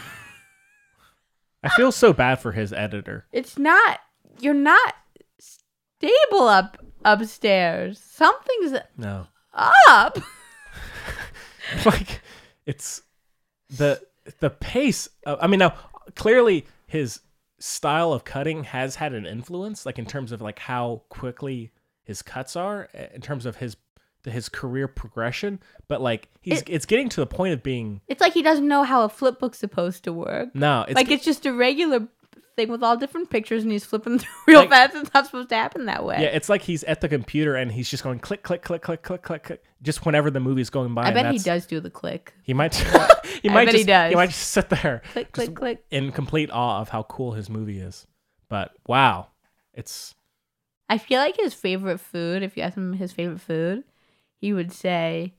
Speaker 2: I feel so bad for his editor.
Speaker 3: it's not. You're not stable up upstairs. Something's
Speaker 2: No.
Speaker 3: up.
Speaker 2: like it's the the pace of, i mean now clearly his style of cutting has had an influence like in terms of like how quickly his cuts are eh, in terms of his his career progression but like he's
Speaker 3: It-
Speaker 2: it's getting to the point of being
Speaker 3: It's like he doesn't know how a flip book's supposed to work.
Speaker 2: no it's
Speaker 3: like it's just a regular thing with all different pictures, and he's flipping through real
Speaker 2: Like-
Speaker 3: fast. It's not supposed to happen that way.
Speaker 2: yeah it's like he's at the computer and he's just going click click click click click click click just whenever the movie's going by
Speaker 3: I
Speaker 2: and
Speaker 3: bet he
Speaker 2: that's-
Speaker 3: does do the click.
Speaker 2: he might he might
Speaker 3: bet
Speaker 2: just
Speaker 3: he does.
Speaker 2: might just sit there
Speaker 3: Click,
Speaker 2: just
Speaker 3: click, click.
Speaker 2: in complete awe of how cool his movie is. But wow, it's
Speaker 3: I feel like his favorite food, if you ask him his favorite food, he would say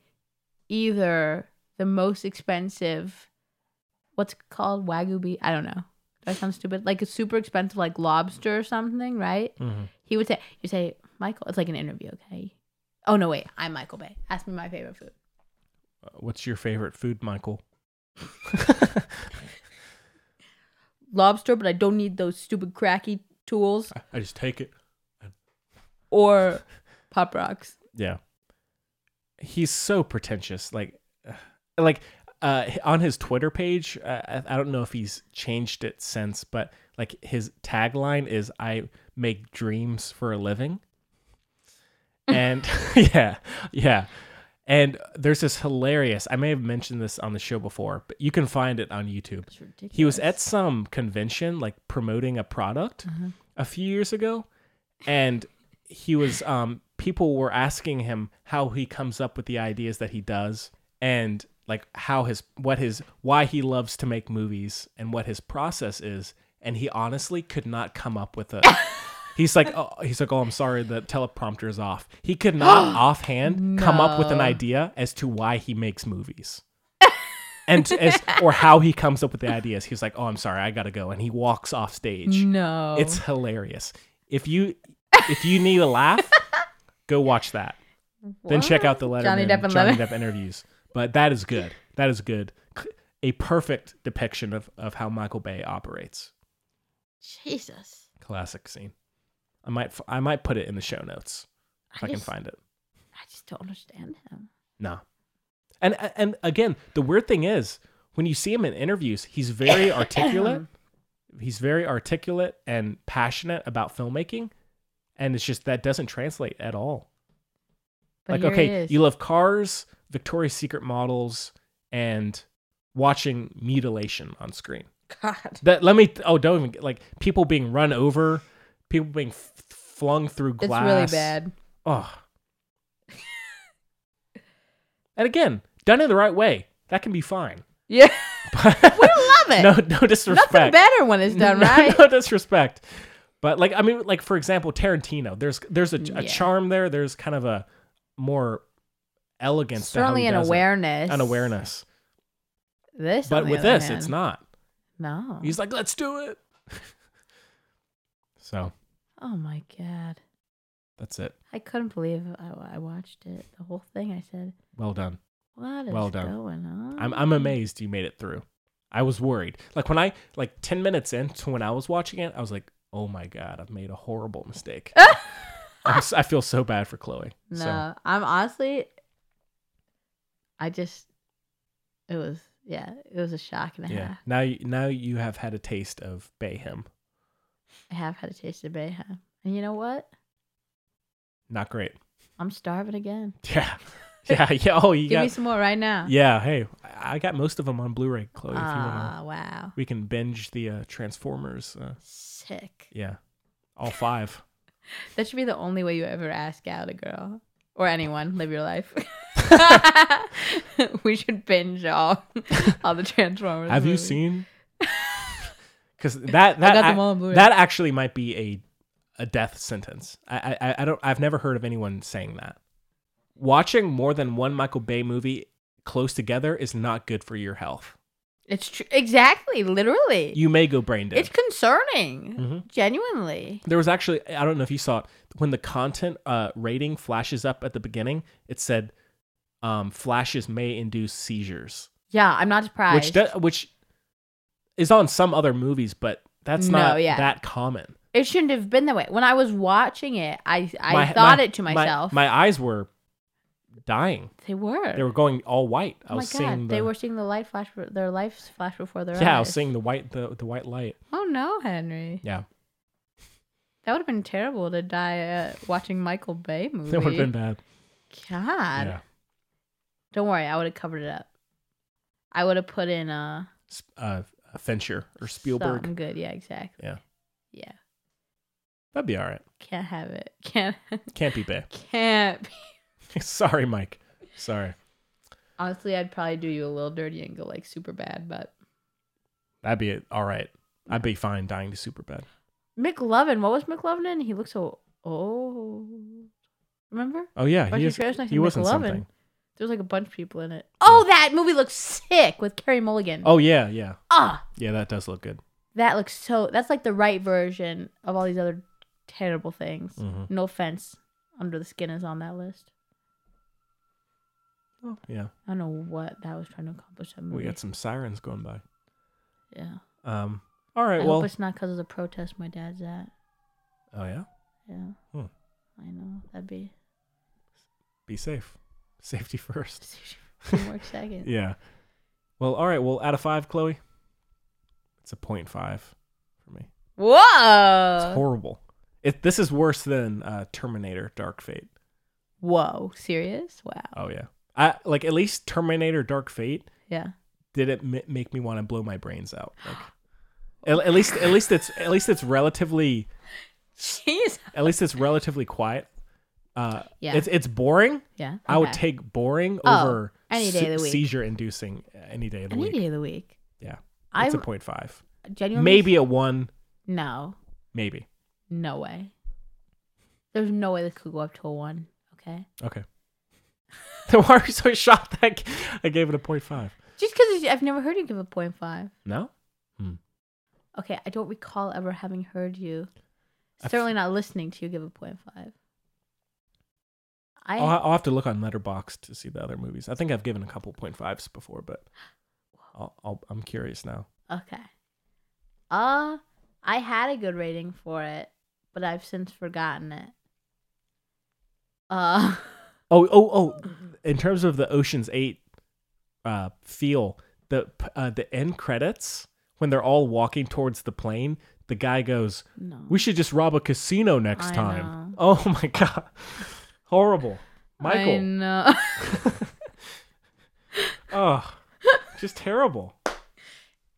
Speaker 3: either the most expensive, what's it called wagyu beef. I don't know. That sounds stupid. Like a super expensive, like lobster or something, right?
Speaker 2: Mm-hmm.
Speaker 3: He would say, "You say, Michael." It's like an interview, okay? Oh no, wait. I'm Michael Bay. Ask me my favorite food.
Speaker 2: uh, what's your favorite food, Michael?
Speaker 3: Lobster, but I don't need those stupid cracky tools
Speaker 2: I just take it.
Speaker 3: or pop rocks.
Speaker 2: Yeah, he's so pretentious. Like, uh, like uh, on his Twitter page, uh, I- I don't know if he's changed it since, but like his tagline is "I make dreams for a living." And yeah, yeah. And there's this hilarious, I may have mentioned this on the show before, but you can find it on YouTube. He was at some convention, like promoting a product a few years ago. And he was, um, people were asking him how he comes up with the ideas that he does and like how his, what his, why he loves to make movies and what his process is. And he honestly could not come up with a. He's like, oh, he's like, oh, I'm sorry, the teleprompter is off. He could not offhand come up with an idea as to why he makes movies, and to- as or how he comes up with the ideas. He's like, oh, I'm sorry, I gotta go, and he walks off stage.
Speaker 3: No,
Speaker 2: It's hilarious. If you if you need a laugh, go watch that. Then check out the Letterman
Speaker 3: Johnny
Speaker 2: Johnny
Speaker 3: Depp
Speaker 2: Depp,
Speaker 3: and Letterman.
Speaker 2: interviews. But that is good. That is good. C- A perfect depiction of of how Michael Bay operates.
Speaker 3: Jesus.
Speaker 2: Classic scene. I might f- I might put it in the show notes if I, can
Speaker 3: just-
Speaker 2: find it.
Speaker 3: I just don't understand him.
Speaker 2: No. And and again, the weird thing is when you see him in interviews, he's very articulate. He's very articulate and passionate about filmmaking, and it's just that doesn't translate at all.
Speaker 3: But
Speaker 2: like
Speaker 3: here he
Speaker 2: okay,
Speaker 3: is.
Speaker 2: you love cars, Victoria's Secret models, and watching mutilation on screen.
Speaker 3: God.
Speaker 2: That let me oh don't even like people being run over, people being f- flung through
Speaker 3: It's
Speaker 2: glass.
Speaker 3: really bad.
Speaker 2: Oh. and again, done in the right way, that can be fine.
Speaker 3: Yeah. we love it.
Speaker 2: No, no disrespect.
Speaker 3: Nothing better when it's done
Speaker 2: No-
Speaker 3: right.
Speaker 2: No disrespect. But like, I mean, like for example, Tarantino. There's there's a,
Speaker 3: Yeah.
Speaker 2: a charm there. There's kind of a more elegance. to how he
Speaker 3: Certainly an
Speaker 2: does it.
Speaker 3: awareness.
Speaker 2: An awareness.
Speaker 3: This, on
Speaker 2: But
Speaker 3: the
Speaker 2: with
Speaker 3: other
Speaker 2: this, it's
Speaker 3: hand,
Speaker 2: not.
Speaker 3: No.
Speaker 2: He's like, let's do it. so
Speaker 3: oh my god!
Speaker 2: that's it.
Speaker 3: I couldn't believe I, I watched it. The whole thing. I said,
Speaker 2: Well done.
Speaker 3: "What is
Speaker 2: Well done.
Speaker 3: going on?"
Speaker 2: I'm I'm amazed you made it through. I was worried. Like when I like ten minutes into when I was watching it, I was like, oh my god, I've made a horrible mistake. I'm s- i feel so bad for Chloe.
Speaker 3: No,
Speaker 2: So
Speaker 3: I'm honestly. I just, it was yeah, it was a shock and a
Speaker 2: yeah.
Speaker 3: half.
Speaker 2: Now you now you have had a taste of Bayhem.
Speaker 3: I have had a taste of Beja, and you know what?
Speaker 2: Not great.
Speaker 3: I'm starving again.
Speaker 2: Yeah. Yeah. Yeah. Oh, you
Speaker 3: Give me
Speaker 2: got.
Speaker 3: some more right now.
Speaker 2: Yeah. Hey, I I got most of them on Blu-ray, Chloe. If you want,
Speaker 3: Ah, wow.
Speaker 2: we can binge the uh, Transformers. Uh,
Speaker 3: Sick.
Speaker 2: yeah. All five.
Speaker 3: That should be the only way you ever ask out a girl or anyone. Live your life. we should binge all all the Transformers.
Speaker 2: Have you
Speaker 3: movies.
Speaker 2: seen? Because that
Speaker 3: got
Speaker 2: that
Speaker 3: them
Speaker 2: ac-
Speaker 3: all on Blu-ray.
Speaker 2: that actually might be a a death sentence. I, I I don't. I've never heard of anyone saying that. Watching more than one Michael Bay movie close together is not good for your health.
Speaker 3: It's tr- exactly, literally.
Speaker 2: You Mm-hmm. may go brain dead.
Speaker 3: it's concerning, genuinely.
Speaker 2: there was actually I don't know if you saw it when the content uh, rating flashes up at the beginning. It said um, flashes may induce seizures,
Speaker 3: Yeah, I'm not surprised.
Speaker 2: which do, which is on some other movies, but that's
Speaker 3: No,
Speaker 2: not
Speaker 3: yeah.
Speaker 2: that common.
Speaker 3: It shouldn't have been that way. When I was watching it, I I
Speaker 2: My-
Speaker 3: thought
Speaker 2: my-
Speaker 3: it to myself.
Speaker 2: My, my eyes were dying.
Speaker 3: they were.
Speaker 2: They were going all white. I
Speaker 3: oh my
Speaker 2: was seeing
Speaker 3: god!
Speaker 2: the
Speaker 3: they were seeing the light flash. Their lives flash before their eyes.
Speaker 2: yeah. I was seeing the white the, the white light.
Speaker 3: Oh no, Henry.
Speaker 2: Yeah,
Speaker 3: That would have been terrible to die uh, watching Michael Bay movie.
Speaker 2: that would have been bad.
Speaker 3: God.
Speaker 2: Yeah,
Speaker 3: Don't worry, I would have covered it up. I would have put in uh
Speaker 2: Sp- uh, Fincher or Spielberg.
Speaker 3: something good. Yeah, exactly.
Speaker 2: Yeah,
Speaker 3: Yeah.
Speaker 2: that'd be all right.
Speaker 3: Can't have it. Can't.
Speaker 2: Can't be bad.
Speaker 3: can't. Be.
Speaker 2: Sorry, Mike. Sorry,
Speaker 3: Honestly, I'd probably do you a little dirty and go like super bad, but
Speaker 2: that'd be it. all right. I'd be fine dying to super bad.
Speaker 3: McLovin. What was McLovin in? He looked so old. Remember?
Speaker 2: Oh yeah,
Speaker 3: Or
Speaker 2: he,
Speaker 3: she
Speaker 2: is,
Speaker 3: froze next to
Speaker 2: he was in
Speaker 3: McLovin.
Speaker 2: something.
Speaker 3: There was like a bunch of people in it. Oh, that movie looks sick with Carrie Mulligan.
Speaker 2: Oh yeah, yeah,
Speaker 3: Ah,
Speaker 2: yeah. That does look good.
Speaker 3: that looks so. That's like the right version of all these other terrible things.
Speaker 2: Mm-hmm.
Speaker 3: No offense, Under the Skin is on that list.
Speaker 2: Yeah,
Speaker 3: I don't know what that was trying to accomplish. That
Speaker 2: we
Speaker 3: movie.
Speaker 2: got some sirens going by.
Speaker 3: yeah.
Speaker 2: Um. All
Speaker 3: I
Speaker 2: right.
Speaker 3: hope
Speaker 2: well.
Speaker 3: it's not because of the protest my dad's at.
Speaker 2: Oh yeah.
Speaker 3: Yeah.
Speaker 2: Hmm.
Speaker 3: I know that'd be
Speaker 2: Be safe. Safety first.
Speaker 3: two more seconds.
Speaker 2: Yeah. Well, all right. Well, out of five, Chloe, it's a point five for me. It's
Speaker 3: Whoa!
Speaker 2: horrible. It, this is worse than uh, Terminator Dark Fate.
Speaker 3: Whoa! Serious? Wow.
Speaker 2: Oh, yeah. I Like, at least Terminator Dark Fate
Speaker 3: Yeah.
Speaker 2: did it m- make me want to blow my brains out. Like, at, at least, at least it's, at least it's relatively,
Speaker 3: Jeez.
Speaker 2: at least it's relatively quiet. Uh,
Speaker 3: Yeah.
Speaker 2: It's, it's boring.
Speaker 3: Yeah.
Speaker 2: I would
Speaker 3: okay.
Speaker 2: take boring
Speaker 3: Oh,
Speaker 2: over
Speaker 3: any day of the week.
Speaker 2: seizure inducing any day of the
Speaker 3: any
Speaker 2: week.
Speaker 3: day of the week.
Speaker 2: Yeah.
Speaker 3: I'm
Speaker 2: It's a point five.
Speaker 3: genuinely
Speaker 2: Maybe a one.
Speaker 3: no,
Speaker 2: Maybe.
Speaker 3: no way. There's no way this could go up to a one. Okay.
Speaker 2: Okay. Then why are you so shocked that I g- I gave it a point five?
Speaker 3: Just because I've never heard you give a point five.
Speaker 2: No?
Speaker 3: Okay, I don't recall ever having heard you.
Speaker 2: I've-
Speaker 3: Certainly not listening to you give a point five. I
Speaker 2: I'll, I'll have to look on Letterbox to see the other movies. I think I've given a couple point fives before, but I'll, I'll, I'm curious now.
Speaker 3: Okay. Uh, I had a good rating for it, but I've since forgotten it. Uh,
Speaker 2: Oh, oh, oh!
Speaker 3: Mm-hmm.
Speaker 2: In terms of the Ocean's Eight uh, feel, the p- uh, the end credits when they're all walking towards the plane, the guy goes,
Speaker 3: no.
Speaker 2: "We should just rob a casino next
Speaker 3: I
Speaker 2: time."
Speaker 3: know.
Speaker 2: Oh my god, horrible, Michael.
Speaker 3: I know.
Speaker 2: Oh, just terrible.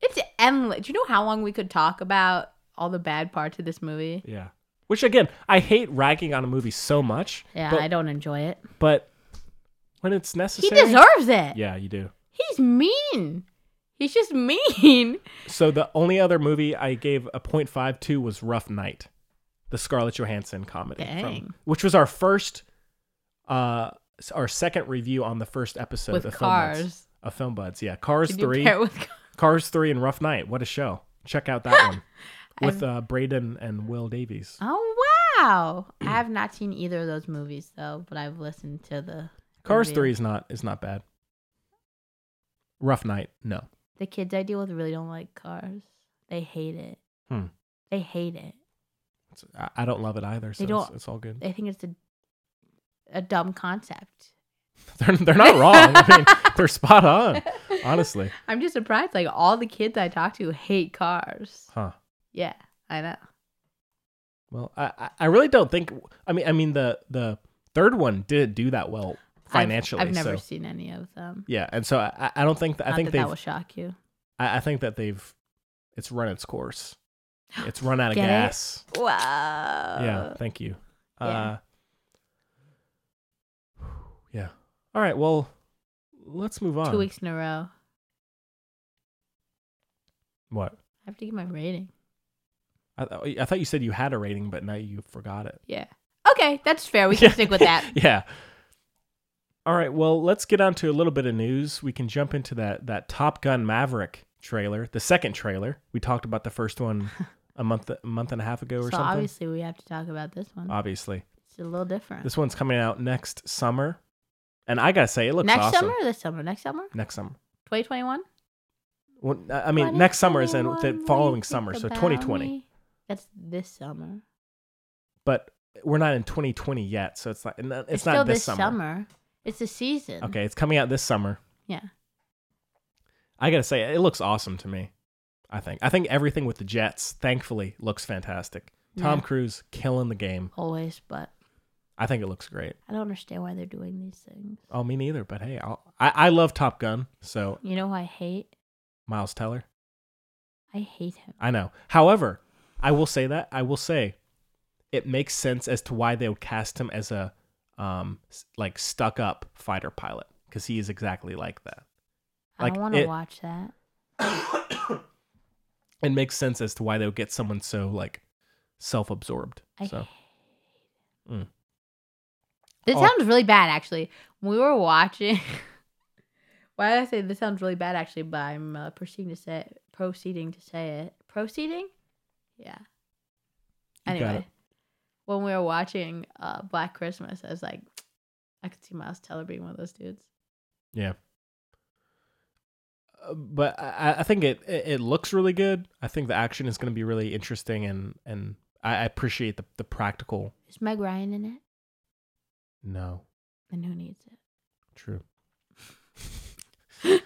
Speaker 3: it's endless. Do you know how long we could talk about all the bad parts of this movie?
Speaker 2: Yeah. Which again, I hate ragging on a movie so much.
Speaker 3: Yeah,
Speaker 2: but,
Speaker 3: I don't enjoy it.
Speaker 2: But when it's
Speaker 3: He
Speaker 2: necessary,
Speaker 3: deserves it.
Speaker 2: Yeah, you do.
Speaker 3: He's mean. He's just mean.
Speaker 2: So the only other movie I gave a point five to was Rough Night, the Scarlett Johansson comedy, from-
Speaker 3: Dang.
Speaker 2: which was our first, uh, s- our second review on the first episode
Speaker 3: With
Speaker 2: of Film Buds-
Speaker 3: Cars.
Speaker 2: Of Film Buds, yeah, Cars
Speaker 3: Did you
Speaker 2: three,
Speaker 3: pair it with-
Speaker 2: Cars three, and Rough Night. What a show! Check out that one with uh, Braden and Will Davies.
Speaker 3: oh wow! I have not seen either of those movies though, but I've listened to the
Speaker 2: Cars
Speaker 3: review.
Speaker 2: three is not is not bad. Rough Night, no.
Speaker 3: The kids I deal with really don't like cars. They hate it.
Speaker 2: Hmm.
Speaker 3: They hate it.
Speaker 2: It's, I, I don't love it either, so it's,
Speaker 3: don't-
Speaker 2: it's all good.
Speaker 3: They think it's a a dumb concept.
Speaker 2: They're, they're not wrong. I mean, they're spot on, honestly.
Speaker 3: I'm just surprised. Like all the kids I talk to hate cars.
Speaker 2: Huh.
Speaker 3: Yeah, I know.
Speaker 2: Well, I, I- I really don't think. I mean, I mean the the third one didn't do that well
Speaker 3: I've-
Speaker 2: financially.
Speaker 3: I've, never
Speaker 2: so,
Speaker 3: seen any of them.
Speaker 2: yeah, and so I, I- I don't think that, I
Speaker 3: Not
Speaker 2: think
Speaker 3: that,
Speaker 2: they've
Speaker 3: that will shock you.
Speaker 2: I, I think that they've it's run its course. It's run out of
Speaker 3: Get it?
Speaker 2: gas.
Speaker 3: Wow.
Speaker 2: yeah, thank you.
Speaker 3: yeah.
Speaker 2: Uh, yeah. All right. Well, let's move on.
Speaker 3: Two weeks in a row.
Speaker 2: What?
Speaker 3: I have to give my rating.
Speaker 2: I, th- I thought you said you had a rating, but now you forgot it.
Speaker 3: Yeah. Okay, that's fair. We can stick with that.
Speaker 2: yeah. All right. Well, let's get on to a little bit of news. We can jump into that that Top Gun Maverick trailer, the second trailer. We talked about the first one a month a month and a half ago
Speaker 3: So
Speaker 2: or something.
Speaker 3: obviously we have to talk about this one.
Speaker 2: Obviously.
Speaker 3: it's a little different.
Speaker 2: this one's coming out next summer, and I gotta say, it looks
Speaker 3: Next
Speaker 2: awesome.
Speaker 3: summer or this summer? Next summer?
Speaker 2: Next summer.
Speaker 3: 2021?
Speaker 2: Well, I I mean,
Speaker 3: What
Speaker 2: next
Speaker 3: if
Speaker 2: summer is in
Speaker 3: anyone
Speaker 2: the
Speaker 3: really
Speaker 2: following
Speaker 3: think
Speaker 2: summer, so
Speaker 3: about
Speaker 2: 2020.
Speaker 3: me? That's this summer.
Speaker 2: But we're not in 2020 yet, so it's not. and It's,
Speaker 3: It's,
Speaker 2: not
Speaker 3: still
Speaker 2: this,
Speaker 3: this summer. It's the season.
Speaker 2: Okay, it's coming out this summer.
Speaker 3: Yeah.
Speaker 2: I gotta say, it looks awesome to me. I think. I think everything with the Jets, thankfully, looks fantastic. Tom
Speaker 3: Yeah.
Speaker 2: Cruise killing the game.
Speaker 3: Always, but
Speaker 2: I think it looks great.
Speaker 3: I don't understand why they're doing these things.
Speaker 2: Oh, me neither. But hey, I'll, I I love Top Gun. So
Speaker 3: You know who I hate?
Speaker 2: Miles Teller.
Speaker 3: I hate him.
Speaker 2: I know. However, I will say that I will say it makes sense as to why they would cast him as a um s- like stuck up fighter pilot because he is exactly like that.
Speaker 3: I
Speaker 2: Like,
Speaker 3: don't want to
Speaker 2: it-
Speaker 3: watch that.
Speaker 2: It makes sense as to why they would get someone so like self absorbed.
Speaker 3: I
Speaker 2: So Mm.
Speaker 3: This
Speaker 2: Oh.
Speaker 3: sounds really bad, actually. When we were watching, why did I say this sounds really bad, actually? But I'm uh, proceeding to say it. Proceeding to say it. Proceeding? Yeah.
Speaker 2: You got it.
Speaker 3: Anyway, when we were watching uh, Black Christmas, I was like, I could see Miles Teller being one of those dudes.
Speaker 2: yeah. Uh, But I, I think it, it it looks really good. I think the action is going to be really interesting, and and I I appreciate the the practical.
Speaker 3: Is Meg Ryan in it?
Speaker 2: No,
Speaker 3: And who needs it?
Speaker 2: True.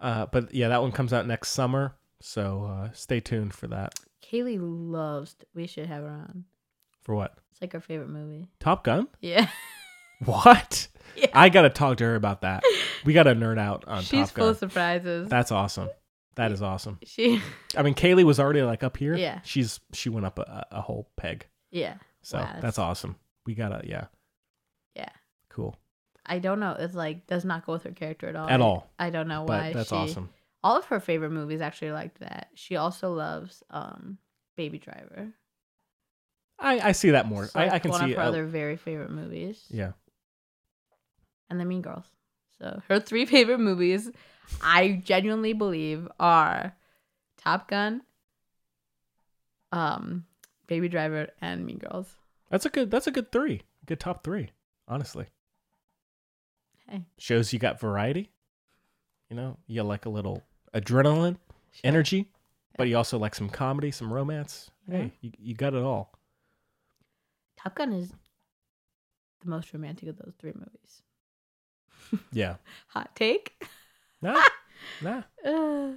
Speaker 2: uh, but yeah, that one comes out next summer, so uh, stay tuned for that.
Speaker 3: Kaylee loves. We should have her on.
Speaker 2: For what?
Speaker 3: It's like her favorite movie.
Speaker 2: Top Gun?
Speaker 3: Yeah.
Speaker 2: What?
Speaker 3: Yeah.
Speaker 2: I gotta talk to her about that. We gotta nerd out on
Speaker 3: She's
Speaker 2: Top
Speaker 3: full
Speaker 2: Gun.
Speaker 3: of surprises.
Speaker 2: That's awesome. That is awesome.
Speaker 3: She.
Speaker 2: I mean, Kaylee was already like up here.
Speaker 3: Yeah.
Speaker 2: she's she went up a, a a whole peg.
Speaker 3: Yeah.
Speaker 2: So
Speaker 3: Wow,
Speaker 2: that's,
Speaker 3: that's-
Speaker 2: awesome. We gotta yeah
Speaker 3: Yeah.
Speaker 2: cool
Speaker 3: I don't know. It's like does not go with her character at all.
Speaker 2: at all.
Speaker 3: I don't know why.
Speaker 2: But that's
Speaker 3: she,
Speaker 2: awesome.
Speaker 3: All of her favorite movies actually like that. She also loves um Baby Driver.
Speaker 2: I I see that more.
Speaker 3: It's
Speaker 2: I,
Speaker 3: like
Speaker 2: I can
Speaker 3: one
Speaker 2: see.
Speaker 3: of her
Speaker 2: uh,
Speaker 3: other very favorite movies.
Speaker 2: yeah.
Speaker 3: And the Mean Girls. So her three favorite movies, I genuinely believe, are Top Gun, um, Baby Driver, and Mean Girls.
Speaker 2: That's a good. That's a good three. Good top three. Honestly,
Speaker 3: Hey.
Speaker 2: shows you got variety. You know, you like a little adrenaline,
Speaker 3: Sure.
Speaker 2: energy, but you also like some comedy, some romance.
Speaker 3: Yeah.
Speaker 2: Hey, you, you got it all.
Speaker 3: Top Gun is the most romantic of those three movies.
Speaker 2: Yeah.
Speaker 3: Hot take.
Speaker 2: Nah. nah.
Speaker 3: Uh,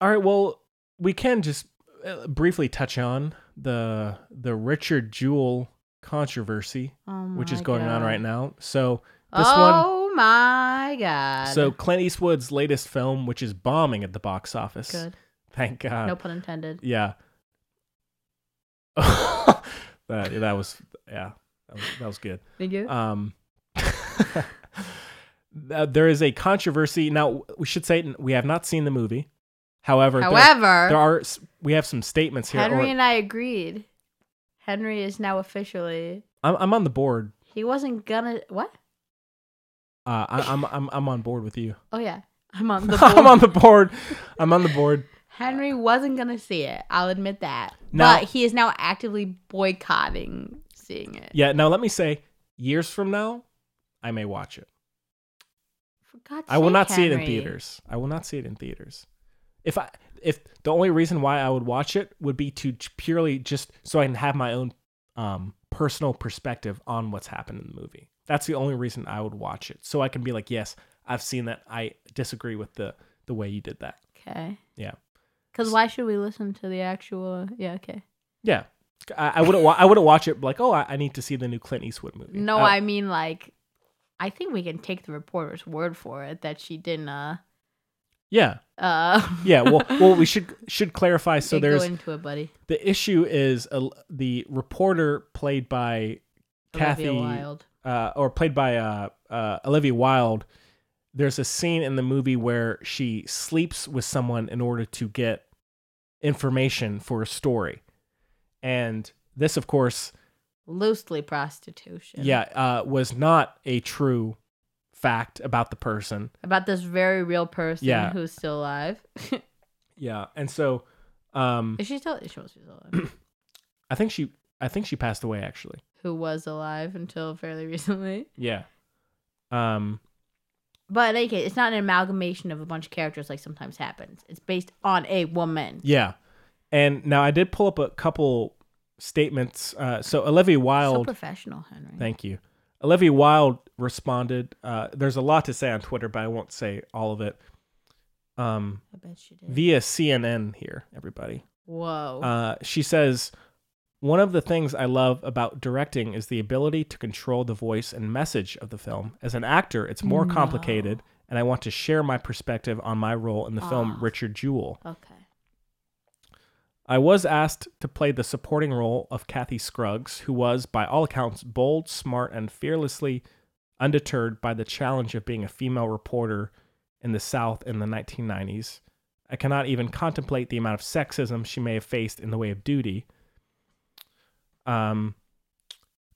Speaker 2: All right. Well, we can just uh, briefly touch on the the Richard Jewell controversy,
Speaker 3: oh
Speaker 2: which is
Speaker 3: my
Speaker 2: going on
Speaker 3: God.
Speaker 2: right now. So this one.
Speaker 3: oh my god.
Speaker 2: So Clint Eastwood's latest film, which is bombing at the box office.
Speaker 3: good.
Speaker 2: Thank God.
Speaker 3: No pun intended.
Speaker 2: Yeah. that that was yeah that was, that was good.
Speaker 3: Thank you.
Speaker 2: Um, uh, there is a controversy now. We should say we have not seen the movie. However, there-
Speaker 3: However,
Speaker 2: there, are s- we have some statements here.
Speaker 3: Henry
Speaker 2: or-
Speaker 3: and I agreed. Henry is now officially.
Speaker 2: I'm, I'm on the board.
Speaker 3: He wasn't gonna. What?
Speaker 2: Uh, I, I'm I'm I'm on board with you.
Speaker 3: Oh yeah, I'm on the board.
Speaker 2: I'm on the board. I'm on the board.
Speaker 3: Henry wasn't gonna see it. I'll admit that.
Speaker 2: Now-
Speaker 3: but he is now actively boycotting seeing it.
Speaker 2: Yeah. Now let me say, years from now, I may watch it.
Speaker 3: For God's
Speaker 2: I will
Speaker 3: sake,
Speaker 2: not see it in
Speaker 3: Henry.
Speaker 2: theaters. I will not see it in theaters. If I if the only reason why I would watch it would be to j- purely just so I can have my own um personal perspective on what's happened in the movie. That's the only reason I would watch it. So I can be like, yes, I've seen that. I disagree with the the way you did that.
Speaker 3: Okay.
Speaker 2: Yeah.
Speaker 3: Because why should we listen to the actual? Yeah. Okay.
Speaker 2: Yeah. I, I wouldn't. Wa- I wouldn't watch it. Like, oh, I, I need to see the new Clint Eastwood movie. Uh,
Speaker 3: No,
Speaker 2: I,
Speaker 3: I mean like, I think we can take the reporter's word for it that she didn't. Uh.
Speaker 2: Yeah,
Speaker 3: uh
Speaker 2: yeah. Well, well, we should should clarify. So
Speaker 3: didn't
Speaker 2: there's
Speaker 3: go into it, buddy.
Speaker 2: the issue is uh, the reporter played by Kathy
Speaker 3: Olivia Wilde.
Speaker 2: uh, or played by uh, uh, Olivia Wilde, there's a scene in the movie where she sleeps with someone in order to get information for a story. And this, of course,
Speaker 3: Loosely prostitution.
Speaker 2: yeah, uh, was not a true fact about the person.
Speaker 3: About this very real person
Speaker 2: Yeah.
Speaker 3: who's still alive.
Speaker 2: Yeah. And so um,
Speaker 3: Is she still? She must be still alive.
Speaker 2: I think she I think she passed away actually.
Speaker 3: Who was alive until fairly recently.
Speaker 2: Yeah. Um,
Speaker 3: But in any case, it's not an amalgamation of a bunch of characters like sometimes happens. It's based on a woman.
Speaker 2: Yeah. And now I did pull up a couple statements. Uh, so Olivia
Speaker 3: So
Speaker 2: Wilde,
Speaker 3: professional, Henry.
Speaker 2: thank you. Olivia Wilde responded. Uh, there's a lot to say on Twitter, but I won't say all of it. Um,
Speaker 3: I bet she did.
Speaker 2: via CNN here, everybody.
Speaker 3: Whoa.
Speaker 2: Uh, she says, One of the things I love about directing is the ability to control the voice and message of the film. As an actor, it's more complicated, and I want to share my perspective on my role in the film Richard Jewell.
Speaker 3: okay.
Speaker 2: I was asked to play the supporting role of Kathy Scruggs, who was, by all accounts, bold, smart, and fearlessly undeterred by the challenge of being a female reporter in the South in the 1990s. I cannot even contemplate the amount of sexism she may have faced in the way of duty. Um,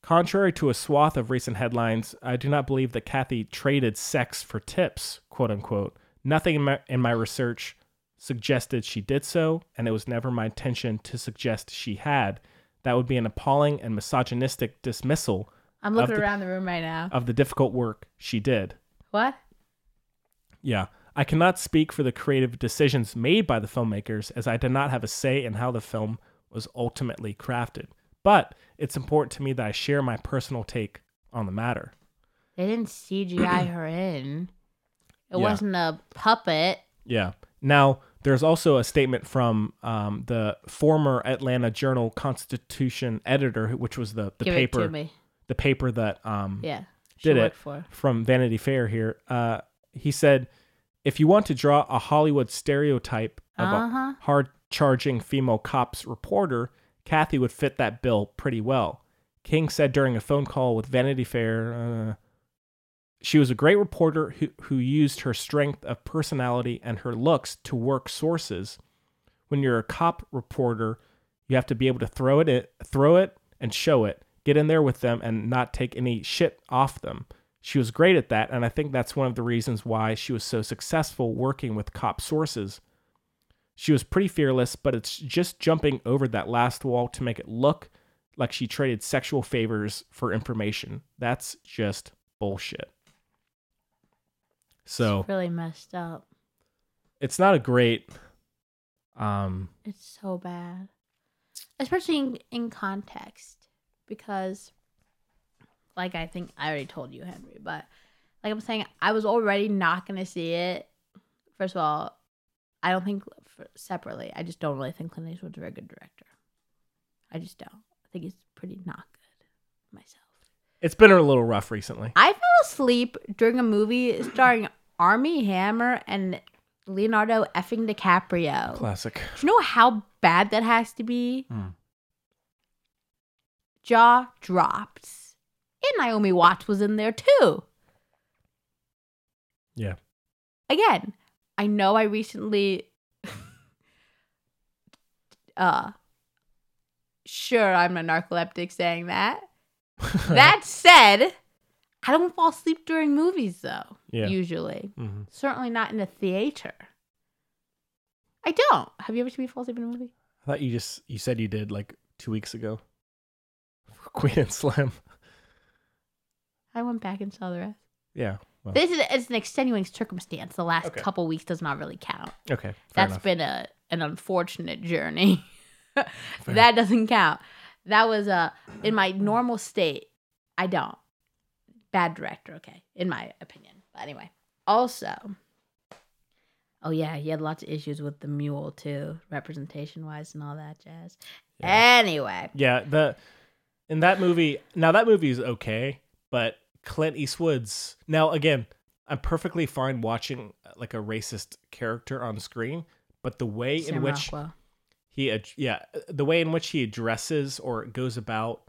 Speaker 2: contrary to a swath of recent headlines, I do not believe that Kathy traded sex for tips, quote unquote. Nothing in my, in my research suggested she did so, and it was never my intention to suggest she had. That would be an appalling and misogynistic dismissal
Speaker 3: I'm looking
Speaker 2: of the-
Speaker 3: around the room right now.
Speaker 2: of the difficult work she did.
Speaker 3: what?
Speaker 2: Yeah. I cannot speak for the creative decisions made by the filmmakers as I did not have a say in how the film was ultimately crafted. But it's important to me that I share my personal take on the matter.
Speaker 3: They didn't CGI her in. It
Speaker 2: Yeah.
Speaker 3: wasn't a puppet.
Speaker 2: Yeah. Now, there's also a statement from um, the former Atlanta Journal Constitution editor, who- which was the, the
Speaker 3: Give
Speaker 2: paper
Speaker 3: it to me.
Speaker 2: the paper that um,
Speaker 3: Yeah. She
Speaker 2: did it
Speaker 3: worked for.
Speaker 2: from Vanity Fair here. Uh, he said, if you want to draw a Hollywood stereotype of
Speaker 3: Uh-huh.
Speaker 2: a hard charging female cops reporter, Kathy would fit that bill pretty well. King said during a phone call with Vanity Fair, uh, she was a great reporter who, who used her strength of personality and her looks to work sources. When you're a cop reporter, you have to be able to throw it, it throw it and show it. Get in there with them and not take any shit off them. She was great at that, and I think that's one of the reasons why she was so successful working with cop sources. She was pretty fearless, but it's just jumping over that last wall to make it look like she traded sexual favors for information. That's just bullshit. So
Speaker 3: It's really messed up.
Speaker 2: it's not a great um
Speaker 3: It's so bad. Especially in, in context. Because, like, I think I already told you, Henry, but like I'm saying, I was already not going to see it. First of all, I don't think for, separately, I just don't really think Clint Eastwood's a very good director. I just don't. I think he's pretty not good myself.
Speaker 2: it's been a little rough recently.
Speaker 3: I fell asleep during a movie starring Army Hammer and Leonardo effing DiCaprio.
Speaker 2: Classic.
Speaker 3: Do you know how bad that has to be? Jaw drops. And Naomi Watts was in there too.
Speaker 2: Yeah.
Speaker 3: Again, I know I recently uh sure I'm a narcoleptic saying that. that said, I don't fall asleep during movies though,
Speaker 2: Yeah.
Speaker 3: usually.
Speaker 2: hmm
Speaker 3: Certainly not in a theater. I don't. Have you ever seen me fall asleep in a movie?
Speaker 2: I thought you just you said you did like two weeks ago. Queen and Slim.
Speaker 3: I went back and saw the rest.
Speaker 2: Yeah. Well,
Speaker 3: This is it's an extenuating circumstance. The last
Speaker 2: Okay.
Speaker 3: couple weeks does not really count.
Speaker 2: okay. Fair
Speaker 3: That's
Speaker 2: enough.
Speaker 3: been a an unfortunate journey. that doesn't count. That was uh in my normal state. I don't. Bad director, okay, in my opinion. But anyway. Also Oh yeah, he had lots of issues with the mule too, representation wise and all that jazz. Anyway.
Speaker 2: yeah. The in that movie now that movie is okay, but Clint Eastwood's now again. I'm perfectly fine watching uh, like a racist character on screen, but the way in
Speaker 3: Sam
Speaker 2: which
Speaker 3: Rockwell.
Speaker 2: he ad- yeah uh, the way in which he addresses or goes about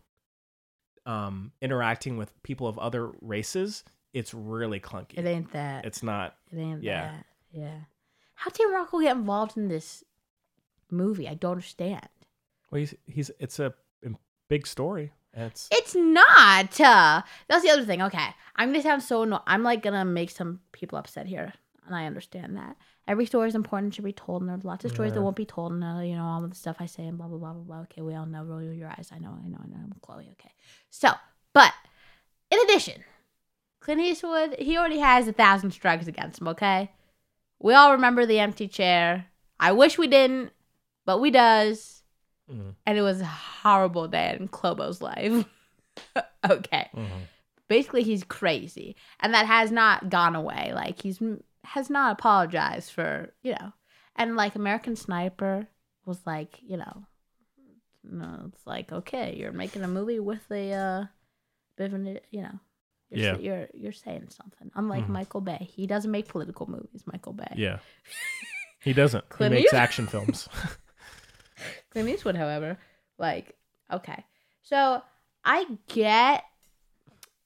Speaker 2: um interacting with people of other races it's really clunky
Speaker 3: It ain't that.
Speaker 2: it's not
Speaker 3: It ain't
Speaker 2: Yeah.
Speaker 3: that. Yeah. How did Rocco get involved in this movie? I don't understand.
Speaker 2: well he's, he's it's a im- big story and it's
Speaker 3: It's not. Uh, that's the other thing. Okay. I'm going to sound so annoying. I'm like going to make some people upset here. And I understand that. Every story is important, should be told. And there's lots of stories that
Speaker 2: Yeah.
Speaker 3: won't be told. And, uh, you know, all of the stuff I say and blah, blah, blah, blah, blah. Okay. We all know. Roll your eyes. I know. I know. I know. I'm Chloe. Okay. So, but in addition, Clint Eastwood, he already has a thousand strikes against him, okay? We all remember the empty chair. I wish we didn't. but we does. And it was a horrible day in Clobo's life. okay. Basically, he's crazy. And that has not gone away. Like, he's has not apologized for, you know. And like, American Sniper was like, you know, no, it's like, okay, you're making a movie with a, uh, bit of an, you know, you're,
Speaker 2: Yeah.
Speaker 3: s- you're, you're saying something. Unlike Michael Bay, he doesn't make political movies, Michael Bay.
Speaker 2: Yeah. He doesn't.
Speaker 3: Clint
Speaker 2: he makes
Speaker 3: Eastwood.
Speaker 2: action films.
Speaker 3: Clint Eastwood, however, like, okay. So I get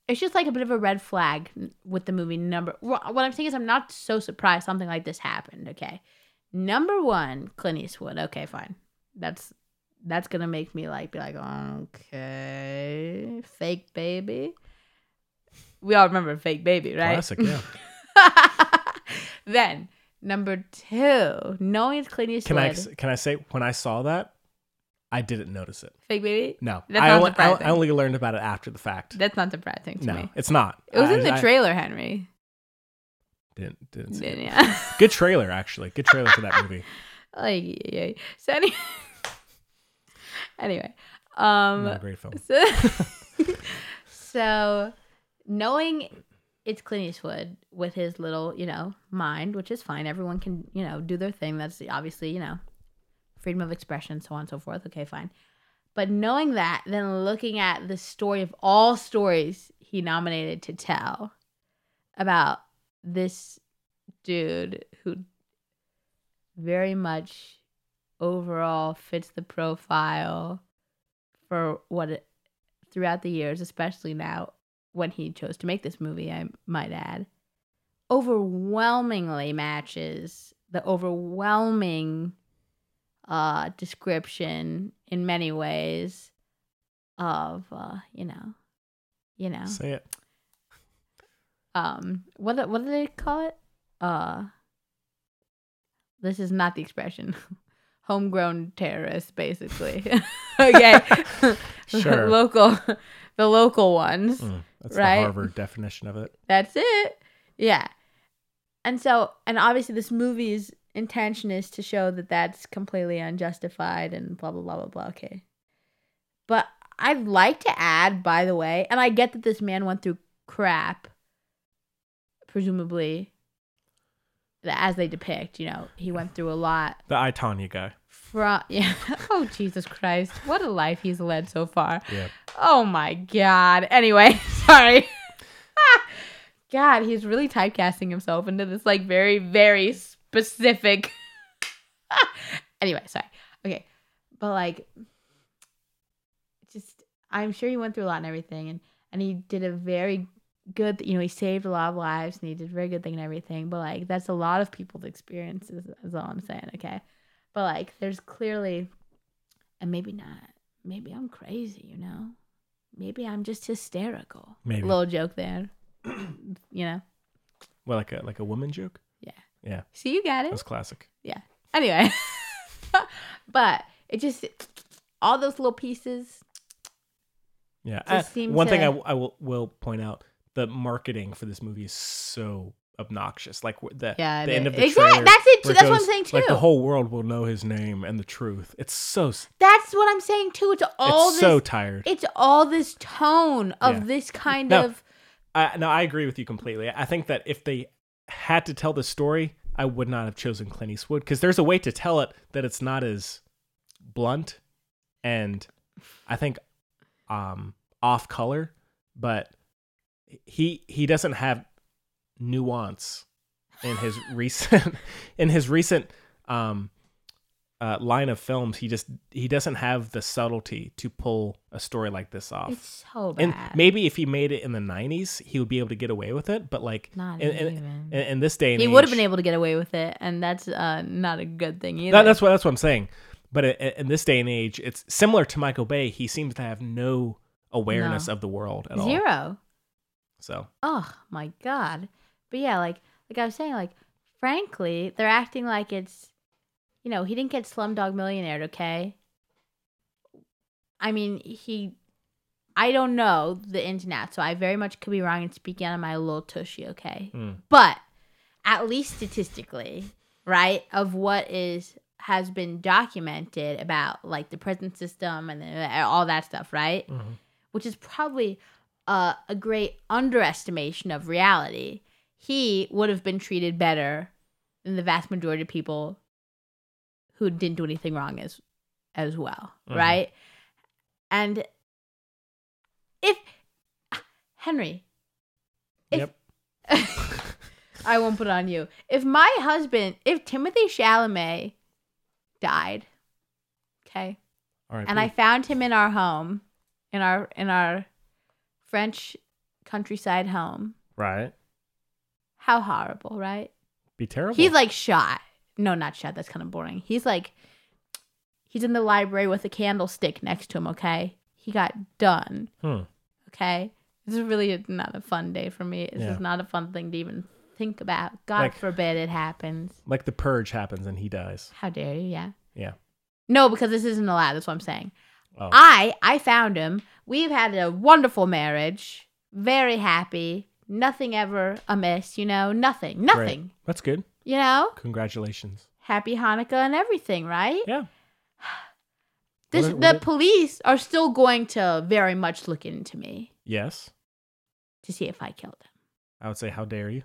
Speaker 3: it's just like a bit of a red flag with the movie number. wh- What I'm saying is, I'm not so surprised something like this happened. Okay, number one, Clint Eastwood. Okay, fine. That's that's gonna make me like be like, okay, fake baby. We all remember fake baby, right?
Speaker 2: Classic, yeah.
Speaker 3: then number two, knowing it's Clint Eastwood,
Speaker 2: Can I can I say when I saw that, I didn't notice it.
Speaker 3: fake baby.
Speaker 2: No.
Speaker 3: that's
Speaker 2: I,
Speaker 3: not
Speaker 2: only, I,
Speaker 3: surprising.
Speaker 2: I only learned about it after the fact.
Speaker 3: That's not surprising to
Speaker 2: no,
Speaker 3: me.
Speaker 2: it's not.
Speaker 3: It was
Speaker 2: I-
Speaker 3: in the
Speaker 2: I
Speaker 3: trailer, Henry.
Speaker 2: Didn't, didn't see it.
Speaker 3: Yeah.
Speaker 2: Good trailer, actually. Good trailer for that movie.
Speaker 3: like, yeah, yeah. So any- anyway, um,
Speaker 2: Not a great film.
Speaker 3: so, so knowing it's Clint Eastwood with his little, you know, mind, which is fine. Everyone can, you know, do their thing. That's obviously, you know, freedom of expression, so on and so forth. Okay, fine. But knowing that, then looking at the story of all stories he nominated to tell about this dude who very much overall fits the profile for what it, throughout the years, especially now when he chose to make this movie, I might add, overwhelmingly matches the overwhelming uh, description in many ways of uh, you know, you know,
Speaker 2: Say it.
Speaker 3: um, what what do they call it? Uh, this is not the expression. Homegrown terrorists, basically. okay.
Speaker 2: Sure.
Speaker 3: local, the local ones.
Speaker 2: Mm, that's
Speaker 3: Right.
Speaker 2: the Harvard definition of it.
Speaker 3: That's it. Yeah. And so, and obviously, this movie's intention is to show that that's completely unjustified and blah, blah, blah, blah, blah. Okay. But I'd like to add, by the way, and I get that this man went through crap, presumably, that as they depict, you know, he went through a lot
Speaker 2: The I Tanya guy.
Speaker 3: from yeah. oh Jesus Christ! What a life he's led so far.
Speaker 2: Yeah.
Speaker 3: Oh my God. Anyway, sorry. God, he's really typecasting himself into this like very very specific. anyway, sorry. Okay, but like, just I'm sure he went through a lot and everything, and and he did a very good. You know, he saved a lot of lives, and he did a very good thing and everything. But like, that's a lot of people's experiences. Is all I'm saying. Okay but like there's clearly and maybe not maybe i'm crazy you know maybe i'm just hysterical
Speaker 2: Maybe.
Speaker 3: little joke there you know
Speaker 2: Well, like a like a woman joke.
Speaker 3: Yeah.
Speaker 2: Yeah.
Speaker 3: see you got it
Speaker 2: That's classic.
Speaker 3: yeah anyway but it just all those little pieces
Speaker 2: Yeah.
Speaker 3: Just
Speaker 2: Uh,
Speaker 3: seem
Speaker 2: one thing
Speaker 3: to-
Speaker 2: I, w- I will will point out the marketing for this movie is so obnoxious. Like wh- the
Speaker 3: Yeah,
Speaker 2: the
Speaker 3: it
Speaker 2: end of
Speaker 3: is.
Speaker 2: the
Speaker 3: Exact-
Speaker 2: trailer
Speaker 3: that's it too.
Speaker 2: where
Speaker 3: That's what I'm
Speaker 2: goes,
Speaker 3: saying
Speaker 2: Like
Speaker 3: too.
Speaker 2: the whole world will know his name and the truth. It's so s-
Speaker 3: that's what i'm saying too it's all
Speaker 2: it's
Speaker 3: this
Speaker 2: so tired.
Speaker 3: it's all this tone of
Speaker 2: Yeah.
Speaker 3: this kind
Speaker 2: No.
Speaker 3: of
Speaker 2: I, no, I agree with you completely. I think that if they had to tell the story, I would not have chosen Clint Eastwood because there's a way to tell it that it's not as blunt and I think um, off color, but he he doesn't have nuance in his recent in his recent um, uh, line of films. He just he doesn't have the subtlety to pull a story like this off
Speaker 3: it's so bad
Speaker 2: and maybe if he made it in the 90s he would be able to get away with it but like
Speaker 3: Not
Speaker 2: in, in-
Speaker 3: even.
Speaker 2: in- in this day and
Speaker 3: he
Speaker 2: age
Speaker 3: would have been able to get away with it and that's uh, not a good thing either
Speaker 2: that, that's what that's what i'm saying but in, in this day and age it's similar to michael bay he seems to have no awareness
Speaker 3: No.
Speaker 2: of the world at all
Speaker 3: zero
Speaker 2: so
Speaker 3: oh my god but yeah like like i was saying like frankly they're acting like it's you know he didn't get slumdog millionaire okay i mean he i don't know the ins and outs so i very much could be wrong in speaking out of my little tushy okay but at least statistically right of what is has been documented about like the prison system and the- all that stuff, right? Which is probably uh, a great underestimation of reality. He would have been treated better than the vast majority of people who didn't do anything wrong as as well,
Speaker 2: Mhm.
Speaker 3: right? And if Henry, if
Speaker 2: Yep.
Speaker 3: I won't put it on you. If my husband, if Timothy Chalamet died, okay,
Speaker 2: All right.
Speaker 3: and I found him in our home, in our in our French countryside home,
Speaker 2: right.
Speaker 3: how horrible, right?
Speaker 2: Be terrible.
Speaker 3: He's like shot. No, not shot. That's kind of boring. He's like, he's in the library with a candlestick next to him. Okay, he got done.
Speaker 2: Hmm.
Speaker 3: Okay, this is really not a fun day for me. This
Speaker 2: Yeah.
Speaker 3: is not a fun thing to even think about. God
Speaker 2: Like-
Speaker 3: forbid it happens.
Speaker 2: like the purge happens and he dies.
Speaker 3: How dare you? Yeah.
Speaker 2: Yeah.
Speaker 3: No, because this isn't allowed. That's what I'm saying.
Speaker 2: Oh.
Speaker 3: I I found him. We've had a wonderful marriage. Very happy. Nothing ever amiss. You know, nothing,
Speaker 2: Great.
Speaker 3: nothing.
Speaker 2: That's good.
Speaker 3: You know,
Speaker 2: Congratulations.
Speaker 3: happy Hanukkah and everything, right?
Speaker 2: Yeah.
Speaker 3: This
Speaker 2: What-
Speaker 3: the
Speaker 2: what-
Speaker 3: police are still going to very much look into me
Speaker 2: Yes.
Speaker 3: to see if I killed him.
Speaker 2: I would say, how dare you?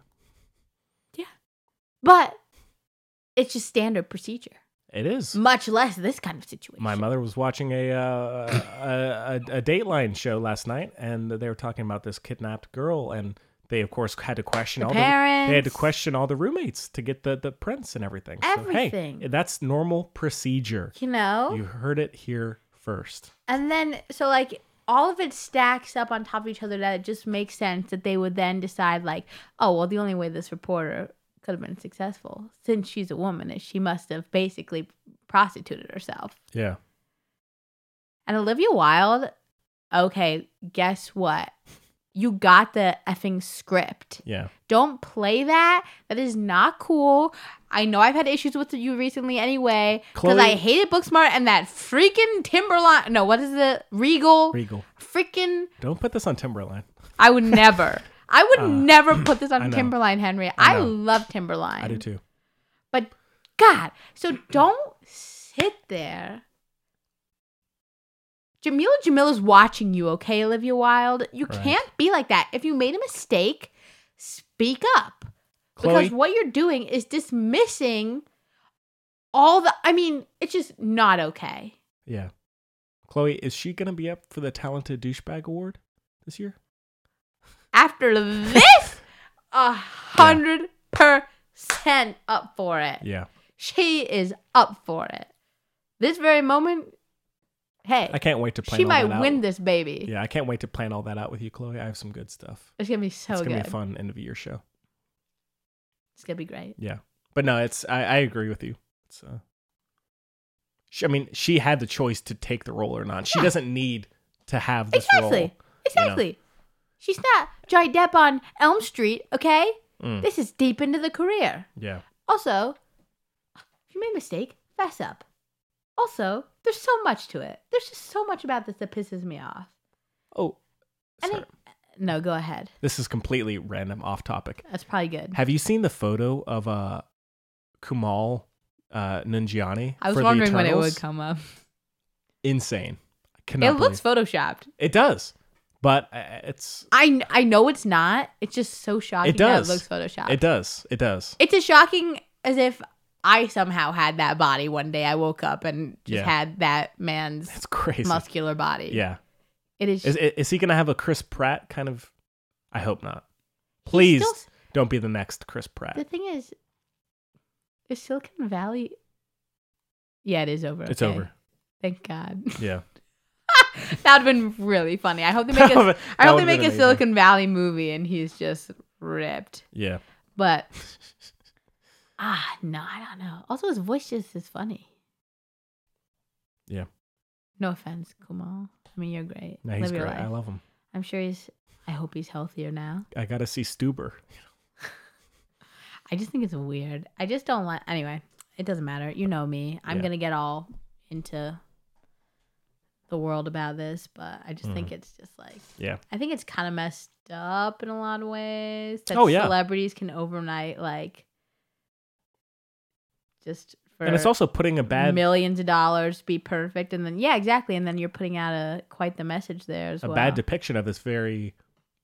Speaker 3: But it's just standard procedure.
Speaker 2: It is.
Speaker 3: Much less this kind of situation.
Speaker 2: My mother was watching a, uh, a, a a Dateline show last night, and they were talking about this kidnapped girl, and they of course had to question
Speaker 3: The
Speaker 2: all the they had to
Speaker 3: parents.
Speaker 2: question all the roommates to get the the prints and everything. So, hey,
Speaker 3: Everything. Oh.
Speaker 2: that's normal procedure.
Speaker 3: you know?
Speaker 2: You heard it here first.
Speaker 3: And then, so like all of it stacks up on top of each other that it just makes sense that they would then decide, like, oh, well, the only way this reporter could have been successful since she's a woman is she must have basically prostituted herself.
Speaker 2: Yeah.
Speaker 3: And Olivia Wilde, okay, guess what? You got the effing script.
Speaker 2: Yeah.
Speaker 3: Don't play that. That is not cool. I know I've had issues with you recently anyway because
Speaker 2: Chloe-
Speaker 3: I hated Booksmart and that freaking Timberline. No, what is it? Regal.
Speaker 2: Regal.
Speaker 3: Freaking.
Speaker 2: Don't put this on Timberline.
Speaker 3: I would never. I would never put this
Speaker 2: Ah, I
Speaker 3: on
Speaker 2: know.
Speaker 3: Timberline, Henry. I,
Speaker 2: know.
Speaker 3: love Timberline.
Speaker 2: I do too.
Speaker 3: But God, so don't sit there. Jamila Jamila's watching you, okay, Olivia Wilde? You
Speaker 2: Right.
Speaker 3: can't be like that. If you made a mistake, speak up.
Speaker 2: Chloe,
Speaker 3: Because what you're doing is dismissing all the I mean, it's just not okay.
Speaker 2: yeah. Chloe, is she gonna be up for the talented douchebag award this year?
Speaker 3: After this, a hundred percent up for it.
Speaker 2: Yeah.
Speaker 3: She is up for it. This very moment, hey.
Speaker 2: I can't wait to plan.
Speaker 3: she
Speaker 2: all
Speaker 3: might
Speaker 2: that out.
Speaker 3: win this baby.
Speaker 2: Yeah, I can't wait to plan all that out with you, Chloe. I have some good stuff.
Speaker 3: It's gonna be so
Speaker 2: it's gonna
Speaker 3: Oh, good.
Speaker 2: be a fun end of year show.
Speaker 3: It's gonna be great.
Speaker 2: Yeah, but no, it's I, I agree with you. It's uh, she, I mean, she had the choice to take the role or not. She doesn't need to have this
Speaker 3: Exactly.
Speaker 2: role.
Speaker 3: Exactly. She's not Johnny Depp on Elm Street, okay?
Speaker 2: Mm.
Speaker 3: This is deep into the career.
Speaker 2: Yeah,
Speaker 3: Also, if you made a mistake, fess up. Also, there's so much to it. There's just so much about this that pisses me off.
Speaker 2: Oh,
Speaker 3: And
Speaker 2: sorry.
Speaker 3: it- no, go ahead.
Speaker 2: this is completely random, off topic.
Speaker 3: That's probably good.
Speaker 2: Have you seen the photo of uh, Kumal uh, Nanjiani?
Speaker 3: I was
Speaker 2: for the
Speaker 3: wondering when it
Speaker 2: Eternals?
Speaker 3: would come up.
Speaker 2: Insane. I
Speaker 3: It
Speaker 2: cannot
Speaker 3: looks
Speaker 2: believe-
Speaker 3: photoshopped.
Speaker 2: It does, but uh, it's
Speaker 3: I, kn- I know it's not. It's just so shocking.
Speaker 2: it does.
Speaker 3: That it looks photoshopped.
Speaker 2: It does. It does.
Speaker 3: It's as shocking as if I somehow had that body one day. I woke up and just
Speaker 2: Yeah.
Speaker 3: had that man's
Speaker 2: It's crazy.
Speaker 3: muscular body.
Speaker 2: Yeah.
Speaker 3: it is.
Speaker 2: Is, is he going to have a Chris Pratt kind of? I hope not. Please
Speaker 3: still-
Speaker 2: don't be the next Chris Pratt.
Speaker 3: the thing is, is Silicon Valley? Yeah, it is over.
Speaker 2: It's
Speaker 3: okay.
Speaker 2: over.
Speaker 3: Thank God.
Speaker 2: Yeah.
Speaker 3: that would have been really funny. I hope they make a,
Speaker 2: That
Speaker 3: I hope
Speaker 2: would've
Speaker 3: they
Speaker 2: been
Speaker 3: make a
Speaker 2: amazing.
Speaker 3: Silicon Valley movie and he's just ripped.
Speaker 2: Yeah.
Speaker 3: But ah, no, I don't know. Also, his voice just is funny.
Speaker 2: Yeah.
Speaker 3: No offense, Kumal. I mean, you're great.
Speaker 2: No, he's
Speaker 3: Live your
Speaker 2: great. I
Speaker 3: life.
Speaker 2: love him.
Speaker 3: I'm sure he's. I hope he's healthier now.
Speaker 2: I got to see Stuber.
Speaker 3: I just think it's weird. I just don't want. Anyway, it doesn't matter. You know me. I'm
Speaker 2: Yeah.
Speaker 3: gonna get all into the world about this, but I just think it's just like
Speaker 2: Mm-hmm. Yeah.
Speaker 3: I think it's kind of messed up in a lot of ways that
Speaker 2: Oh, yeah.
Speaker 3: celebrities can overnight like just for
Speaker 2: and it's also putting a bad
Speaker 3: millions of dollars be perfect and then yeah exactly and then you're putting out a quite the message there as
Speaker 2: a
Speaker 3: well
Speaker 2: bad depiction of this very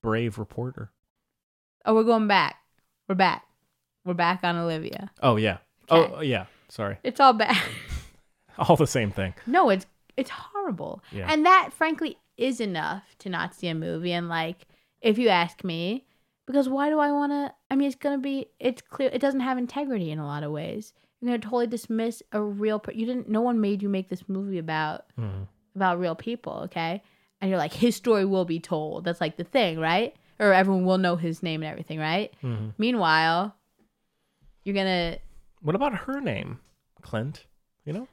Speaker 2: brave reporter.
Speaker 3: oh we're going back we're back we're back on olivia
Speaker 2: Oh yeah.
Speaker 3: Okay.
Speaker 2: Oh yeah. Sorry.
Speaker 3: it's all bad
Speaker 2: All the same thing.
Speaker 3: no it's it's horrible
Speaker 2: Yeah.
Speaker 3: and that frankly is enough to not see a movie and like if you ask me because why do i want to i mean it's gonna be it's clear it doesn't have integrity in a lot of ways you're gonna totally dismiss a real per- you didn't no one made you make this movie about
Speaker 2: Mhm.
Speaker 3: about real people, okay? And you're like, his story will be told. That's like the thing, right? Or everyone will know his name and everything, right?
Speaker 2: Mhm.
Speaker 3: Meanwhile, you're gonna,
Speaker 2: What about her name, Clint? You know.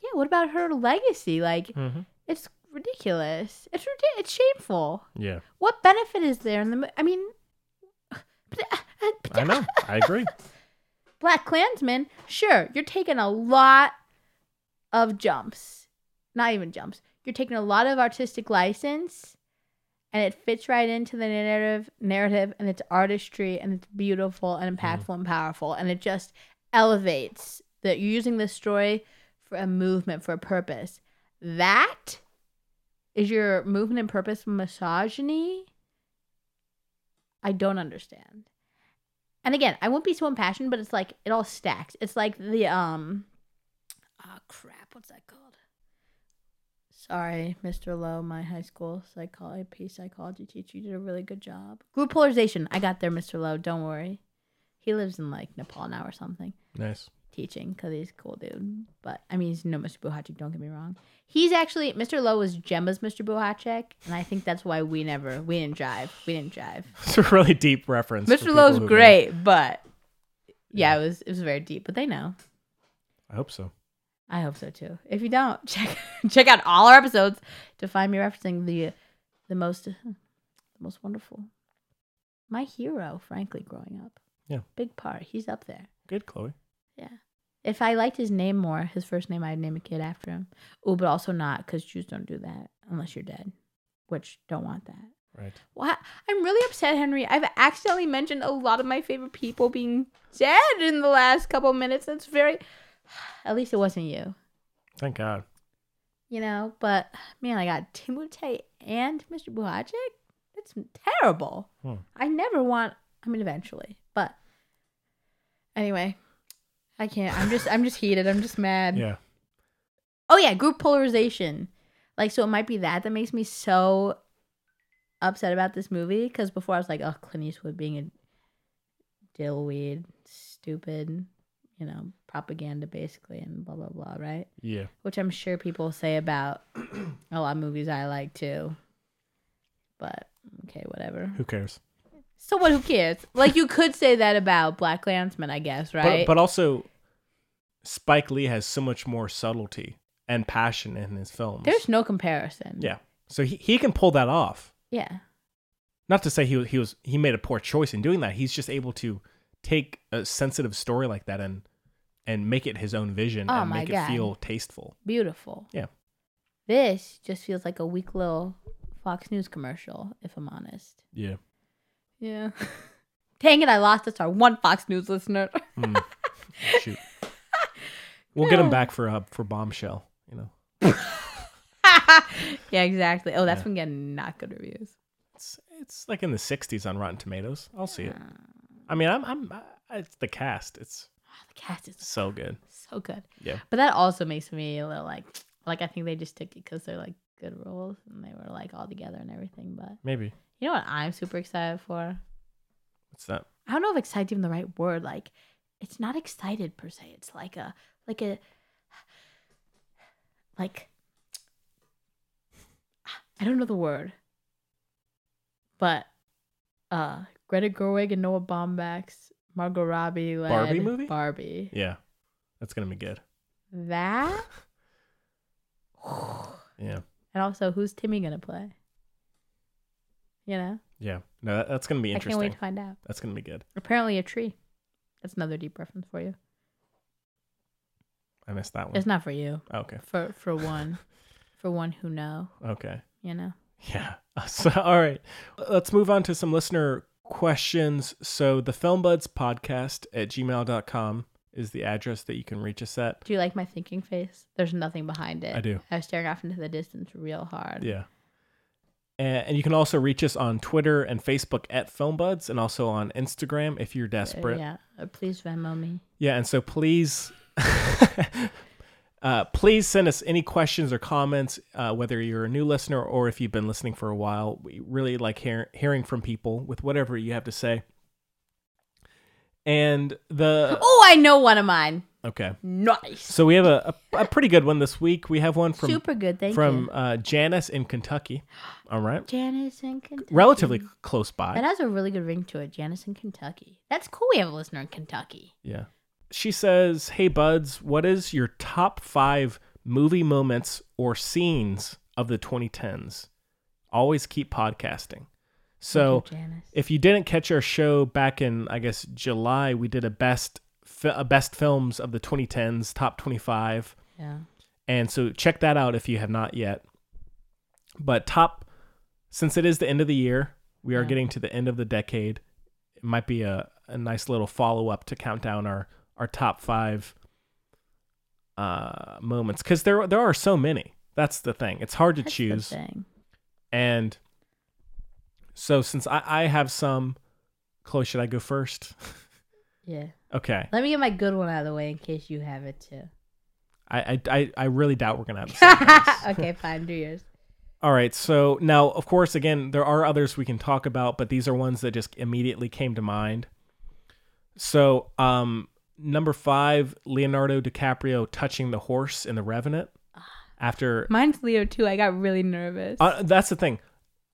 Speaker 3: yeah. What about her legacy? Like,
Speaker 2: Mhm.
Speaker 3: it's ridiculous. It's ridic- It's shameful.
Speaker 2: Yeah.
Speaker 3: What benefit is there in the? Mo- I mean,
Speaker 2: I know. I agree.
Speaker 3: Black Klansman. Sure, you're taking a lot of jumps. Not even jumps. You're taking a lot of artistic license, and it fits right into the narrative. Narrative and its artistry, and it's beautiful and impactful and powerful, and it just elevates that you're using this story for a movement for a purpose. That is your movement and purpose misogyny. I don't understand. And again, I won't be so impassioned, but it's like it all stacks. It's like the um oh crap, what's that called? Sorry, Mr. Lowe, my high school psychology psychology teacher. You did a really good job. Group polarization. I got there, Mr. Lowe, don't worry. He lives in like Nepal now or something
Speaker 2: Nice.
Speaker 3: teaching because he's a cool dude. But I mean, he's no Mr. Buhacek. Don't get me wrong. He's actually Mr. Lowe was Gemma's Mr. Buhacek, and I think that's why we never we didn't drive. We didn't drive.
Speaker 2: It's a really deep reference. for
Speaker 3: Mr.
Speaker 2: people
Speaker 3: Lowe's
Speaker 2: who-
Speaker 3: great, but yeah, it was it was very deep. But they know.
Speaker 2: I hope so.
Speaker 3: I hope so too. If you don't, check check out all our episodes to find me referencing the the most the most wonderful, my hero, frankly, growing up.
Speaker 2: Yeah.
Speaker 3: big part. He's up there.
Speaker 2: Good, Chloe.
Speaker 3: Yeah. If I liked his name more, his first name, I'd name a kid after him. Oh, but also not because Jews don't do that unless you're dead, which don't want that.
Speaker 2: Right.
Speaker 3: What? I'm really upset, Henry. I've accidentally mentioned a lot of my favorite people being dead in the last couple minutes. That's very. At least it wasn't you,
Speaker 2: Thank God.
Speaker 3: you know. But man, I got Timotei and Mr. Buhajek. That's terrible.
Speaker 2: Hmm.
Speaker 3: I never want. I mean, eventually, but anyway, I can't. I'm just. I'm just heated. I'm just mad.
Speaker 2: Yeah.
Speaker 3: Oh yeah, group polarization. Like so it might be that that makes me so upset about this movie cuz before I was like, oh, Clint Eastwood being a dillweed, stupid, you know, propaganda basically and blah blah blah, right?
Speaker 2: Yeah.
Speaker 3: Which I'm sure people say about a lot of movies I like too. But okay, whatever.
Speaker 2: Who cares?
Speaker 3: So what who cares? Like you could say that about Black Landsman, I guess, right?
Speaker 2: But, but also, Spike Lee has so much more subtlety and passion in his films.
Speaker 3: there's no comparison.
Speaker 2: yeah. So he, he can pull that off.
Speaker 3: Yeah.
Speaker 2: Not to say he he was he made a poor choice in doing that. He's just able to take a sensitive story like that and and make it his own vision
Speaker 3: Oh
Speaker 2: and
Speaker 3: my
Speaker 2: make
Speaker 3: God.
Speaker 2: it feel tasteful.
Speaker 3: Beautiful.
Speaker 2: Yeah.
Speaker 3: This just feels like a weak little Fox News commercial, if I'm honest.
Speaker 2: Yeah.
Speaker 3: Yeah. Dang it, I lost us our one Fox News listener.
Speaker 2: Shoot. we'll get him back for uh, for bombshell. You know,
Speaker 3: yeah, exactly. Oh, that's been getting not good reviews.
Speaker 2: it's it's like in the '60s on Rotten Tomatoes. I'll see it.
Speaker 3: Ah.
Speaker 2: I mean, I'm I'm I, it's the cast. It's
Speaker 3: The cast is
Speaker 2: so good.
Speaker 3: so good.
Speaker 2: Yeah.
Speaker 3: But that also makes me a little like, like I think they just took it because they're like good roles and they were like all together and everything. But
Speaker 2: Maybe
Speaker 3: you know what I'm super excited for?
Speaker 2: it's that.
Speaker 3: I don't know if excited's even the right word. Like, it's not excited per se. It's like a like a like I don't know the word, but uh, Greta Gerwig and Noah Baumbach's Margot Robbie led
Speaker 2: Barbie movie?
Speaker 3: Barbie
Speaker 2: Yeah, that's gonna be good.
Speaker 3: that
Speaker 2: Yeah,
Speaker 3: and also who's Timmy gonna play? You know,
Speaker 2: yeah. No, that, that's gonna be
Speaker 3: I can't wait
Speaker 2: interesting.
Speaker 3: to find out.
Speaker 2: That's gonna be good.
Speaker 3: Apparently, a tree. That's another deep reference for you.
Speaker 2: I missed that one. Oh,
Speaker 3: It's not for you.
Speaker 2: okay,
Speaker 3: for for one for one who know
Speaker 2: okay.
Speaker 3: you know
Speaker 2: Yeah. So, all right. Let's move on to some listener questions. So, the Film Buds podcast at gmail.com is the address that you can reach us at.
Speaker 3: Do you like my thinking face? There's nothing behind it.
Speaker 2: I do.
Speaker 3: I was staring off into the distance real hard.
Speaker 2: Yeah. And, and you can also reach us on Twitter and Facebook at FilmBuds and also on Instagram if you're desperate.
Speaker 3: Yeah. Uh, Please Venmo me.
Speaker 2: Yeah, and so please, uh, please send us any questions or comments, uh, whether you're a new listener or if you've been listening for a while. We really like hear- hearing from people with whatever you have to say. And the
Speaker 3: Oh, I know one of mine.
Speaker 2: okay,
Speaker 3: Nice.
Speaker 2: so we have a, a, a pretty good one this week. We have one from
Speaker 3: Super good. Thank
Speaker 2: from
Speaker 3: you.
Speaker 2: uh, Janice in Kentucky. All right,
Speaker 3: Janice in Kentucky.
Speaker 2: relatively close by.
Speaker 3: That has a really good ring to it. Janice in Kentucky. That's cool. We have a listener in Kentucky.
Speaker 2: Yeah. She says, Hey, buds, what is your top five movie moments or scenes of the 2010s? Always keep podcasting. So,
Speaker 3: Thank you, Janice.
Speaker 2: if you didn't catch our show back in, I guess, July, we did a best, fi- a best films of the 2010s, top 25.
Speaker 3: Yeah.
Speaker 2: And so check that out if you have not yet. But top, since it is the end of the year, we are
Speaker 3: Yeah.
Speaker 2: getting to the end of the decade. It might be a, a nice little follow up to count down our, our top five uh, moments because there there are so many. That's the thing. It's hard to
Speaker 3: That's the
Speaker 2: choose.
Speaker 3: thing.
Speaker 2: And so since I, I have some, Chloe, should I go first?
Speaker 3: Yeah.
Speaker 2: okay.
Speaker 3: Let me get my good one out of the way in case you have it too.
Speaker 2: I, I, I, I really doubt we're going to have the same ones.
Speaker 3: okay, fine. Do yours.
Speaker 2: All right. So now, of course, again, there are others we can talk about, but these are ones that just immediately came to mind. So, um, number five, Leonardo DiCaprio touching the horse in The Revenant.
Speaker 3: Ah.
Speaker 2: After
Speaker 3: Mine's Leo too. I got really nervous.
Speaker 2: uh, that's the thing,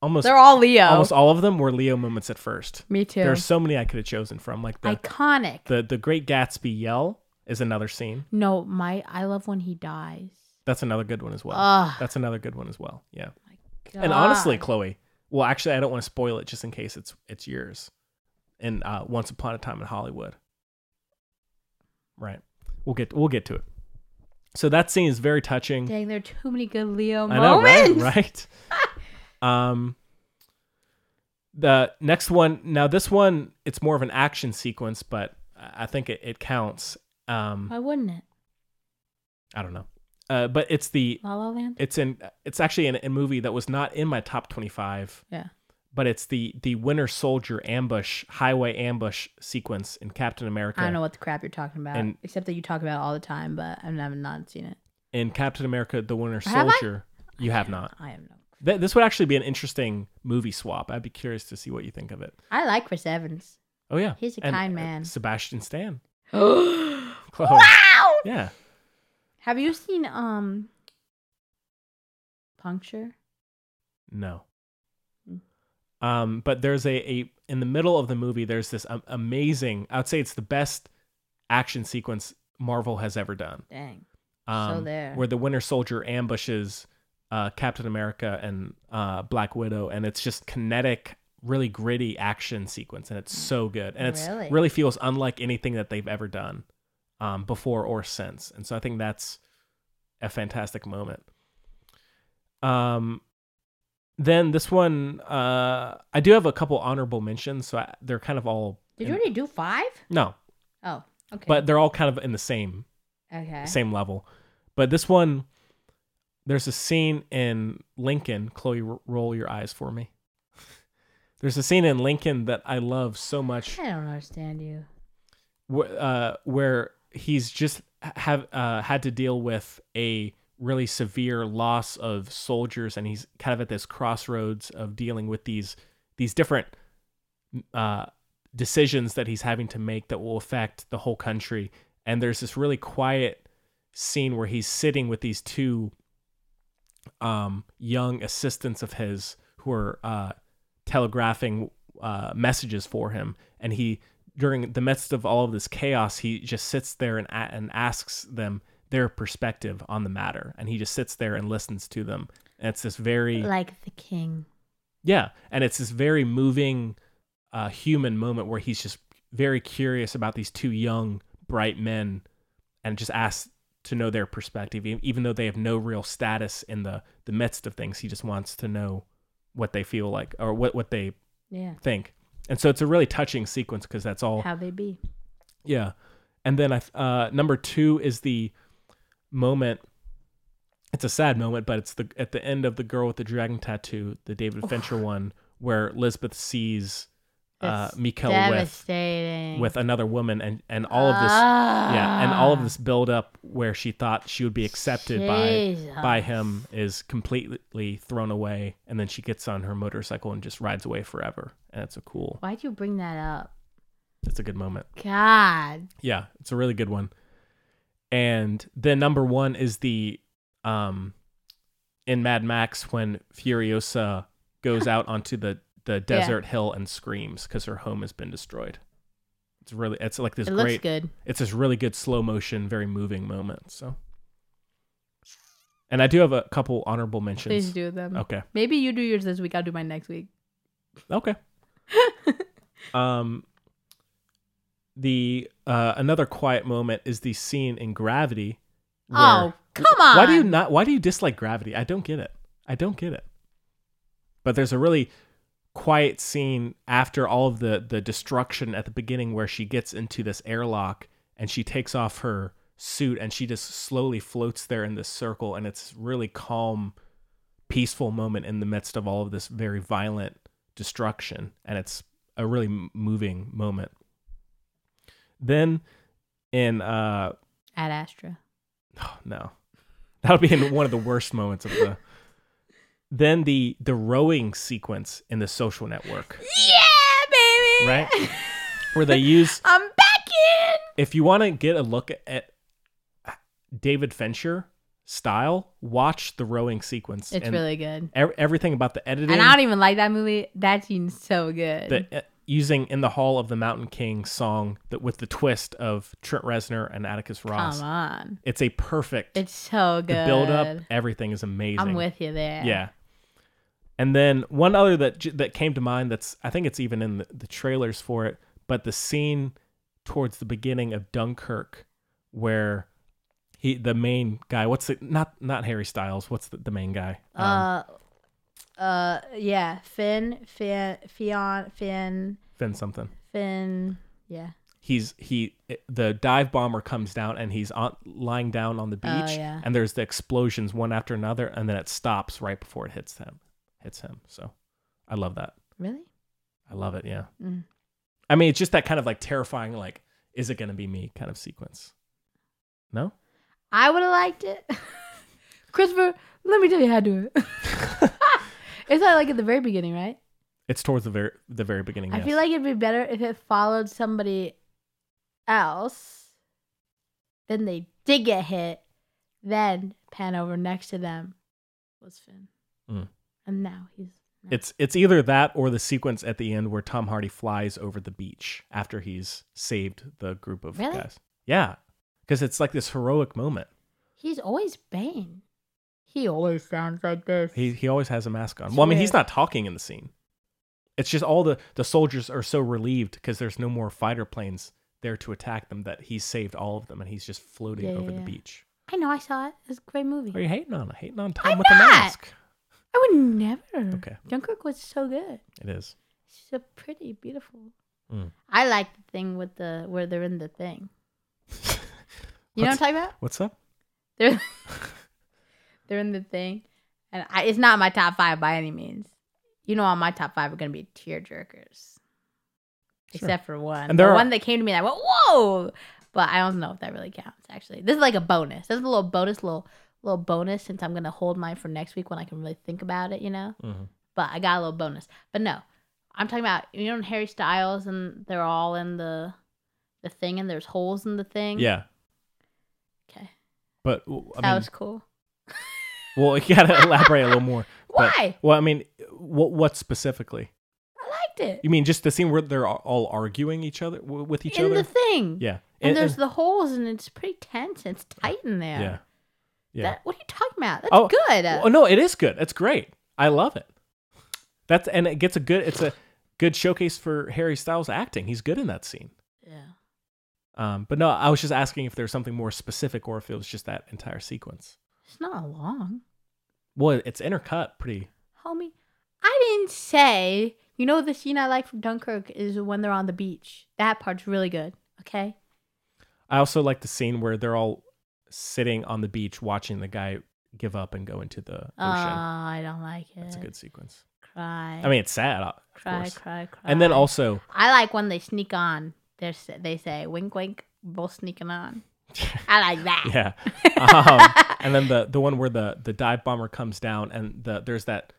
Speaker 2: almost
Speaker 3: They're all Leo.
Speaker 2: almost all of them were Leo moments at first.
Speaker 3: me too.
Speaker 2: There are so many I could have chosen from, like the
Speaker 3: Iconic.
Speaker 2: the the Great Gatsby yell is another scene.
Speaker 3: no, my I love when he dies.
Speaker 2: That's another good one as well.
Speaker 3: Ugh.
Speaker 2: That's another good one as well. Yeah. And honestly,
Speaker 3: God.
Speaker 2: Chloe, well, actually, I don't want to spoil it just in case it's it's yours. And uh, Once Upon a Time in Hollywood. Right. We'll get we'll get to it. So that scene is very touching.
Speaker 3: dang, there are too many good Leo
Speaker 2: I know, right?
Speaker 3: moments.
Speaker 2: Right. um. The next one. Now, this one, it's more of an action sequence, but I I think it, it counts. Um,
Speaker 3: Why wouldn't it?
Speaker 2: I don't know. Uh, but it's the
Speaker 3: La La Land.
Speaker 2: it's in it's actually in a movie that was not in my top twenty five.
Speaker 3: yeah.
Speaker 2: but it's the the Winter Soldier ambush, highway ambush sequence in Captain America.
Speaker 3: I don't know what the crap you're talking about,
Speaker 2: And-
Speaker 3: except that you talk about it all the time, but I've never not seen it.
Speaker 2: In Captain America: The Winter
Speaker 3: Have I?
Speaker 2: Soldier, you have not.
Speaker 3: I have no.
Speaker 2: Th- this would actually be an interesting movie swap. I'd be curious to see what you think of it.
Speaker 3: I like Chris Evans.
Speaker 2: Oh yeah,
Speaker 3: He's a
Speaker 2: And,
Speaker 3: kind
Speaker 2: uh,
Speaker 3: man.
Speaker 2: Sebastian Stan.
Speaker 3: have
Speaker 2: Chloe. Yeah.
Speaker 3: you seen um Puncture?
Speaker 2: No.
Speaker 3: Mm.
Speaker 2: Um, but there's a, a in the middle of the movie. There's this um, amazing. I'd say it's the best action sequence Marvel has ever done.
Speaker 3: Dang.
Speaker 2: um,
Speaker 3: there.
Speaker 2: where the Winter Soldier ambushes uh, Captain America and uh, Black Widow, and it's just kinetic, really gritty action sequence, and it's so good, and it's
Speaker 3: Really?
Speaker 2: really, feels unlike anything that they've ever done um, before or since, and so I think that's a fantastic moment. Um, then this one, uh, I do have a couple honorable mentions, so I, they're kind of all
Speaker 3: Did you already do five?
Speaker 2: no,
Speaker 3: Oh, okay.
Speaker 2: but they're all kind of in the same
Speaker 3: okay.
Speaker 2: same level. But this one, there's a scene in Lincoln. Chloe, r- roll your eyes for me. There's a scene in Lincoln that I love so much,
Speaker 3: I don't understand you.
Speaker 2: wh- uh, where he's just ha- have uh, had to deal with a really severe loss of soldiers, and he's kind of at this crossroads of dealing with these these different uh, decisions that he's having to make that will affect the whole country. And there's this really quiet scene where he's sitting with these two um, young assistants of his who are uh, telegraphing uh, messages for him. And he, during the midst of all of this chaos, he just sits there and, a- and asks them their perspective on the matter. And he just sits there and listens to them. And it's this very
Speaker 3: Like the king.
Speaker 2: yeah, and it's this very moving uh, human moment where he's just very curious about these two young, bright men, and just asks to know their perspective, e- even though they have no real status in the the midst of things. He just wants to know what they feel like or what what they
Speaker 3: Yeah.
Speaker 2: Oh, think, and so it's a really touching sequence because that's all.
Speaker 3: How they be.
Speaker 2: yeah, And then I th- uh, number two is the moment. It's a sad moment, but it's the at the end of the girl with the dragon tattoo, the David Fincher one, where Lisbeth sees uh,
Speaker 3: That's
Speaker 2: Mikkel with
Speaker 3: Devastating.
Speaker 2: with another woman, and and all of this,
Speaker 3: Ah.
Speaker 2: yeah, and all of this build up where she thought she would be accepted by by him is completely thrown away, and then she gets on her motorcycle and just rides away forever. And it's a cool,
Speaker 3: Why'd you bring that up?
Speaker 2: it's a good moment.
Speaker 3: God.
Speaker 2: Yeah, it's a really good one. And then number one is the um in Mad Max when Furiosa goes out onto the the desert hill and screams because her home has been destroyed. It's really it's like this
Speaker 3: It looks
Speaker 2: great
Speaker 3: good.
Speaker 2: it's this really good slow motion, very moving moment. So and I do have a couple honorable mentions.
Speaker 3: Please do them.
Speaker 2: Okay.
Speaker 3: Maybe you do yours this week. I'll do mine next week.
Speaker 2: Okay. um the uh another quiet moment is the scene in Gravity. where-
Speaker 3: Oh, come on.
Speaker 2: Why do you not why do you dislike Gravity? I don't get it. I don't get it. But there's a really quiet scene after all of the the destruction at the beginning where she gets into this airlock and she takes off her suit and she just slowly floats there in this circle and it's really calm peaceful moment in the midst of all of this very violent destruction and it's a really m- moving moment then in uh
Speaker 3: At Astra.
Speaker 2: oh, no that'll be in one of the worst moments of the then the the rowing sequence in the social network
Speaker 3: Yeah, baby.
Speaker 2: right where they use
Speaker 3: I'm back in.
Speaker 2: if you want to get a look at uh, david fincher style watch the rowing sequence
Speaker 3: It's
Speaker 2: and
Speaker 3: really good.
Speaker 2: ev- everything about the editing
Speaker 3: And I don't even like that movie. That scene's so good.
Speaker 2: the uh, using in the hall of the mountain king song that with the twist of trent reznor and atticus ross
Speaker 3: Come on.
Speaker 2: it's a perfect
Speaker 3: It's so
Speaker 2: the
Speaker 3: good.
Speaker 2: build up everything is amazing
Speaker 3: I'm with you there.
Speaker 2: yeah and then one other that j- that came to mind that's i think it's even in the, the trailers for it but the scene towards the beginning of dunkirk where he the main guy what's the not not harry styles what's the, the main guy um,
Speaker 3: Uh, uh, yeah. Finn, Finn, Fionn, Finn,
Speaker 2: finn something
Speaker 3: Finn. Yeah.
Speaker 2: he's he the dive bomber comes down and he's on lying down on the beach
Speaker 3: Oh, yeah.
Speaker 2: and there's the explosions one after another and then it stops right before it hits him hits him so i love that
Speaker 3: Really?
Speaker 2: i love it yeah
Speaker 3: Mm.
Speaker 2: i mean it's just that kind of like terrifying like is it gonna be me kind of sequence no
Speaker 3: I would have liked it. Christopher, let me tell you how to do it. it's not like at the very beginning, right?
Speaker 2: it's towards the very the very beginning
Speaker 3: I feel
Speaker 2: yes.
Speaker 3: like it'd be better if it followed somebody else. Then they did get hit. Then pan over next to them was Finn.
Speaker 2: Mm.
Speaker 3: And now he's.
Speaker 2: it's it's either that or the sequence at the end where tom hardy flies over the beach after he's saved the group of
Speaker 3: Really?
Speaker 2: guys yeah because it's like this heroic moment
Speaker 3: He's always Bane. He always sounds like this.
Speaker 2: He he always has a mask on.
Speaker 3: It's
Speaker 2: Well, I mean,
Speaker 3: weird.
Speaker 2: he's not talking in the scene. It's just all the the soldiers are so relieved because there's no more fighter planes there to attack them that he's saved all of them and he's just floating
Speaker 3: Yeah,
Speaker 2: over
Speaker 3: yeah,
Speaker 2: the
Speaker 3: yeah.
Speaker 2: beach.
Speaker 3: I know, I saw it. It's a great movie.
Speaker 2: Are you hating on hating on Tom
Speaker 3: I'm
Speaker 2: with the
Speaker 3: not.
Speaker 2: mask?
Speaker 3: I would never.
Speaker 2: Okay.
Speaker 3: Dunkirk was so good.
Speaker 2: It is.
Speaker 3: She's so pretty, beautiful.
Speaker 2: Mm.
Speaker 3: I like the thing with the where they're in the thing. You know what I'm
Speaker 2: What's-
Speaker 3: talking about?
Speaker 2: What's up?
Speaker 3: They're they're in the thing, and I, it's not my top five by any means. You know, all my top five are gonna be tear jerkers, except for one.
Speaker 2: And there
Speaker 3: the
Speaker 2: are-
Speaker 3: one that came to me, and I went, "Whoa!" But I don't know if that really counts. Actually, this is like a bonus. This is a little bonus, little little bonus since I'm gonna hold mine for next week when I can really think about it. You know
Speaker 2: Mhm.
Speaker 3: but I got a little bonus. But no, I'm talking about you know when Harry Styles and they're all in the the thing and there's holes in the thing.
Speaker 2: Yeah,
Speaker 3: Okay.
Speaker 2: but w- I
Speaker 3: that
Speaker 2: mean,
Speaker 3: was cool.
Speaker 2: well, you gotta elaborate a little more. But-
Speaker 3: Why?
Speaker 2: well, I mean, what what specifically?
Speaker 3: I liked it.
Speaker 2: You mean just the scene where they're a- all arguing each other w- with each
Speaker 3: in
Speaker 2: other?
Speaker 3: the thing.
Speaker 2: yeah,
Speaker 3: And, there's the holes and it's pretty tense. and It's tight in there.
Speaker 2: yeah, yeah.
Speaker 3: That, what are you talking about? That's
Speaker 2: Oh,
Speaker 3: good.
Speaker 2: Oh no, it is good. It's great. I love it. That's and it gets a good. It's a good showcase for Harry Styles acting. He's good in that scene.
Speaker 3: yeah.
Speaker 2: Um, but no, I was just asking if there's something more specific or if it was just that entire sequence.
Speaker 3: It's not long,
Speaker 2: Well, it's intercut pretty.
Speaker 3: homie. I didn't say. You know the scene I like from Dunkirk is when they're on the beach. That part's really good. Okay.
Speaker 2: I also like the scene where they're all sitting on the beach watching the guy give up and go into the ocean.
Speaker 3: Oh, I don't like it.
Speaker 2: That's a good sequence.
Speaker 3: cry.
Speaker 2: I mean, it's sad, of
Speaker 3: cry,
Speaker 2: course.
Speaker 3: cry, cry.
Speaker 2: And then also,
Speaker 3: I like when they sneak on. They they say wink, wink. We're both sneaking on. I like that.
Speaker 2: yeah, um, and then the the one where the the dive bomber comes down and the there's that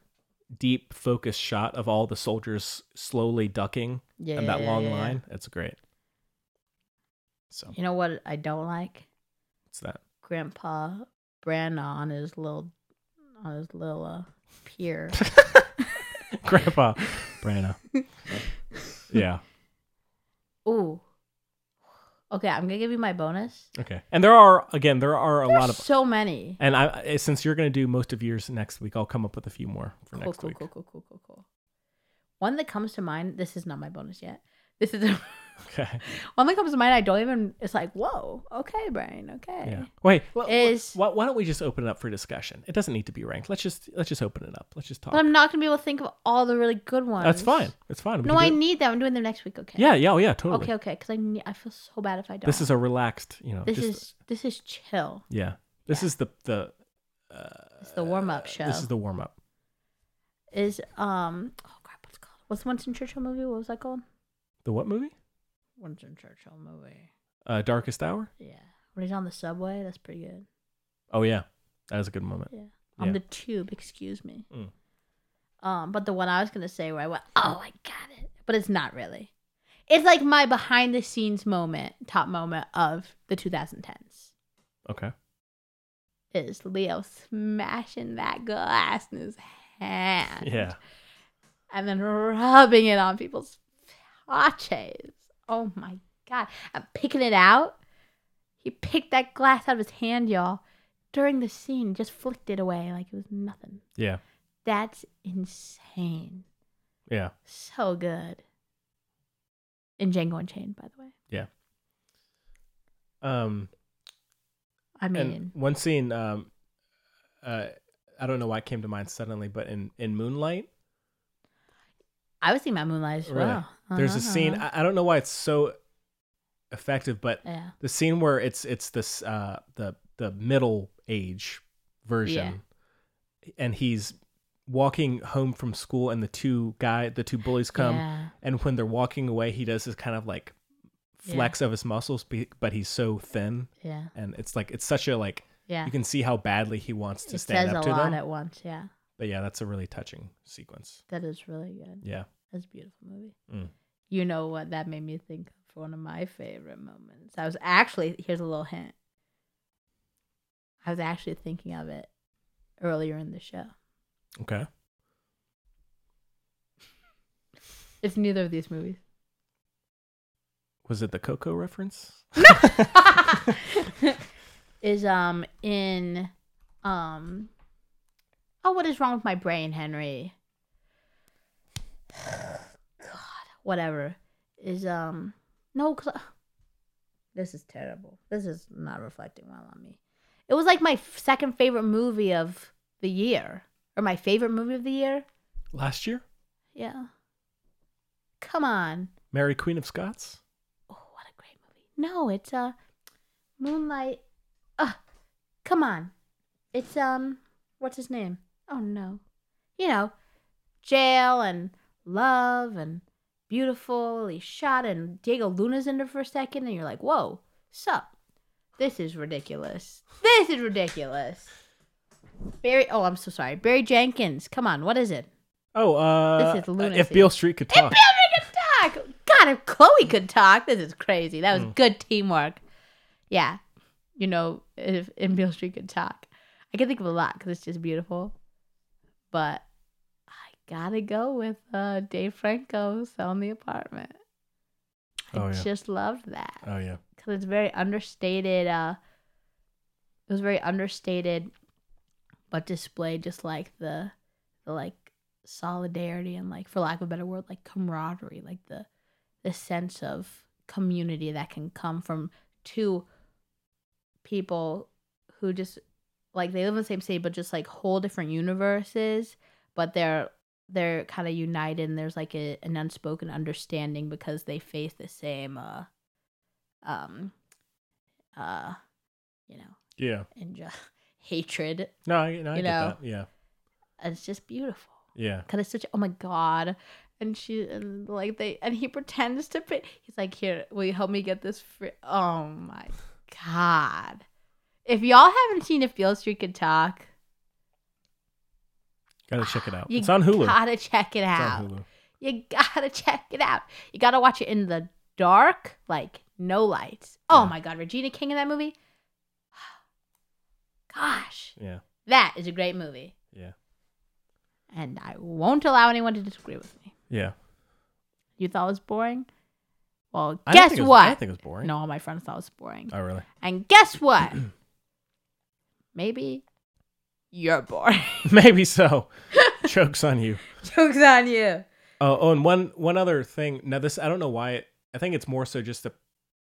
Speaker 2: deep focus shot of all the soldiers slowly ducking
Speaker 3: Yeah,
Speaker 2: and that
Speaker 3: yeah,
Speaker 2: long
Speaker 3: yeah, yeah.
Speaker 2: line. It's great. So
Speaker 3: You know what I don't like?
Speaker 2: it's that.
Speaker 3: Grandpa Brandon on his little on his little uh, pier.
Speaker 2: Grandpa Brana. yeah.
Speaker 3: Ooh. Okay, I'm gonna give you my bonus.
Speaker 2: Okay. And there are again, there are a
Speaker 3: There's
Speaker 2: lot of
Speaker 3: so many.
Speaker 2: and I I- since you're going to do most of yours next week, I'll come up with a few more for
Speaker 3: Cool,
Speaker 2: next
Speaker 3: cool,
Speaker 2: week.
Speaker 3: cool, cool, cool, cool, cool. One that comes to mind. This is not my bonus yet. This is a,
Speaker 2: Okay.
Speaker 3: one that comes to mind. I don't even. It's like, whoa. Okay, brain. Okay.
Speaker 2: Yeah. Wait. wha- wha-
Speaker 3: Is-
Speaker 2: why, why don't we just open it up for discussion? It doesn't need to be ranked. Let's just let's just open it up. Let's just talk.
Speaker 3: But I'm not gonna be able to think of all the really good ones.
Speaker 2: That's fine. That's fine. We
Speaker 3: No,
Speaker 2: can do
Speaker 3: I
Speaker 2: it.
Speaker 3: need them. I'm doing them next week. Okay.
Speaker 2: Yeah, yeah, oh, yeah, totally.
Speaker 3: Okay, okay. Because I need, I feel so bad if I don't.
Speaker 2: This is a relaxed, you know,
Speaker 3: this
Speaker 2: just
Speaker 3: is this is chill.
Speaker 2: yeah. This is the the
Speaker 3: It's the warm up show.
Speaker 2: Uh, this is the warm up.
Speaker 3: is um oh crap what's it called what's the Winston Churchill movie what was that called
Speaker 2: The what movie?
Speaker 3: Winston Churchill movie
Speaker 2: Uh Darkest Hour?
Speaker 3: yeah when he's on the subway that's pretty good
Speaker 2: Oh yeah. That was a good moment.
Speaker 3: yeah on
Speaker 2: Yeah.
Speaker 3: the tube excuse me
Speaker 2: Mm.
Speaker 3: um but the one I was gonna say where I went oh I got it but it's not really it's like my behind the scenes moment top moment of the 2010s
Speaker 2: Okay.
Speaker 3: is Leo smashing that glass in his hand
Speaker 2: Yeah.
Speaker 3: and then rubbing it on people's paches. Oh my god. I'm picking it out. He picked that glass out of his hand, y'all, during the scene, just flicked it away like it was nothing.
Speaker 2: Yeah.
Speaker 3: That's insane.
Speaker 2: Yeah.
Speaker 3: So good. In Django Unchained, by the way.
Speaker 2: Yeah. Um
Speaker 3: I
Speaker 2: and
Speaker 3: mean,
Speaker 2: one scene um uh I don't know why it came to mind suddenly, but in in Moonlight,
Speaker 3: I was thinking about Moonlight as well.
Speaker 2: really, there's a
Speaker 3: Uh-huh,
Speaker 2: scene
Speaker 3: uh-huh.
Speaker 2: I, I don't know why it's so effective, but
Speaker 3: Yeah.
Speaker 2: the scene where it's it's this uh the the middle age version and he's walking home from school and the two guy the two bullies come
Speaker 3: Yeah.
Speaker 2: and when they're walking away he does this kind of like
Speaker 3: Yeah.
Speaker 2: flex of his muscles be- but he's so thin
Speaker 3: Yeah.
Speaker 2: and it's like it's such a like
Speaker 3: Yeah.
Speaker 2: you can see how badly he wants to
Speaker 3: it
Speaker 2: stand
Speaker 3: says
Speaker 2: up
Speaker 3: a
Speaker 2: to
Speaker 3: lot
Speaker 2: them
Speaker 3: at once. Yeah.
Speaker 2: but yeah that's a really touching sequence
Speaker 3: That is really good.
Speaker 2: yeah
Speaker 3: That's a beautiful movie.
Speaker 2: Mm.
Speaker 3: You know what that made me think of for one of my favorite moments. I was actually here's a little hint. I was actually thinking of it earlier in the show.
Speaker 2: okay
Speaker 3: It's neither of these movies.
Speaker 2: was it the coco reference
Speaker 3: Is um in um Oh what is wrong with my brain, Henry? God, whatever. Is um no 'cause I- this is terrible. This is not reflecting well on me. It was like my f- second favorite movie of the year, or my favorite movie of the year.
Speaker 2: last year
Speaker 3: Yeah. Come on.
Speaker 2: mary queen of scots
Speaker 3: Oh, what a great movie. No, it's uh Moonlight. Ugh, come on. It's um what's his name? Oh no. You know, jail and love and beautiful. He's shot and Diego Luna's in there for a second and you're like, "Whoa, sup? This is ridiculous. This is ridiculous." Barry Oh, I'm so sorry. Barry Jenkins. Come on, what is it?
Speaker 2: oh uh
Speaker 3: This is
Speaker 2: if
Speaker 3: lunacy.
Speaker 2: beale street could
Speaker 3: Chloe
Speaker 2: talk
Speaker 3: could talk. God, if Chloe could talk, this is crazy. That was
Speaker 2: Mm.
Speaker 3: good teamwork. Yeah, you know, if in Beale Street could talk, I can think of a lot because it's just beautiful. But I gotta go with uh, Dave Franco's on the apartment. I
Speaker 2: Oh, yeah.
Speaker 3: just loved that
Speaker 2: oh yeah
Speaker 3: because it's very understated. Uh, it was very understated, but displayed just like the, the like solidarity and like, for lack of a better word, like camaraderie, like the, the sense of community that can come from two people who just like they live in the same city but just like whole different universes but they're they're kind of united and there's like a, an unspoken understanding because they face the same uh um uh, you know,
Speaker 2: Yeah.
Speaker 3: and just hatred.
Speaker 2: No, I, no, I
Speaker 3: You
Speaker 2: get
Speaker 3: know.
Speaker 2: that. Yeah.
Speaker 3: And it's just beautiful.
Speaker 2: Yeah.
Speaker 3: Cause it's such. Oh my god. And she and like they and he pretends to pay. He's like, here, will you help me get this free? Oh my god. If y'all haven't seen If Beale Street Could Talk,
Speaker 2: Gotta check it out.
Speaker 3: you
Speaker 2: It's on Hulu.
Speaker 3: gotta check it
Speaker 2: it's
Speaker 3: out.
Speaker 2: on Hulu.
Speaker 3: You gotta check it out. You gotta watch it in the dark, like no lights. Oh my god, Regina King in that movie. Gosh,
Speaker 2: Yeah.
Speaker 3: that is a great movie,
Speaker 2: Yeah.
Speaker 3: and I won't allow anyone to disagree with me.
Speaker 2: Yeah.
Speaker 3: You thought it was boring? Well,
Speaker 2: I don't
Speaker 3: guess
Speaker 2: think it was-
Speaker 3: what?
Speaker 2: I don't think it was boring.
Speaker 3: No, all my friends thought it was boring.
Speaker 2: Oh, really?
Speaker 3: And guess what? Maybe you're boring.
Speaker 2: Maybe so. Joke's on you.
Speaker 3: Jokes on you.
Speaker 2: Oh, oh, and one one other thing. Now, this I don't know why. It, I think it's more so just a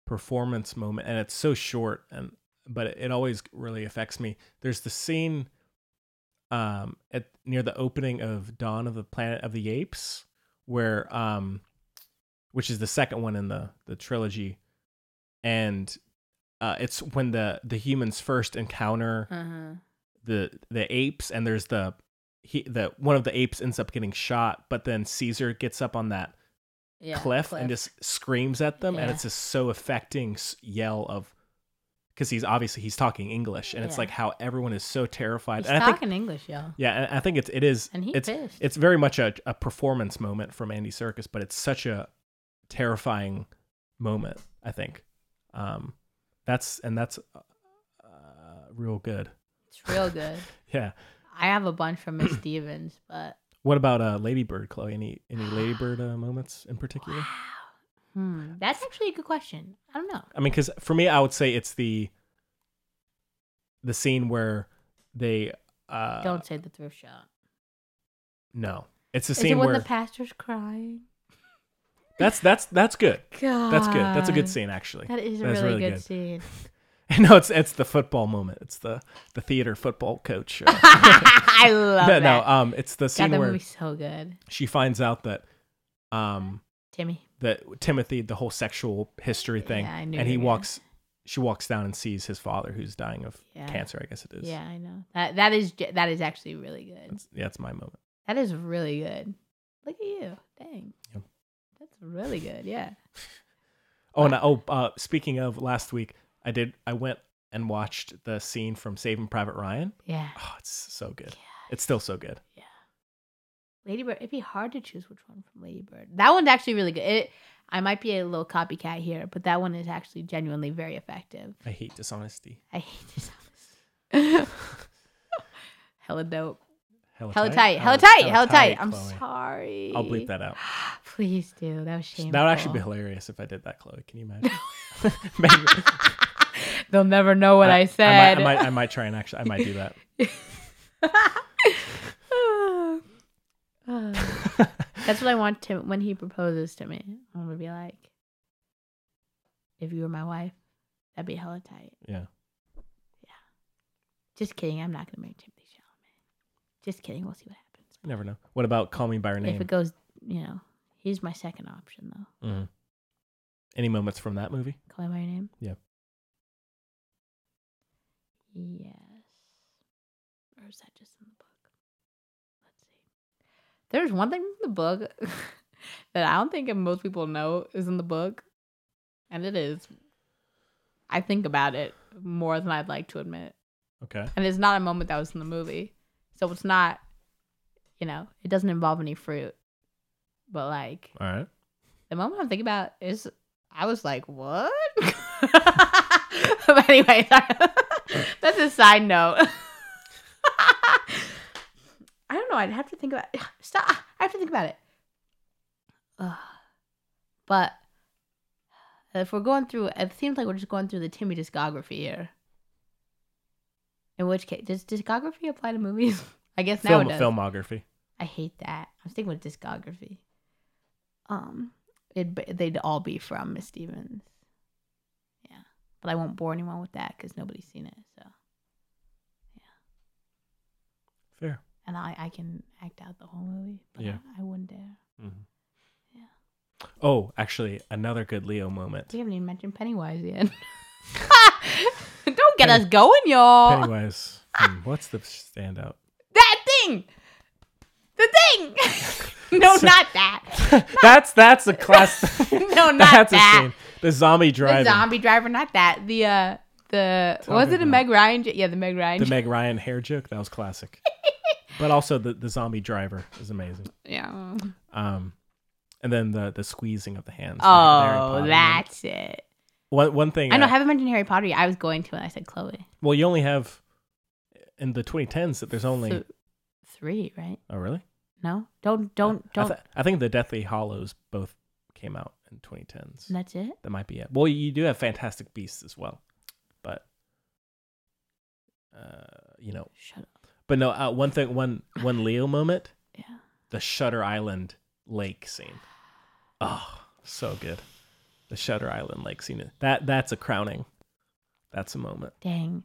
Speaker 2: performance moment, and it's so short, and but it, it always really affects me. There's the scene, um, at near the opening of Dawn of the Planet of the Apes, where um, which is the second one in the the trilogy, and uh, it's when the the humans first encounter
Speaker 3: Uh-huh.
Speaker 2: the the apes and there's the he the one of the apes ends up getting shot but then caesar gets up on that
Speaker 3: Yeah,
Speaker 2: cliff, and just screams at them and
Speaker 3: Yeah.
Speaker 2: it's this so affecting s- yell of because he's obviously he's talking english and it's
Speaker 3: Yeah.
Speaker 2: like how everyone is so terrified
Speaker 3: He's
Speaker 2: and i
Speaker 3: talking
Speaker 2: think
Speaker 3: English, y'all.
Speaker 2: yeah and i think it's it is
Speaker 3: And he
Speaker 2: it's
Speaker 3: pissed.
Speaker 2: it's very much a, a performance moment from andy circus but it's such a terrifying moment i think um that's and that's uh, real good
Speaker 3: It's real good.
Speaker 2: yeah
Speaker 3: I have a bunch from Miss Stevens, but
Speaker 2: What about uh, Ladybird, Chloe? Any any Ladybird uh, moments in particular?
Speaker 3: hmm, that's actually a good question. I don't know.
Speaker 2: I mean, because for me, I would say it's the the scene where they uh,
Speaker 3: don't say the thrift shop.
Speaker 2: No, it's the
Speaker 3: Is it
Speaker 2: scene
Speaker 3: when
Speaker 2: where
Speaker 3: the pastor's crying?
Speaker 2: that's that's that's good.
Speaker 3: God,
Speaker 2: That's good. That's a good scene, actually.
Speaker 3: That is a
Speaker 2: That's
Speaker 3: really, good, scene.
Speaker 2: no, it's it's the football moment. It's the the theater football coach. uh,
Speaker 3: I love
Speaker 2: no,
Speaker 3: that.
Speaker 2: no, um, it's the
Speaker 3: God,
Speaker 2: scene
Speaker 3: that
Speaker 2: where
Speaker 3: movie's so good.
Speaker 2: she finds out that um
Speaker 3: Timmy.
Speaker 2: that Timothy the whole sexual history thing,
Speaker 3: Yeah, I knew
Speaker 2: and
Speaker 3: you
Speaker 2: he
Speaker 3: were gonna-
Speaker 2: walks. She walks down and sees his father, who's dying of
Speaker 3: Yeah.
Speaker 2: cancer. I guess it is.
Speaker 3: Yeah, I know. That that is ge- that is actually really good.
Speaker 2: That's, yeah, it's my moment.
Speaker 3: That is really good. Look at you. Dang.
Speaker 2: Yep.
Speaker 3: That's really good. Yeah.
Speaker 2: Oh, and I, oh, uh, speaking of last week, I did. I went and watched the scene from Saving Private Ryan.
Speaker 3: Yeah.
Speaker 2: Oh, it's so good. It's still so good.
Speaker 3: Ladybird. It'd be hard to choose which one from Ladybird. That one's actually really good. It, I might be a little copycat here, but that one is actually genuinely very effective.
Speaker 2: I hate dishonesty.
Speaker 3: I hate this. house. hella dope.
Speaker 2: Hella,
Speaker 3: Hella tight. Hella tight. Hella tight. I'm
Speaker 2: Chloe.
Speaker 3: sorry.
Speaker 2: I'll bleep that out.
Speaker 3: Please do. That was shameful.
Speaker 2: That would actually be hilarious if I did that, Chloe. Can you imagine? Maybe-
Speaker 3: They'll never know what I, said.
Speaker 2: I might, I might. I might try and actually. I might do that.
Speaker 3: That's what I want to when he proposes to me. I'm gonna be like, if you were my wife, that'd be hella tight.
Speaker 2: Yeah.
Speaker 3: Just kidding. I'm not gonna marry Timothy Chalamet. Just kidding. We'll see what happens.
Speaker 2: You never know. What about Call Me by Your
Speaker 3: If
Speaker 2: Name?
Speaker 3: it goes, you know, he's my second option though.
Speaker 2: Mhm. Any moments from that movie?
Speaker 3: Call me by your name.
Speaker 2: Yeah.
Speaker 3: Yes. Or is that just in the book? Let's see. There's one thing in the book that I don't think most people know is in the book. And it is. I think about it more than I'd like to admit.
Speaker 2: Okay.
Speaker 3: And it's not a moment that was in the movie. So it's not, you know, it doesn't involve any fruit. But like,
Speaker 2: All right.
Speaker 3: the moment I'm thinking about is I was like, what? but anyway, sorry. that's a side note. I don't know. I'd have to think about Stop. I have to think about it. Ugh. But if we're going through, it seems like we're just going through the Timmy discography here. In which case, does discography apply to movies? I guess now
Speaker 2: Film
Speaker 3: it does.
Speaker 2: filmography.
Speaker 3: I hate that. I'm sticking with discography. Um, it they'd all be from Miss Stevens. Yeah, but I won't bore anyone with that because nobody's seen it. So,
Speaker 2: Fair.
Speaker 3: and I I can act out the whole movie, but
Speaker 2: Yeah.
Speaker 3: I, I wouldn't dare.
Speaker 2: Oh, actually, another good Leo moment.
Speaker 3: We haven't even mentioned Pennywise yet. Don't get us going, y'all.
Speaker 2: Pennywise. Hmm, what's the standout?
Speaker 3: That thing. The thing. no, not that.
Speaker 2: That's that's a class.
Speaker 3: No, not
Speaker 2: that's a
Speaker 3: that.
Speaker 2: scene. The zombie
Speaker 3: The
Speaker 2: driving. The,
Speaker 3: zombie driver, not that. The uh the was it a
Speaker 2: about-
Speaker 3: Meg Ryan? j- Yeah, the Meg Ryan. j-
Speaker 2: Meg Ryan hair joke. That was classic. but also the, the zombie driver is amazing.
Speaker 3: yeah.
Speaker 2: Um, and then the the squeezing of the hands. the Harry Potter
Speaker 3: Oh,
Speaker 2: one.
Speaker 3: that's it.
Speaker 2: one one thing.
Speaker 3: I know. I
Speaker 2: uh,
Speaker 3: haven't mentioned Harry Potter yet. I was going to, and I said Chloe.
Speaker 2: well, you only have in the 2010s that there's only.
Speaker 3: So- Three, right?
Speaker 2: oh really?
Speaker 3: No, don't, don't,
Speaker 2: I,
Speaker 3: don't.
Speaker 2: th- I think the Deathly Hollows both came out in 2010s.
Speaker 3: that's it.
Speaker 2: That might be it. Well, you do have Fantastic Beasts as well, but uh, you know,
Speaker 3: Shut up.
Speaker 2: but no. Uh, one thing, one one Leo moment,
Speaker 3: Yeah.
Speaker 2: the Shutter Island lake scene. Oh, so good. The Shutter Island lake scene. That that's a crowning. That's a moment.
Speaker 3: Dang.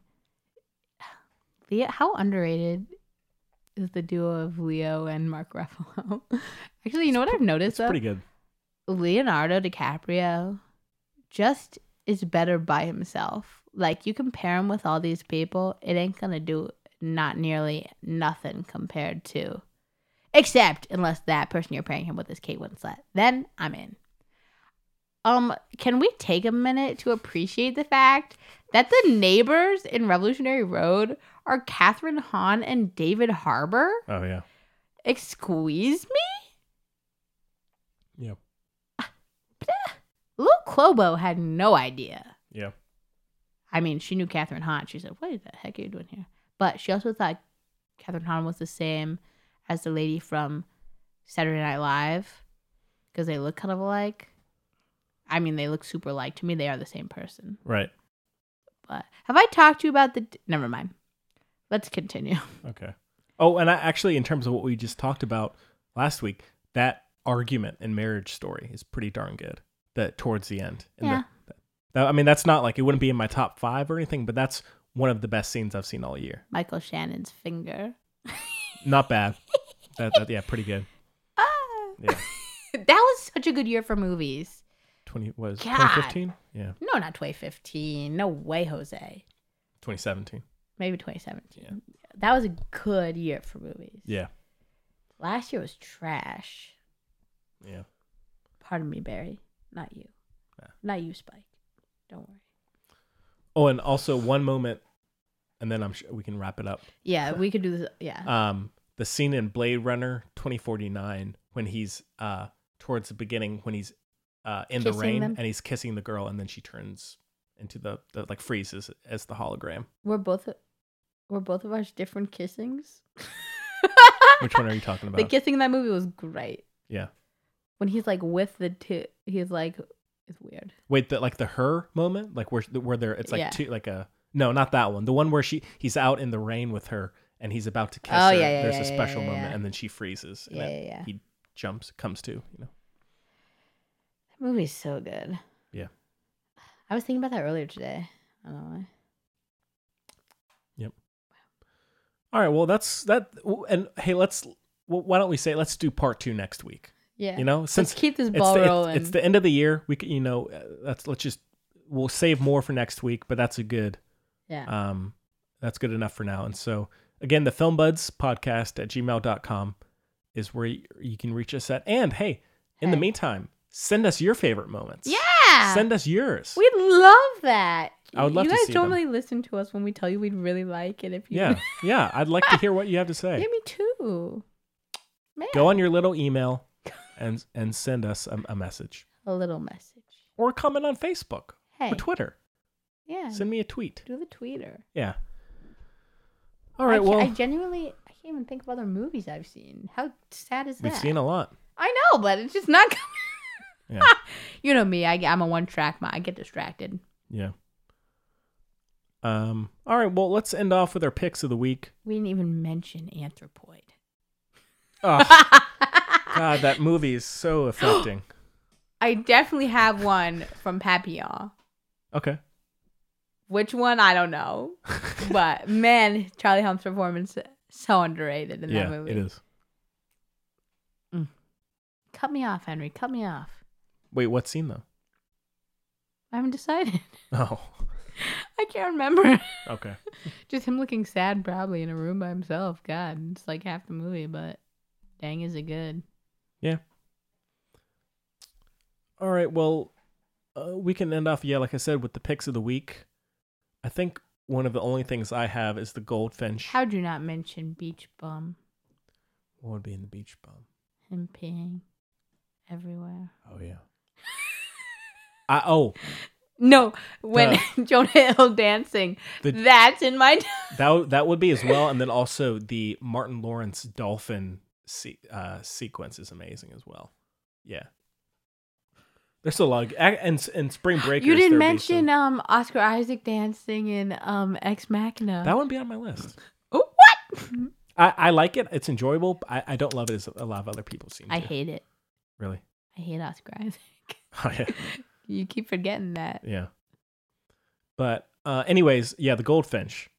Speaker 3: Leo, how underrated is the duo of Leo and Mark Ruffalo? Actually, you know what I've noticed
Speaker 2: It's
Speaker 3: though?
Speaker 2: pretty good.
Speaker 3: Leonardo DiCaprio just is better by himself. Like you compare him with all these people, it ain't gonna do not nearly nothing compared to except unless that person you're pairing him with is Kate Winslet. Then I'm in. Um, can we take a minute to appreciate the fact that the neighbors in Revolutionary Road are Catherine Hahn and David Harbour?
Speaker 2: Oh yeah,
Speaker 3: Excuse me?
Speaker 2: yeah,
Speaker 3: Lil Clobo had no idea.
Speaker 2: yeah.
Speaker 3: I mean, she knew Catherine Hahn. She said, What the heck are you doing here? But she also thought Catherine Hahn was the same as the lady from Saturday Night Live because they look kind of alike. I mean, they look super alike. To me, they are the same person.
Speaker 2: Right.
Speaker 3: But have I talked to you about the. D- Never mind. Let's continue.
Speaker 2: Okay. Oh, and I actually, in terms of what we just talked about last week, that argument in Marriage Story is pretty darn good. That towards the end, And
Speaker 3: Yeah.
Speaker 2: the- that- I mean, that's not like it wouldn't be in my top five or anything, but that's one of the best scenes I've seen all year.
Speaker 3: Michael Shannon's finger.
Speaker 2: Not bad. that, that- yeah, pretty good.
Speaker 3: Ah!
Speaker 2: Yeah.
Speaker 3: that was such a good year for movies.
Speaker 2: Twenty was
Speaker 3: God.
Speaker 2: twenty fifteen. Yeah,
Speaker 3: No, not 2015. No way, Jose.
Speaker 2: twenty seventeen.
Speaker 3: Maybe 2017. That was a good year for movies.
Speaker 2: Yeah,
Speaker 3: Last year was trash.
Speaker 2: yeah.
Speaker 3: Pardon me, Barry. Not you. Not you, Spike. Don't worry.
Speaker 2: Oh, and also one moment, and then I'm sure we can wrap it up.
Speaker 3: Yeah, we could do this. Yeah.
Speaker 2: um the scene in Blade Runner 2049 when he's uh towards the beginning when he's uh in the
Speaker 3: Kissing
Speaker 2: rain
Speaker 3: them?
Speaker 2: and he's kissing the girl and then she turns into the, the like freezes as the hologram.
Speaker 3: we're both we're both of us different kissings.
Speaker 2: Which one are you talking
Speaker 3: The
Speaker 2: about?
Speaker 3: kissing in that movie was great.
Speaker 2: yeah.
Speaker 3: When he's like with the two, he's like, it's weird.
Speaker 2: Wait, the like the her moment, like where where there it's like
Speaker 3: Yeah.
Speaker 2: two like a no, not that one. The one where she he's out in the rain with her and he's about to kiss
Speaker 3: Oh,
Speaker 2: her.
Speaker 3: yeah, yeah,
Speaker 2: There's
Speaker 3: yeah,
Speaker 2: a
Speaker 3: yeah,
Speaker 2: special
Speaker 3: yeah,
Speaker 2: moment
Speaker 3: yeah.
Speaker 2: and then she freezes and
Speaker 3: Yeah,
Speaker 2: then
Speaker 3: yeah, yeah.
Speaker 2: he jumps comes to, you know.
Speaker 3: That movie's so good.
Speaker 2: Yeah.
Speaker 3: I was thinking about that earlier today. I don't know why.
Speaker 2: All right, well that's that and hey, let's why don't we say let's do part 2 next week.
Speaker 3: Yeah.
Speaker 2: You know, since
Speaker 3: Let's keep this
Speaker 2: it's
Speaker 3: ball
Speaker 2: the, it's-
Speaker 3: rolling.
Speaker 2: It's, the end of the year. We can, you know, uh, that's let's just we'll save more for next week, but that's a good
Speaker 3: yeah.
Speaker 2: um that's good enough for now. And so again, the film buds podcast at gmail.com is where you, you can reach us at. And hey, in the
Speaker 3: Hey.
Speaker 2: meantime, send us your favorite moments.
Speaker 3: yeah.
Speaker 2: Send us yours.
Speaker 3: We'd love that.
Speaker 2: I would love
Speaker 3: you
Speaker 2: to
Speaker 3: guys
Speaker 2: see
Speaker 3: don't
Speaker 2: them.
Speaker 3: really listen to us when we tell you we'd really like it if you
Speaker 2: yeah. Yeah. I'd like to hear what you have to say.
Speaker 3: Yeah, me too. Man.
Speaker 2: Go on your little email and and send us a, a message.
Speaker 3: A little message.
Speaker 2: Or comment on Facebook
Speaker 3: Hey.
Speaker 2: or Twitter.
Speaker 3: Yeah.
Speaker 2: Send me a tweet.
Speaker 3: do the tweeter.
Speaker 2: Yeah. All right.
Speaker 3: I,
Speaker 2: well,
Speaker 3: can't- I genuinely I can't even think of other movies I've seen. How sad is that?
Speaker 2: We've seen a lot.
Speaker 3: I know, but it's just not. coming-
Speaker 2: Yeah.
Speaker 3: you know me. I, I'm a one track mind. I get distracted.
Speaker 2: yeah. Um. All right. Well, let's end off with our picks of the week.
Speaker 3: We didn't even mention Anthropoid.
Speaker 2: Oh, God, that movie is so affecting.
Speaker 3: I definitely have one from Papillon.
Speaker 2: Okay.
Speaker 3: Which one I don't know, but man, Charlie Hunt's performance so underrated in
Speaker 2: yeah,
Speaker 3: that movie.
Speaker 2: it is.
Speaker 3: Cut me off, Henry. Cut me off.
Speaker 2: Wait, what scene though?
Speaker 3: I haven't decided.
Speaker 2: Oh.
Speaker 3: I can't remember.
Speaker 2: Okay.
Speaker 3: Just him looking sad, probably in a room by himself. God, it's like half the movie, but dang, is it good?
Speaker 2: Yeah. All right. Well, uh, we can end off, yeah, like I said, with the picks of the week. I think one of the only things I have is the goldfinch.
Speaker 3: How'd you not mention Beach Bum
Speaker 2: what would be in the beach bum?
Speaker 3: and peeing everywhere?
Speaker 2: Oh, yeah. I, oh,
Speaker 3: No, when Jonah Hill dancing,
Speaker 2: The-
Speaker 3: that's in my.
Speaker 2: that, w- that would be as well. And then also the Martin Lawrence dolphin se- uh, sequence is amazing as well. Yeah. There's a lot. Of, a- and, and Spring Breakers.
Speaker 3: you didn't
Speaker 2: there would be some-
Speaker 3: mention um Oscar Isaac dancing in um Ex Machina.
Speaker 2: that wouldn't be on my list.
Speaker 3: Oh, what?
Speaker 2: I, I like it. It's enjoyable. but I, I don't love it as a lot of other people seem
Speaker 3: I
Speaker 2: to.
Speaker 3: hate it.
Speaker 2: Really?
Speaker 3: I hate Oscar Isaac.
Speaker 2: Oh, yeah.
Speaker 3: You keep forgetting that.
Speaker 2: Yeah. But uh anyways, yeah, the Goldfinch.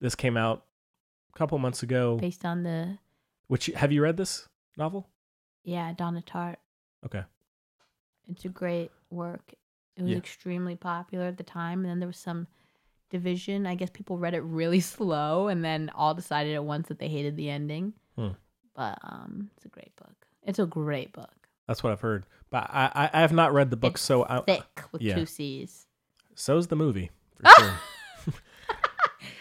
Speaker 2: This came out a couple months ago.
Speaker 3: Based on the
Speaker 2: Which have you read this novel?
Speaker 3: yeah Donna Tartt.
Speaker 2: Okay.
Speaker 3: It's a great work. It was
Speaker 2: Yeah.
Speaker 3: extremely popular at the time, and then there was some division. I guess people read it really slow, and then all decided at once that they hated the ending.
Speaker 2: Hmm.
Speaker 3: But um, it's a great book. It's a great book.
Speaker 2: That's what I've heard. But I I, I have not read the book,
Speaker 3: It's
Speaker 2: so I
Speaker 3: thick with
Speaker 2: Uh, yeah.
Speaker 3: two C's.
Speaker 2: so's the movie for sure.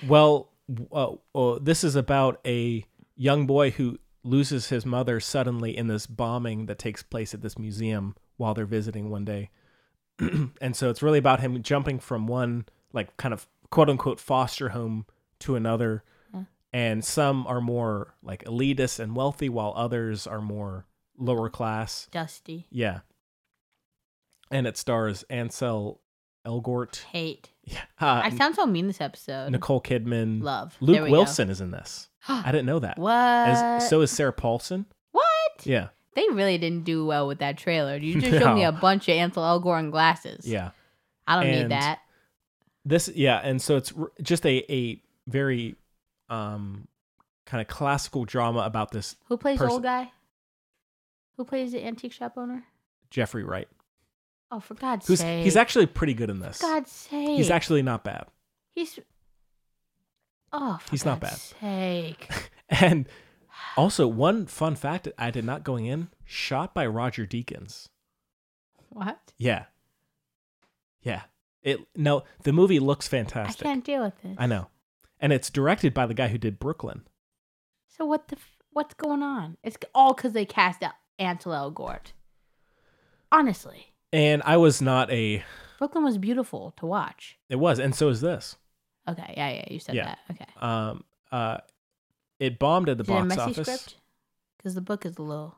Speaker 2: well, uh, uh, this is about a young boy who loses his mother suddenly in this bombing that takes place at this museum while they're visiting one day. and so it's really about him jumping from one like kind of quote unquote foster home to another. And some are more like elitist and wealthy while others are more lower class.
Speaker 3: Dusty
Speaker 2: Yeah. And it stars Ansel Elgort.
Speaker 3: hate.
Speaker 2: Yeah. Uh,
Speaker 3: I sound so mean this episode.
Speaker 2: Nicole Kidman.
Speaker 3: Love. There
Speaker 2: Luke
Speaker 3: we go.
Speaker 2: Wilson is in this. I didn't know that.
Speaker 3: What?
Speaker 2: As, so is Sarah Paulson.
Speaker 3: what?
Speaker 2: Yeah.
Speaker 3: They really didn't do well with that trailer. You just showed me
Speaker 2: No.
Speaker 3: a bunch of Ansel Elgort and glasses.
Speaker 2: Yeah.
Speaker 3: I don't
Speaker 2: And-
Speaker 3: need that.
Speaker 2: This, yeah. And so it's r- just a, a very um, kind of classical drama about this
Speaker 3: Who plays the
Speaker 2: person-
Speaker 3: old guy? Who plays the antique shop owner?
Speaker 2: Jeffrey Wright,
Speaker 3: Oh, for God's
Speaker 2: who's
Speaker 3: sake!
Speaker 2: he's actually pretty good in this.
Speaker 3: For God's sake!
Speaker 2: He's actually not bad.
Speaker 3: He's. Oh, for
Speaker 2: He's not
Speaker 3: God's Sake.
Speaker 2: And also, one fun fact I did not going in shot by Roger Deakins.
Speaker 3: what?
Speaker 2: Yeah. Yeah. It no, the movie looks
Speaker 3: I
Speaker 2: fantastic.
Speaker 3: can't deal with this.
Speaker 2: I know. And it's directed by the guy who did Brooklyn.
Speaker 3: So what the f- what's going on? It's all because they cast out Ansel Elgort. Honestly,
Speaker 2: And I was not a
Speaker 3: Brooklyn was beautiful to watch.
Speaker 2: it was, and so is this.
Speaker 3: Okay, yeah, yeah, you said
Speaker 2: Yeah.
Speaker 3: that. Okay.
Speaker 2: Um uh it bombed at the
Speaker 3: Is it a
Speaker 2: box
Speaker 3: messy
Speaker 2: office.
Speaker 3: script? Because the book is a little.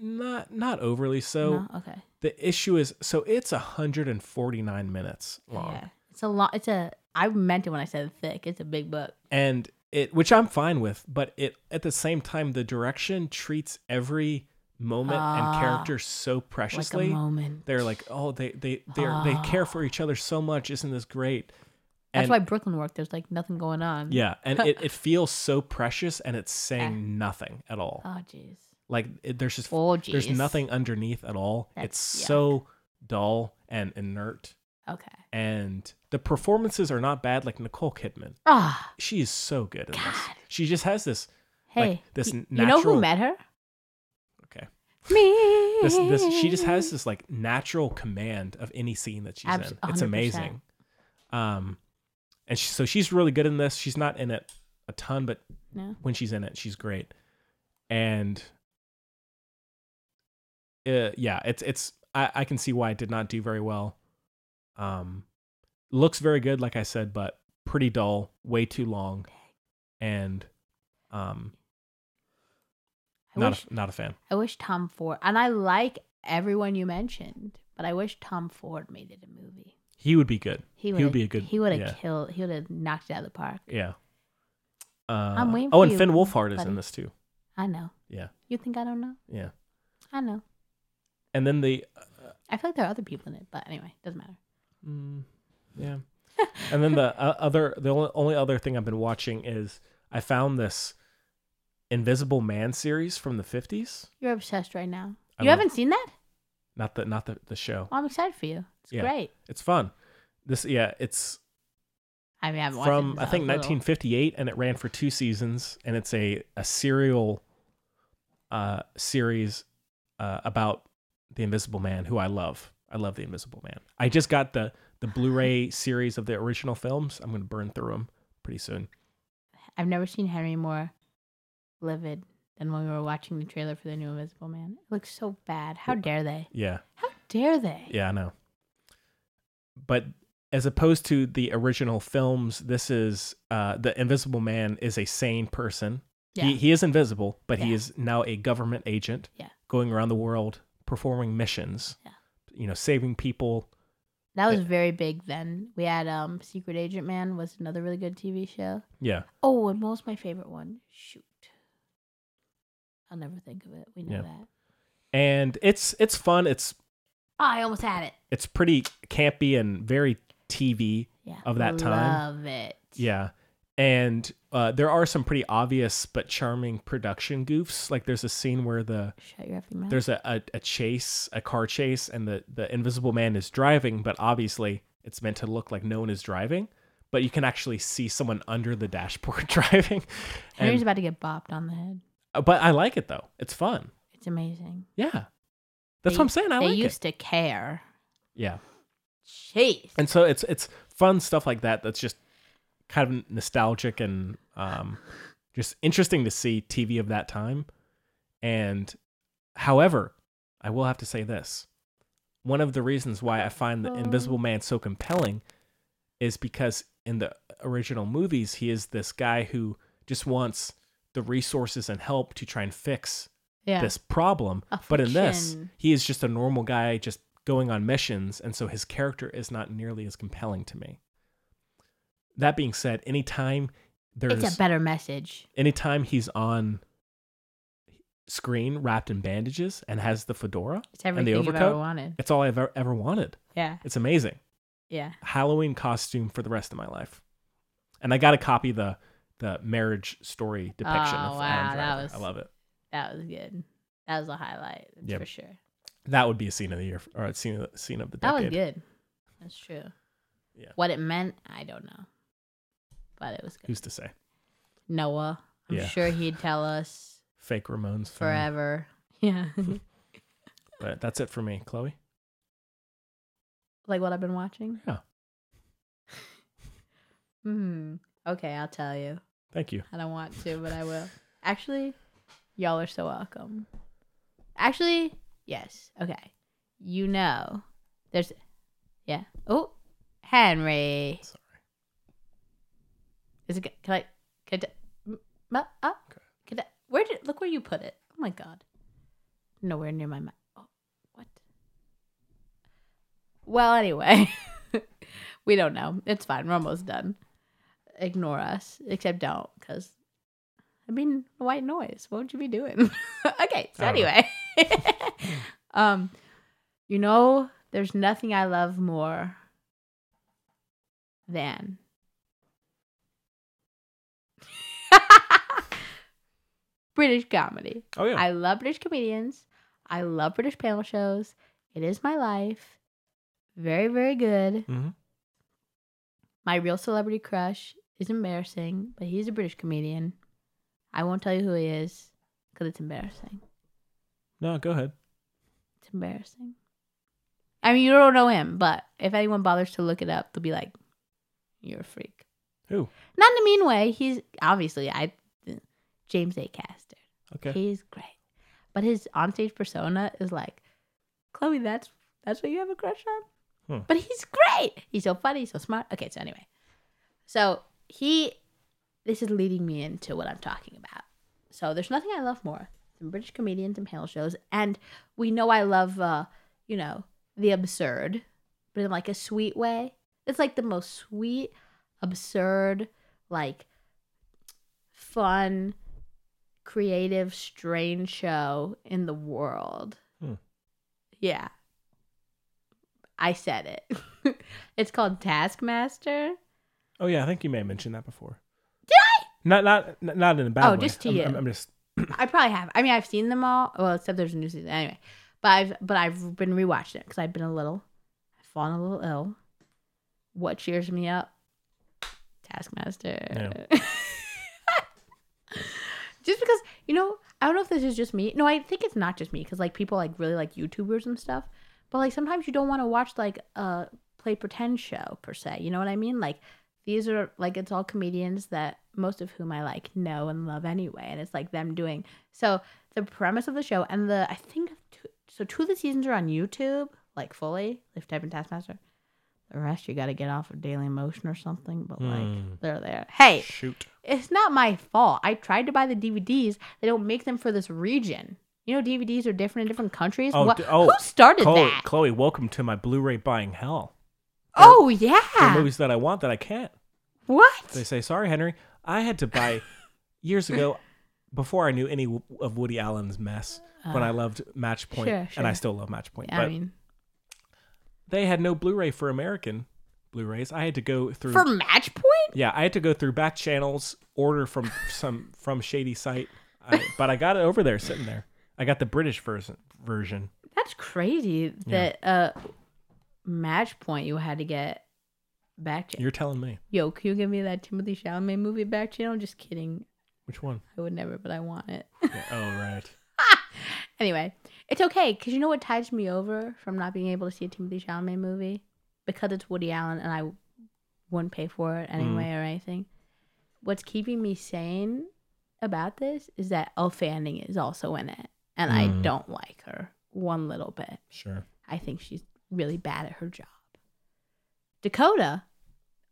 Speaker 2: Not not overly so.
Speaker 3: no? okay.
Speaker 2: The issue is so it's 149 minutes long.
Speaker 3: Yeah, it's a long. It's a. I meant it when I said thick. It's a big book.
Speaker 2: and it which i'm fine with but it at the same time the direction treats every moment and
Speaker 3: Ah,
Speaker 2: character so
Speaker 3: like
Speaker 2: preciously
Speaker 3: a moment. Ah.
Speaker 2: they're like oh they they they're, they care for each other so much isn't this great
Speaker 3: That's
Speaker 2: and
Speaker 3: why Brooklyn worked. There's like nothing going on.
Speaker 2: yeah and it, it feels so precious and it's saying nothing at all
Speaker 3: Eh. Oh jeez.
Speaker 2: like it, there's just
Speaker 3: Oh
Speaker 2: there's
Speaker 3: jeez.
Speaker 2: nothing underneath at all it's
Speaker 3: That's yuck.
Speaker 2: so dull and inert
Speaker 3: Okay.
Speaker 2: and the performances are not bad like nicole kidman
Speaker 3: Ah.
Speaker 2: she is so good in this
Speaker 3: God.
Speaker 2: she just has this
Speaker 3: hey.
Speaker 2: like, this
Speaker 3: y-
Speaker 2: natural
Speaker 3: You know who met her?
Speaker 2: okay
Speaker 3: Me.
Speaker 2: this this she just has this like natural command of any scene that she's
Speaker 3: Abs-
Speaker 2: in. It's
Speaker 3: 100%.
Speaker 2: amazing. Um, and she, so she's really good in this. She's not in it a ton, but
Speaker 3: No.
Speaker 2: when she's in it, she's great. And uh, yeah, it's it's I, I can see why it did not do very well. Um, looks very good, like I said, but pretty dull, way too long, and um,
Speaker 3: I
Speaker 2: not
Speaker 3: wish-
Speaker 2: a, not a fan.
Speaker 3: I wish Tom Ford and I like everyone you mentioned, but I wish Tom Ford made it a movie.
Speaker 2: He would be good. He,
Speaker 3: would've-
Speaker 2: would be a good.
Speaker 3: He would have
Speaker 2: yeah.
Speaker 3: killed. He would have knocked it out of the park.
Speaker 2: Yeah. Uh,
Speaker 3: I'm waiting
Speaker 2: oh,
Speaker 3: for
Speaker 2: and
Speaker 3: you,
Speaker 2: Finn Wolfhard is in
Speaker 3: buddy.
Speaker 2: this too.
Speaker 3: I know.
Speaker 2: Yeah,
Speaker 3: You think I don't know?
Speaker 2: yeah.
Speaker 3: I know.
Speaker 2: And then the,
Speaker 3: I feel like there are other people in it, but anyway, doesn't matter.
Speaker 2: mm, yeah, and then the uh, other, the only, only other thing I've been watching is I found this Invisible Man series from the fifties.
Speaker 3: You're obsessed right now.
Speaker 2: I
Speaker 3: you
Speaker 2: love-
Speaker 3: haven't seen that?
Speaker 2: Not the, not the, the show.
Speaker 3: Well, I'm excited for you. It's
Speaker 2: Yeah.
Speaker 3: great.
Speaker 2: It's fun. This yeah, it's
Speaker 3: I mean, I haven't watched it
Speaker 2: from
Speaker 3: since
Speaker 2: I think
Speaker 3: was little.
Speaker 2: 1958, and it ran for two seasons, and it's a a serial uh, series uh, about the Invisible Man, who I love. I love the Invisible Man. I just got the the Blu-ray series of the original films. I'm gonna burn through them pretty soon.
Speaker 3: I've never seen Henry more livid than when we were watching the trailer for the new Invisible Man. It looks so bad. How dare they?
Speaker 2: Yeah,
Speaker 3: How dare they?
Speaker 2: yeah, I know. But as opposed to the original films, this is uh, the Invisible Man is a sane person. He, he is invisible, but he
Speaker 3: Yeah.
Speaker 2: is now a government agent
Speaker 3: Yeah.
Speaker 2: going around the world performing missions,
Speaker 3: Yeah.
Speaker 2: you know, saving people.
Speaker 3: that was very big then. We had um Secret Agent Man was another really good TV show.
Speaker 2: Yeah.
Speaker 3: Oh, and what was my favorite one? Shoot. I'll never think of it. We know
Speaker 2: Yeah.
Speaker 3: that.
Speaker 2: And it's it's fun. It's
Speaker 3: Oh, I almost had it.
Speaker 2: it's pretty campy and very TV
Speaker 3: Yeah.
Speaker 2: of that time.
Speaker 3: Love it.
Speaker 2: Yeah. And uh, there are some pretty obvious but charming production goofs. Like there's a scene where the
Speaker 3: Shut your effing mouth.
Speaker 2: there's a, a, a chase, a car chase, and the, the invisible man is driving, but obviously it's meant to look like no one is driving, but you can actually see someone under the dashboard driving.
Speaker 3: Henry's
Speaker 2: And,
Speaker 3: about to get bopped on the head.
Speaker 2: but I like it though. It's fun.
Speaker 3: It's amazing.
Speaker 2: Yeah. That's
Speaker 3: They-
Speaker 2: what I'm saying. I
Speaker 3: they
Speaker 2: like
Speaker 3: used to care.
Speaker 2: it. Yeah.
Speaker 3: Jeez.
Speaker 2: And so it's it's fun stuff like that that's just kind of nostalgic and um just interesting to see TV of that time. And however, I will have to say this. One of the reasons why I find the Invisible Man so compelling is because in the original movies he is this guy who just wants the resources and help to try and fix
Speaker 3: yeah.
Speaker 2: this problem.
Speaker 3: A
Speaker 2: But in this,
Speaker 3: friction.
Speaker 2: he is just a normal guy just going on missions, and so his character is not nearly as compelling to me. That being said, anytime
Speaker 3: it's
Speaker 2: there's
Speaker 3: a better message.
Speaker 2: anytime he's on screen wrapped in bandages and has the fedora
Speaker 3: It's
Speaker 2: and the
Speaker 3: everything you've
Speaker 2: overcoat,
Speaker 3: ever wanted.
Speaker 2: it's all I've ever, ever wanted.
Speaker 3: Yeah.
Speaker 2: It's amazing.
Speaker 3: Yeah.
Speaker 2: Halloween costume for the rest of my life. And I got to copy the the marriage story depiction
Speaker 3: Oh,
Speaker 2: of
Speaker 3: wow,
Speaker 2: Adam
Speaker 3: that
Speaker 2: Driver.
Speaker 3: was-
Speaker 2: I love it.
Speaker 3: That was good. That was a highlight that's
Speaker 2: Yep.
Speaker 3: for sure.
Speaker 2: That would be a scene of the year or a scene of the, scene of the
Speaker 3: That
Speaker 2: decade.
Speaker 3: was good. That's true.
Speaker 2: Yeah.
Speaker 3: What it meant, I don't know, but it was good.
Speaker 2: Who's to say?
Speaker 3: Noah. I'm
Speaker 2: Yeah.
Speaker 3: sure he'd tell us
Speaker 2: Fake Ramones fan.
Speaker 3: forever. Yeah.
Speaker 2: But that's it for me, Chloe.
Speaker 3: like what I've been watching.
Speaker 2: Yeah.
Speaker 3: Hmm. Okay, I'll tell you.
Speaker 2: Thank you.
Speaker 3: I don't want to, but I will. Actually, y'all are so welcome. Actually, yes. Okay. You know, there's, yeah. Oh, Henry.
Speaker 2: Sorry.
Speaker 3: Is it good? Can I? Can I? t- m- m- uh, Can I? Where did look where you put it? Oh my god, nowhere near my mouth. Oh, what? Well, anyway, we don't know. It's fine. We're almost done. Ignore us, except don't, because I mean, white noise. What would you be doing? okay. So
Speaker 2: I don't know.
Speaker 3: anyway, um, you know, there's nothing I love more than British comedy.
Speaker 2: Oh yeah.
Speaker 3: I love British comedians. I love British panel shows. It is my life. Very, very good.
Speaker 2: Mhm.
Speaker 3: My real celebrity crush is embarrassing, but he's a British comedian. I won't tell you who he is because it's embarrassing.
Speaker 2: no, go ahead.
Speaker 3: It's embarrassing. I mean, you don't know him, but if anyone bothers to look it up, they'll be like, you're a freak.
Speaker 2: Who?
Speaker 3: Not in a mean way. He's obviously, I, James A. Caster.
Speaker 2: Okay.
Speaker 3: He's great. But his onstage persona is like, Chloe, that's that's what you have a crush on?
Speaker 2: Hmm.
Speaker 3: But he's great. He's so funny, so smart. Okay, so anyway. So he this is leading me into what I'm talking about. So there's nothing I love more than British comedians and panel shows. And we know I love uh, you know, the absurd, but in like a sweet way. It's like the most sweet, absurd, like fun, creative, strange show in the world.
Speaker 2: Hmm.
Speaker 3: Yeah. I said it. it's called Taskmaster.
Speaker 2: Oh yeah, I think you may have mentioned that before. Did I? Not not not- not in a bad
Speaker 3: Oh,
Speaker 2: way.
Speaker 3: just to
Speaker 2: I'm,
Speaker 3: you.
Speaker 2: I'm, I'm just
Speaker 3: I probably have. I mean, I've seen them all. Well, except there's a new season anyway. But I've but I've been rewatching it because I've been a little, I've fallen a little ill what cheers me up? Taskmaster. just because you know, I don't know if this is just me. No, I think it's not just me because like people like really like YouTubers and stuff, but like sometimes you don't want to watch like a play pretend show per se. You know what I mean? Like these are like it's all comedians that most of whom I like know and love anyway, and it's like them doing so the premise of the show and the I think two, so two of the seasons are on YouTube like fully if type in Taskmaster. The rest you got to get off of Daily Motion or something, but like they're there. Hey,
Speaker 2: Shoot.
Speaker 3: it's not my fault. I tried to buy the DVDs. They don't make them for this region. You know, DVDs are different in different countries.
Speaker 2: Oh,
Speaker 3: What-
Speaker 2: d- oh,
Speaker 3: who started
Speaker 2: Chloe,
Speaker 3: that?
Speaker 2: Chloe, welcome to my Blu-ray buying hell.
Speaker 3: oh
Speaker 2: There are
Speaker 3: yeah.
Speaker 2: movies that I want that I can't.
Speaker 3: What?
Speaker 2: They say, sorry, Henry, I had to buy years ago before I knew any w- of Woody Allen's mess when I loved Match Point,
Speaker 3: Ah. sure,
Speaker 2: and I
Speaker 3: sure.
Speaker 2: still love Match Point.
Speaker 3: I
Speaker 2: but
Speaker 3: mean,
Speaker 2: they had no Blu-ray for American Blu-rays. I had to go through.
Speaker 3: for Match Point.
Speaker 2: yeah, I had to go through back channels, order from some from shady site, I, but I got it over there, sitting there. I got the British version. Version.
Speaker 3: That's crazy. That uh, Match Point you had to get back. Channel.
Speaker 2: You're telling me
Speaker 3: Yo, can you give me that Timothy Chalamet movie back channel? Just kidding.
Speaker 2: which one?
Speaker 3: I would never, but I want it.
Speaker 2: Yeah, oh right.
Speaker 3: Anyway, it's okay because you know what tides me over from not being able to see a Timothy Chalamet movie because it's Woody Allen and I wouldn't pay for
Speaker 2: Mm.
Speaker 3: it anyway or anything. What's keeping me sane about this is that Elle Fanning is also in it, and I
Speaker 2: Mm.
Speaker 3: don't like her one little bit.
Speaker 2: Sure.
Speaker 3: I think she's really bad at her job. Dakota,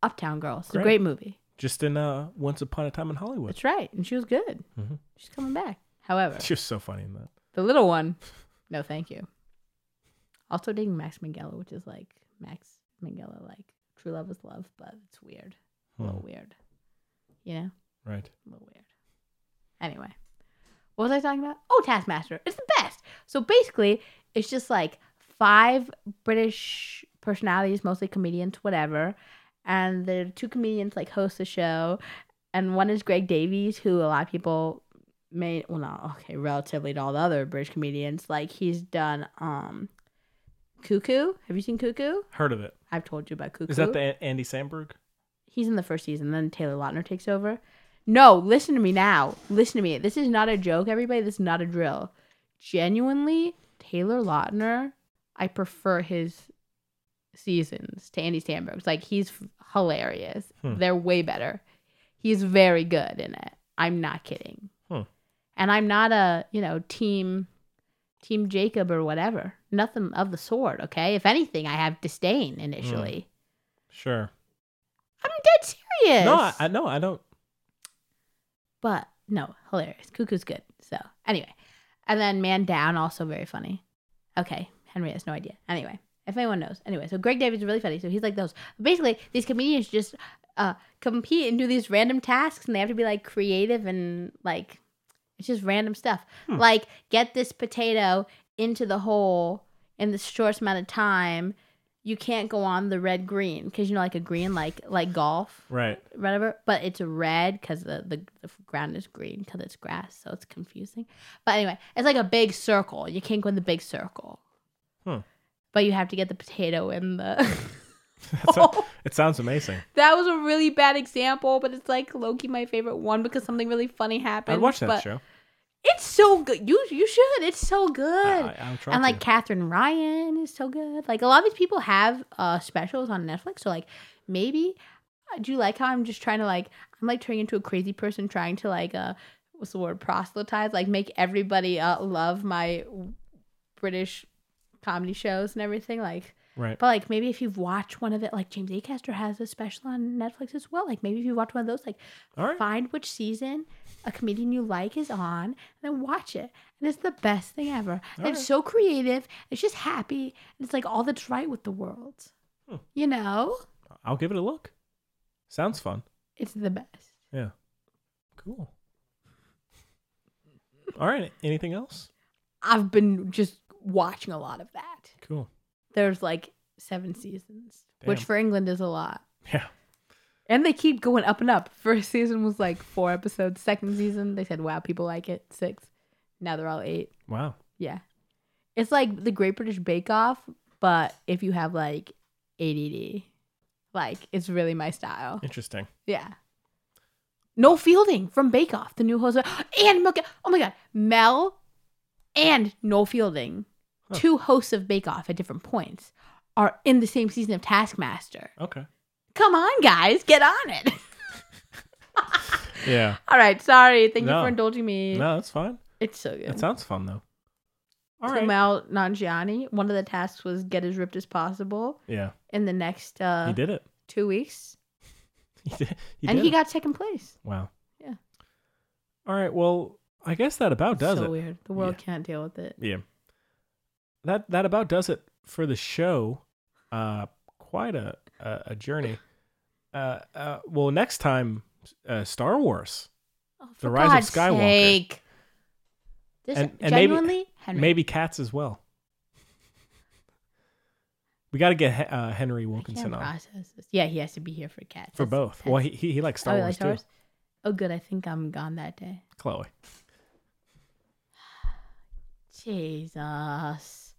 Speaker 3: Uptown Girls, it's a
Speaker 2: Great.
Speaker 3: great movie.
Speaker 2: Just in uh, Once Upon a Time in Hollywood.
Speaker 3: That's right, and she was good.
Speaker 2: Mhm.
Speaker 3: She's coming back. However,
Speaker 2: She was so funny in that.
Speaker 3: The little one. No, thank you. Also dating Max Minghella, which is like Max Minghella, like true love is love, but it's weird. A little
Speaker 2: Hmm.
Speaker 3: weird. You know?
Speaker 2: Right.
Speaker 3: A little weird. Anyway. What was I talking about? Oh, Taskmaster. It's the best. So basically, it's just like five British personalities, mostly comedians, whatever. And the two comedians like host the show. And one is Greg Davies, who a lot of people may well not okay, relatively to all the other British comedians. Like he's done um Cuckoo. Have you seen Cuckoo?
Speaker 2: Heard of it.
Speaker 3: I've told you about Cuckoo.
Speaker 2: Is that the A- Andy Samberg?
Speaker 3: he's in the first season, then Taylor Lautner takes over. No, listen to me now. Listen to me. This is not a joke, everybody. This is not a drill. Genuinely, Taylor Lautner, I prefer his seasons to Andy Samberg's. Like he's hilarious.
Speaker 2: Hmm.
Speaker 3: They're way better. He's very good in it. I'm not kidding.
Speaker 2: Hmm.
Speaker 3: And I'm not a, you know, team team Jacob or whatever. Nothing of the sort, okay? If anything, I have disdain initially.
Speaker 2: Sure.
Speaker 3: I'm dead serious.
Speaker 2: Hmm. No, I- I no, I don't.
Speaker 3: But no, hilarious. Cuckoo's good. So anyway, and then Man Down also very funny. Okay, Henry has no idea. Anyway, if anyone knows. Anyway, so Greg Davies is really funny. So he's like those. Basically, these comedians just uh, compete and do these random tasks, and they have to be like creative and like it's just random stuff. Like get this potato into the hole in the shortest amount of time. You can't go on the red green because you know like a green like like golf
Speaker 2: Right.
Speaker 3: whatever, but it's red because the, the, the ground is green because it's grass, so it's confusing. But anyway, it's like a big circle. You can't go in the big circle.
Speaker 2: Hmm.
Speaker 3: But you have to get the potato in the.
Speaker 2: That's a- it sounds amazing.
Speaker 3: that was a really bad example, but it's like Loki, my favorite one, because something really funny happened.
Speaker 2: I'd watch that
Speaker 3: but
Speaker 2: show.
Speaker 3: It's so good. You you should. It's so good.
Speaker 2: I, I'll try
Speaker 3: and like
Speaker 2: to.
Speaker 3: Catherine Ryan is so good. Like a lot of these people have uh specials on Netflix. So like maybe uh, do you like how I'm just trying to like I'm like turning into a crazy person trying to like uh what's the word proselytize like make everybody uh love my British comedy shows and everything like.
Speaker 2: right.
Speaker 3: But like maybe if you've watched one of it, like James Acaster has a special on Netflix as well. Like maybe if you watch one of those, like
Speaker 2: All right.
Speaker 3: find which season a comedian you like is on and then watch it. And it's the best thing ever. And it's so creative. It's just happy. And it's like all that's right with the world.
Speaker 2: Hmm.
Speaker 3: You know?
Speaker 2: I'll give it a look. Sounds fun.
Speaker 3: It's the best.
Speaker 2: Yeah. Cool. All right. Anything else?
Speaker 3: I've been just watching a lot of that.
Speaker 2: Cool.
Speaker 3: There's like seven seasons, which
Speaker 2: Damn.
Speaker 3: for England is a lot.
Speaker 2: Yeah.
Speaker 3: And they keep going up and up. First season was like four episodes. Second season, they said, wow, people like it. Six. Now they're all eight.
Speaker 2: Wow.
Speaker 3: Yeah. It's like the Great British Bake Off, but if you have like ADD, Like it's really my style.
Speaker 2: Interesting.
Speaker 3: Yeah. No fielding from Bake Off, the new host, and Mel. Oh my God, Mel and No Fielding, two hosts of Bake Off at different points, are in the same season of Taskmaster.
Speaker 2: Okay.
Speaker 3: Come on, guys, get on it.
Speaker 2: Yeah.
Speaker 3: All right, sorry. Thank
Speaker 2: No.
Speaker 3: you for indulging me.
Speaker 2: No, that's fine.
Speaker 3: It's so good.
Speaker 2: That sounds fun though. All
Speaker 3: So
Speaker 2: right.
Speaker 3: Mel Nanjiani, one of the tasks was get as ripped as possible
Speaker 2: Yeah.
Speaker 3: in the next uh,
Speaker 2: He did it.
Speaker 3: two weeks,
Speaker 2: He did. He
Speaker 3: and
Speaker 2: did
Speaker 3: he
Speaker 2: it.
Speaker 3: got second place.
Speaker 2: Wow.
Speaker 3: Yeah.
Speaker 2: All right. Well, I guess that about does
Speaker 3: so
Speaker 2: it.
Speaker 3: weird. The world
Speaker 2: Yeah.
Speaker 3: can't deal with it.
Speaker 2: Yeah. That that about does it for the show. Uh, quite a a, a journey. Uh, uh, well, next time, uh, Star Wars.
Speaker 3: Oh,
Speaker 2: The Rise of Skywalker.
Speaker 3: This
Speaker 2: And- and maybe-
Speaker 3: genuinely, Henry.
Speaker 2: Maybe cats as well. We got to get He- uh,
Speaker 3: I
Speaker 2: Henry
Speaker 3: can't
Speaker 2: Wilkinson on
Speaker 3: process this. Yeah, he has to be here for cats.
Speaker 2: for
Speaker 3: That's-
Speaker 2: both.
Speaker 3: that's-
Speaker 2: Well, he, he, he likes Star
Speaker 3: oh, he
Speaker 2: Wars
Speaker 3: likes Star
Speaker 2: too.
Speaker 3: Wars? Oh, good. I think I'm gone that day.
Speaker 2: Chloe.
Speaker 3: Jesus.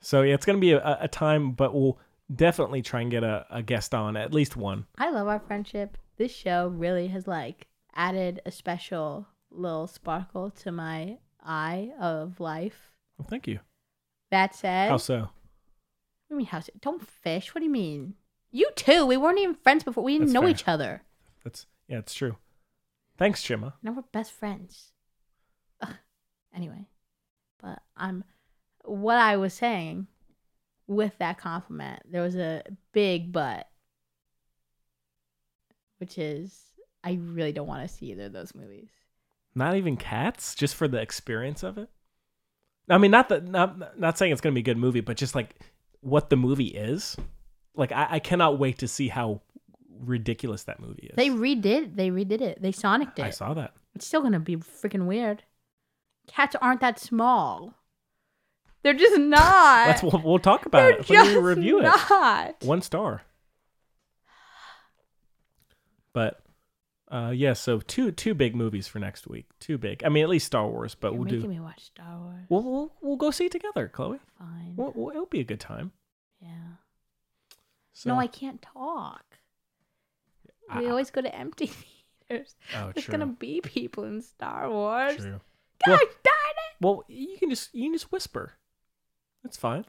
Speaker 2: So yeah, it's gonna be a, a time, but we'll definitely try and get a, a guest on at least one.
Speaker 3: I love our friendship. This show really has like added a special little sparkle to my eye of life.
Speaker 2: Well, thank you.
Speaker 3: That said,
Speaker 2: How so?
Speaker 3: I mean, how so- don't fish. What do you mean? You too. We weren't even friends before. We didn't
Speaker 2: That's
Speaker 3: know
Speaker 2: fair.
Speaker 3: each other.
Speaker 2: That's yeah, it's true. Thanks, Chima.
Speaker 3: Now we're best friends. Ugh. Anyway, but I'm what I was saying with that compliment. There was a big but, which is I really don't want to see either of those movies.
Speaker 2: Not even cats, just for the experience of it. I mean, not that not not saying it's gonna be a good movie, but just like what the movie is. Like I, I cannot wait to see how ridiculous that movie is.
Speaker 3: They redid. They redid it. They sonicked it.
Speaker 2: I saw that.
Speaker 3: It's still gonna be freaking weird. Cats aren't that small. They're just not.
Speaker 2: That's we'll, we'll talk about
Speaker 3: They're
Speaker 2: it when we
Speaker 3: just
Speaker 2: review it.
Speaker 3: not.
Speaker 2: one star. But uh yeah, so two two big movies for next week. Two big. I mean, at least Star Wars, but
Speaker 3: You're
Speaker 2: we'll
Speaker 3: making
Speaker 2: do.
Speaker 3: me watch Star Wars.
Speaker 2: We'll, we'll we'll go see it together, Chloe.
Speaker 3: Fine.
Speaker 2: We'll, we'll- it'll be a good time.
Speaker 3: yeah.
Speaker 2: So,
Speaker 3: No, I can't talk. we
Speaker 2: I-
Speaker 3: always go to empty theaters.
Speaker 2: Oh,
Speaker 3: There's
Speaker 2: true.
Speaker 3: gonna be people in Star Wars.
Speaker 2: True.
Speaker 3: God
Speaker 2: Well-
Speaker 3: darn it!
Speaker 2: Well, you can just you can just whisper. That's fine.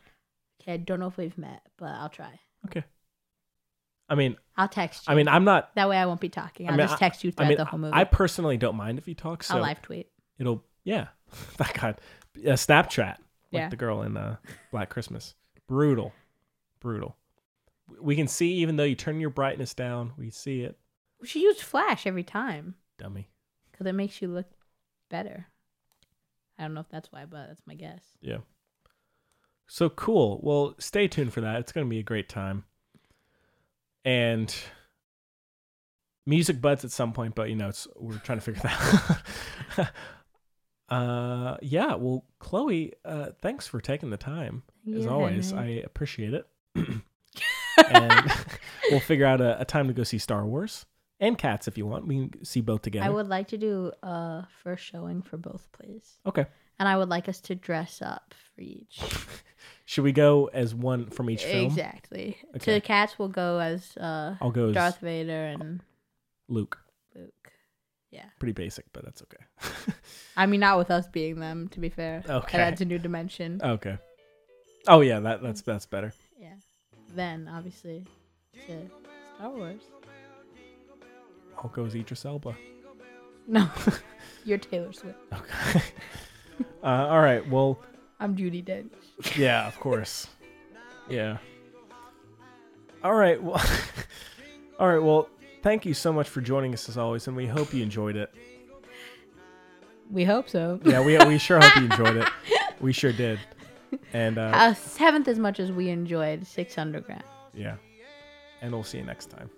Speaker 3: Okay, I don't know if we've met, but I'll try.
Speaker 2: Okay. I mean,
Speaker 3: I'll text you.
Speaker 2: I mean, I'm not.
Speaker 3: that way I won't be talking.
Speaker 2: I
Speaker 3: I'll
Speaker 2: mean,
Speaker 3: just
Speaker 2: I-
Speaker 3: text you
Speaker 2: I
Speaker 3: throughout
Speaker 2: mean,
Speaker 3: the whole movie.
Speaker 2: I personally don't mind if you talk. So
Speaker 3: I'll live tweet.
Speaker 2: it'll yeah that god uh, snapchat like
Speaker 3: Yeah.
Speaker 2: the girl in uh, black christmas brutal brutal we can see even though you turn your brightness down we see it
Speaker 3: We should use Flash every time
Speaker 2: dummy
Speaker 3: because it makes you look better. I don't know if that's why, but that's my guess.
Speaker 2: yeah so cool well stay tuned for that it's going to be a great time and music buds at some point but you know it's we're trying to figure that out uh yeah well chloe uh thanks for taking the time as
Speaker 3: Yeah,
Speaker 2: always
Speaker 3: Henry.
Speaker 2: i appreciate it and we'll figure out a, a time to go see star wars and cats if you want we can see both together
Speaker 3: I would like to do a first showing for both, please.
Speaker 2: okay
Speaker 3: And I would like us to dress up for each.
Speaker 2: should we go as one from each film
Speaker 3: Exactly. To
Speaker 2: Okay.
Speaker 3: the cats will go as uh,
Speaker 2: i'll go as
Speaker 3: Darth Vader and
Speaker 2: luke
Speaker 3: Luke. Yeah.
Speaker 2: pretty basic but that's okay
Speaker 3: I mean, not with us being them, to be fair.
Speaker 2: Okay.
Speaker 3: It adds a new dimension.
Speaker 2: okay oh yeah that, that's that's better
Speaker 3: yeah. Then, obviously, to Star Wars.
Speaker 2: i'll go as idris elba
Speaker 3: No. You're Taylor Swift.
Speaker 2: okay uh, all right well
Speaker 3: I'm Judy Dench.
Speaker 2: Yeah, of course. Yeah. All right. Well, all right. Well, thank you so much for joining us as always, and we hope you enjoyed it.
Speaker 3: We hope so.
Speaker 2: Yeah, we we sure hope you enjoyed it. We sure did. And uh,
Speaker 3: A seventh as much as we enjoyed Six Underground.
Speaker 2: yeah, and we'll see you next time.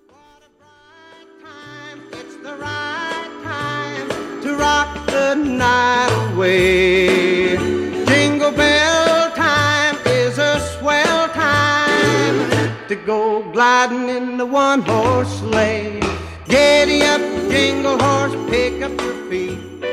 Speaker 7: It's the right time to rock the night away. Jingle bell time is a swell time to go gliding in the one horse sleigh. Giddy up, jingle horse, pick up your feet.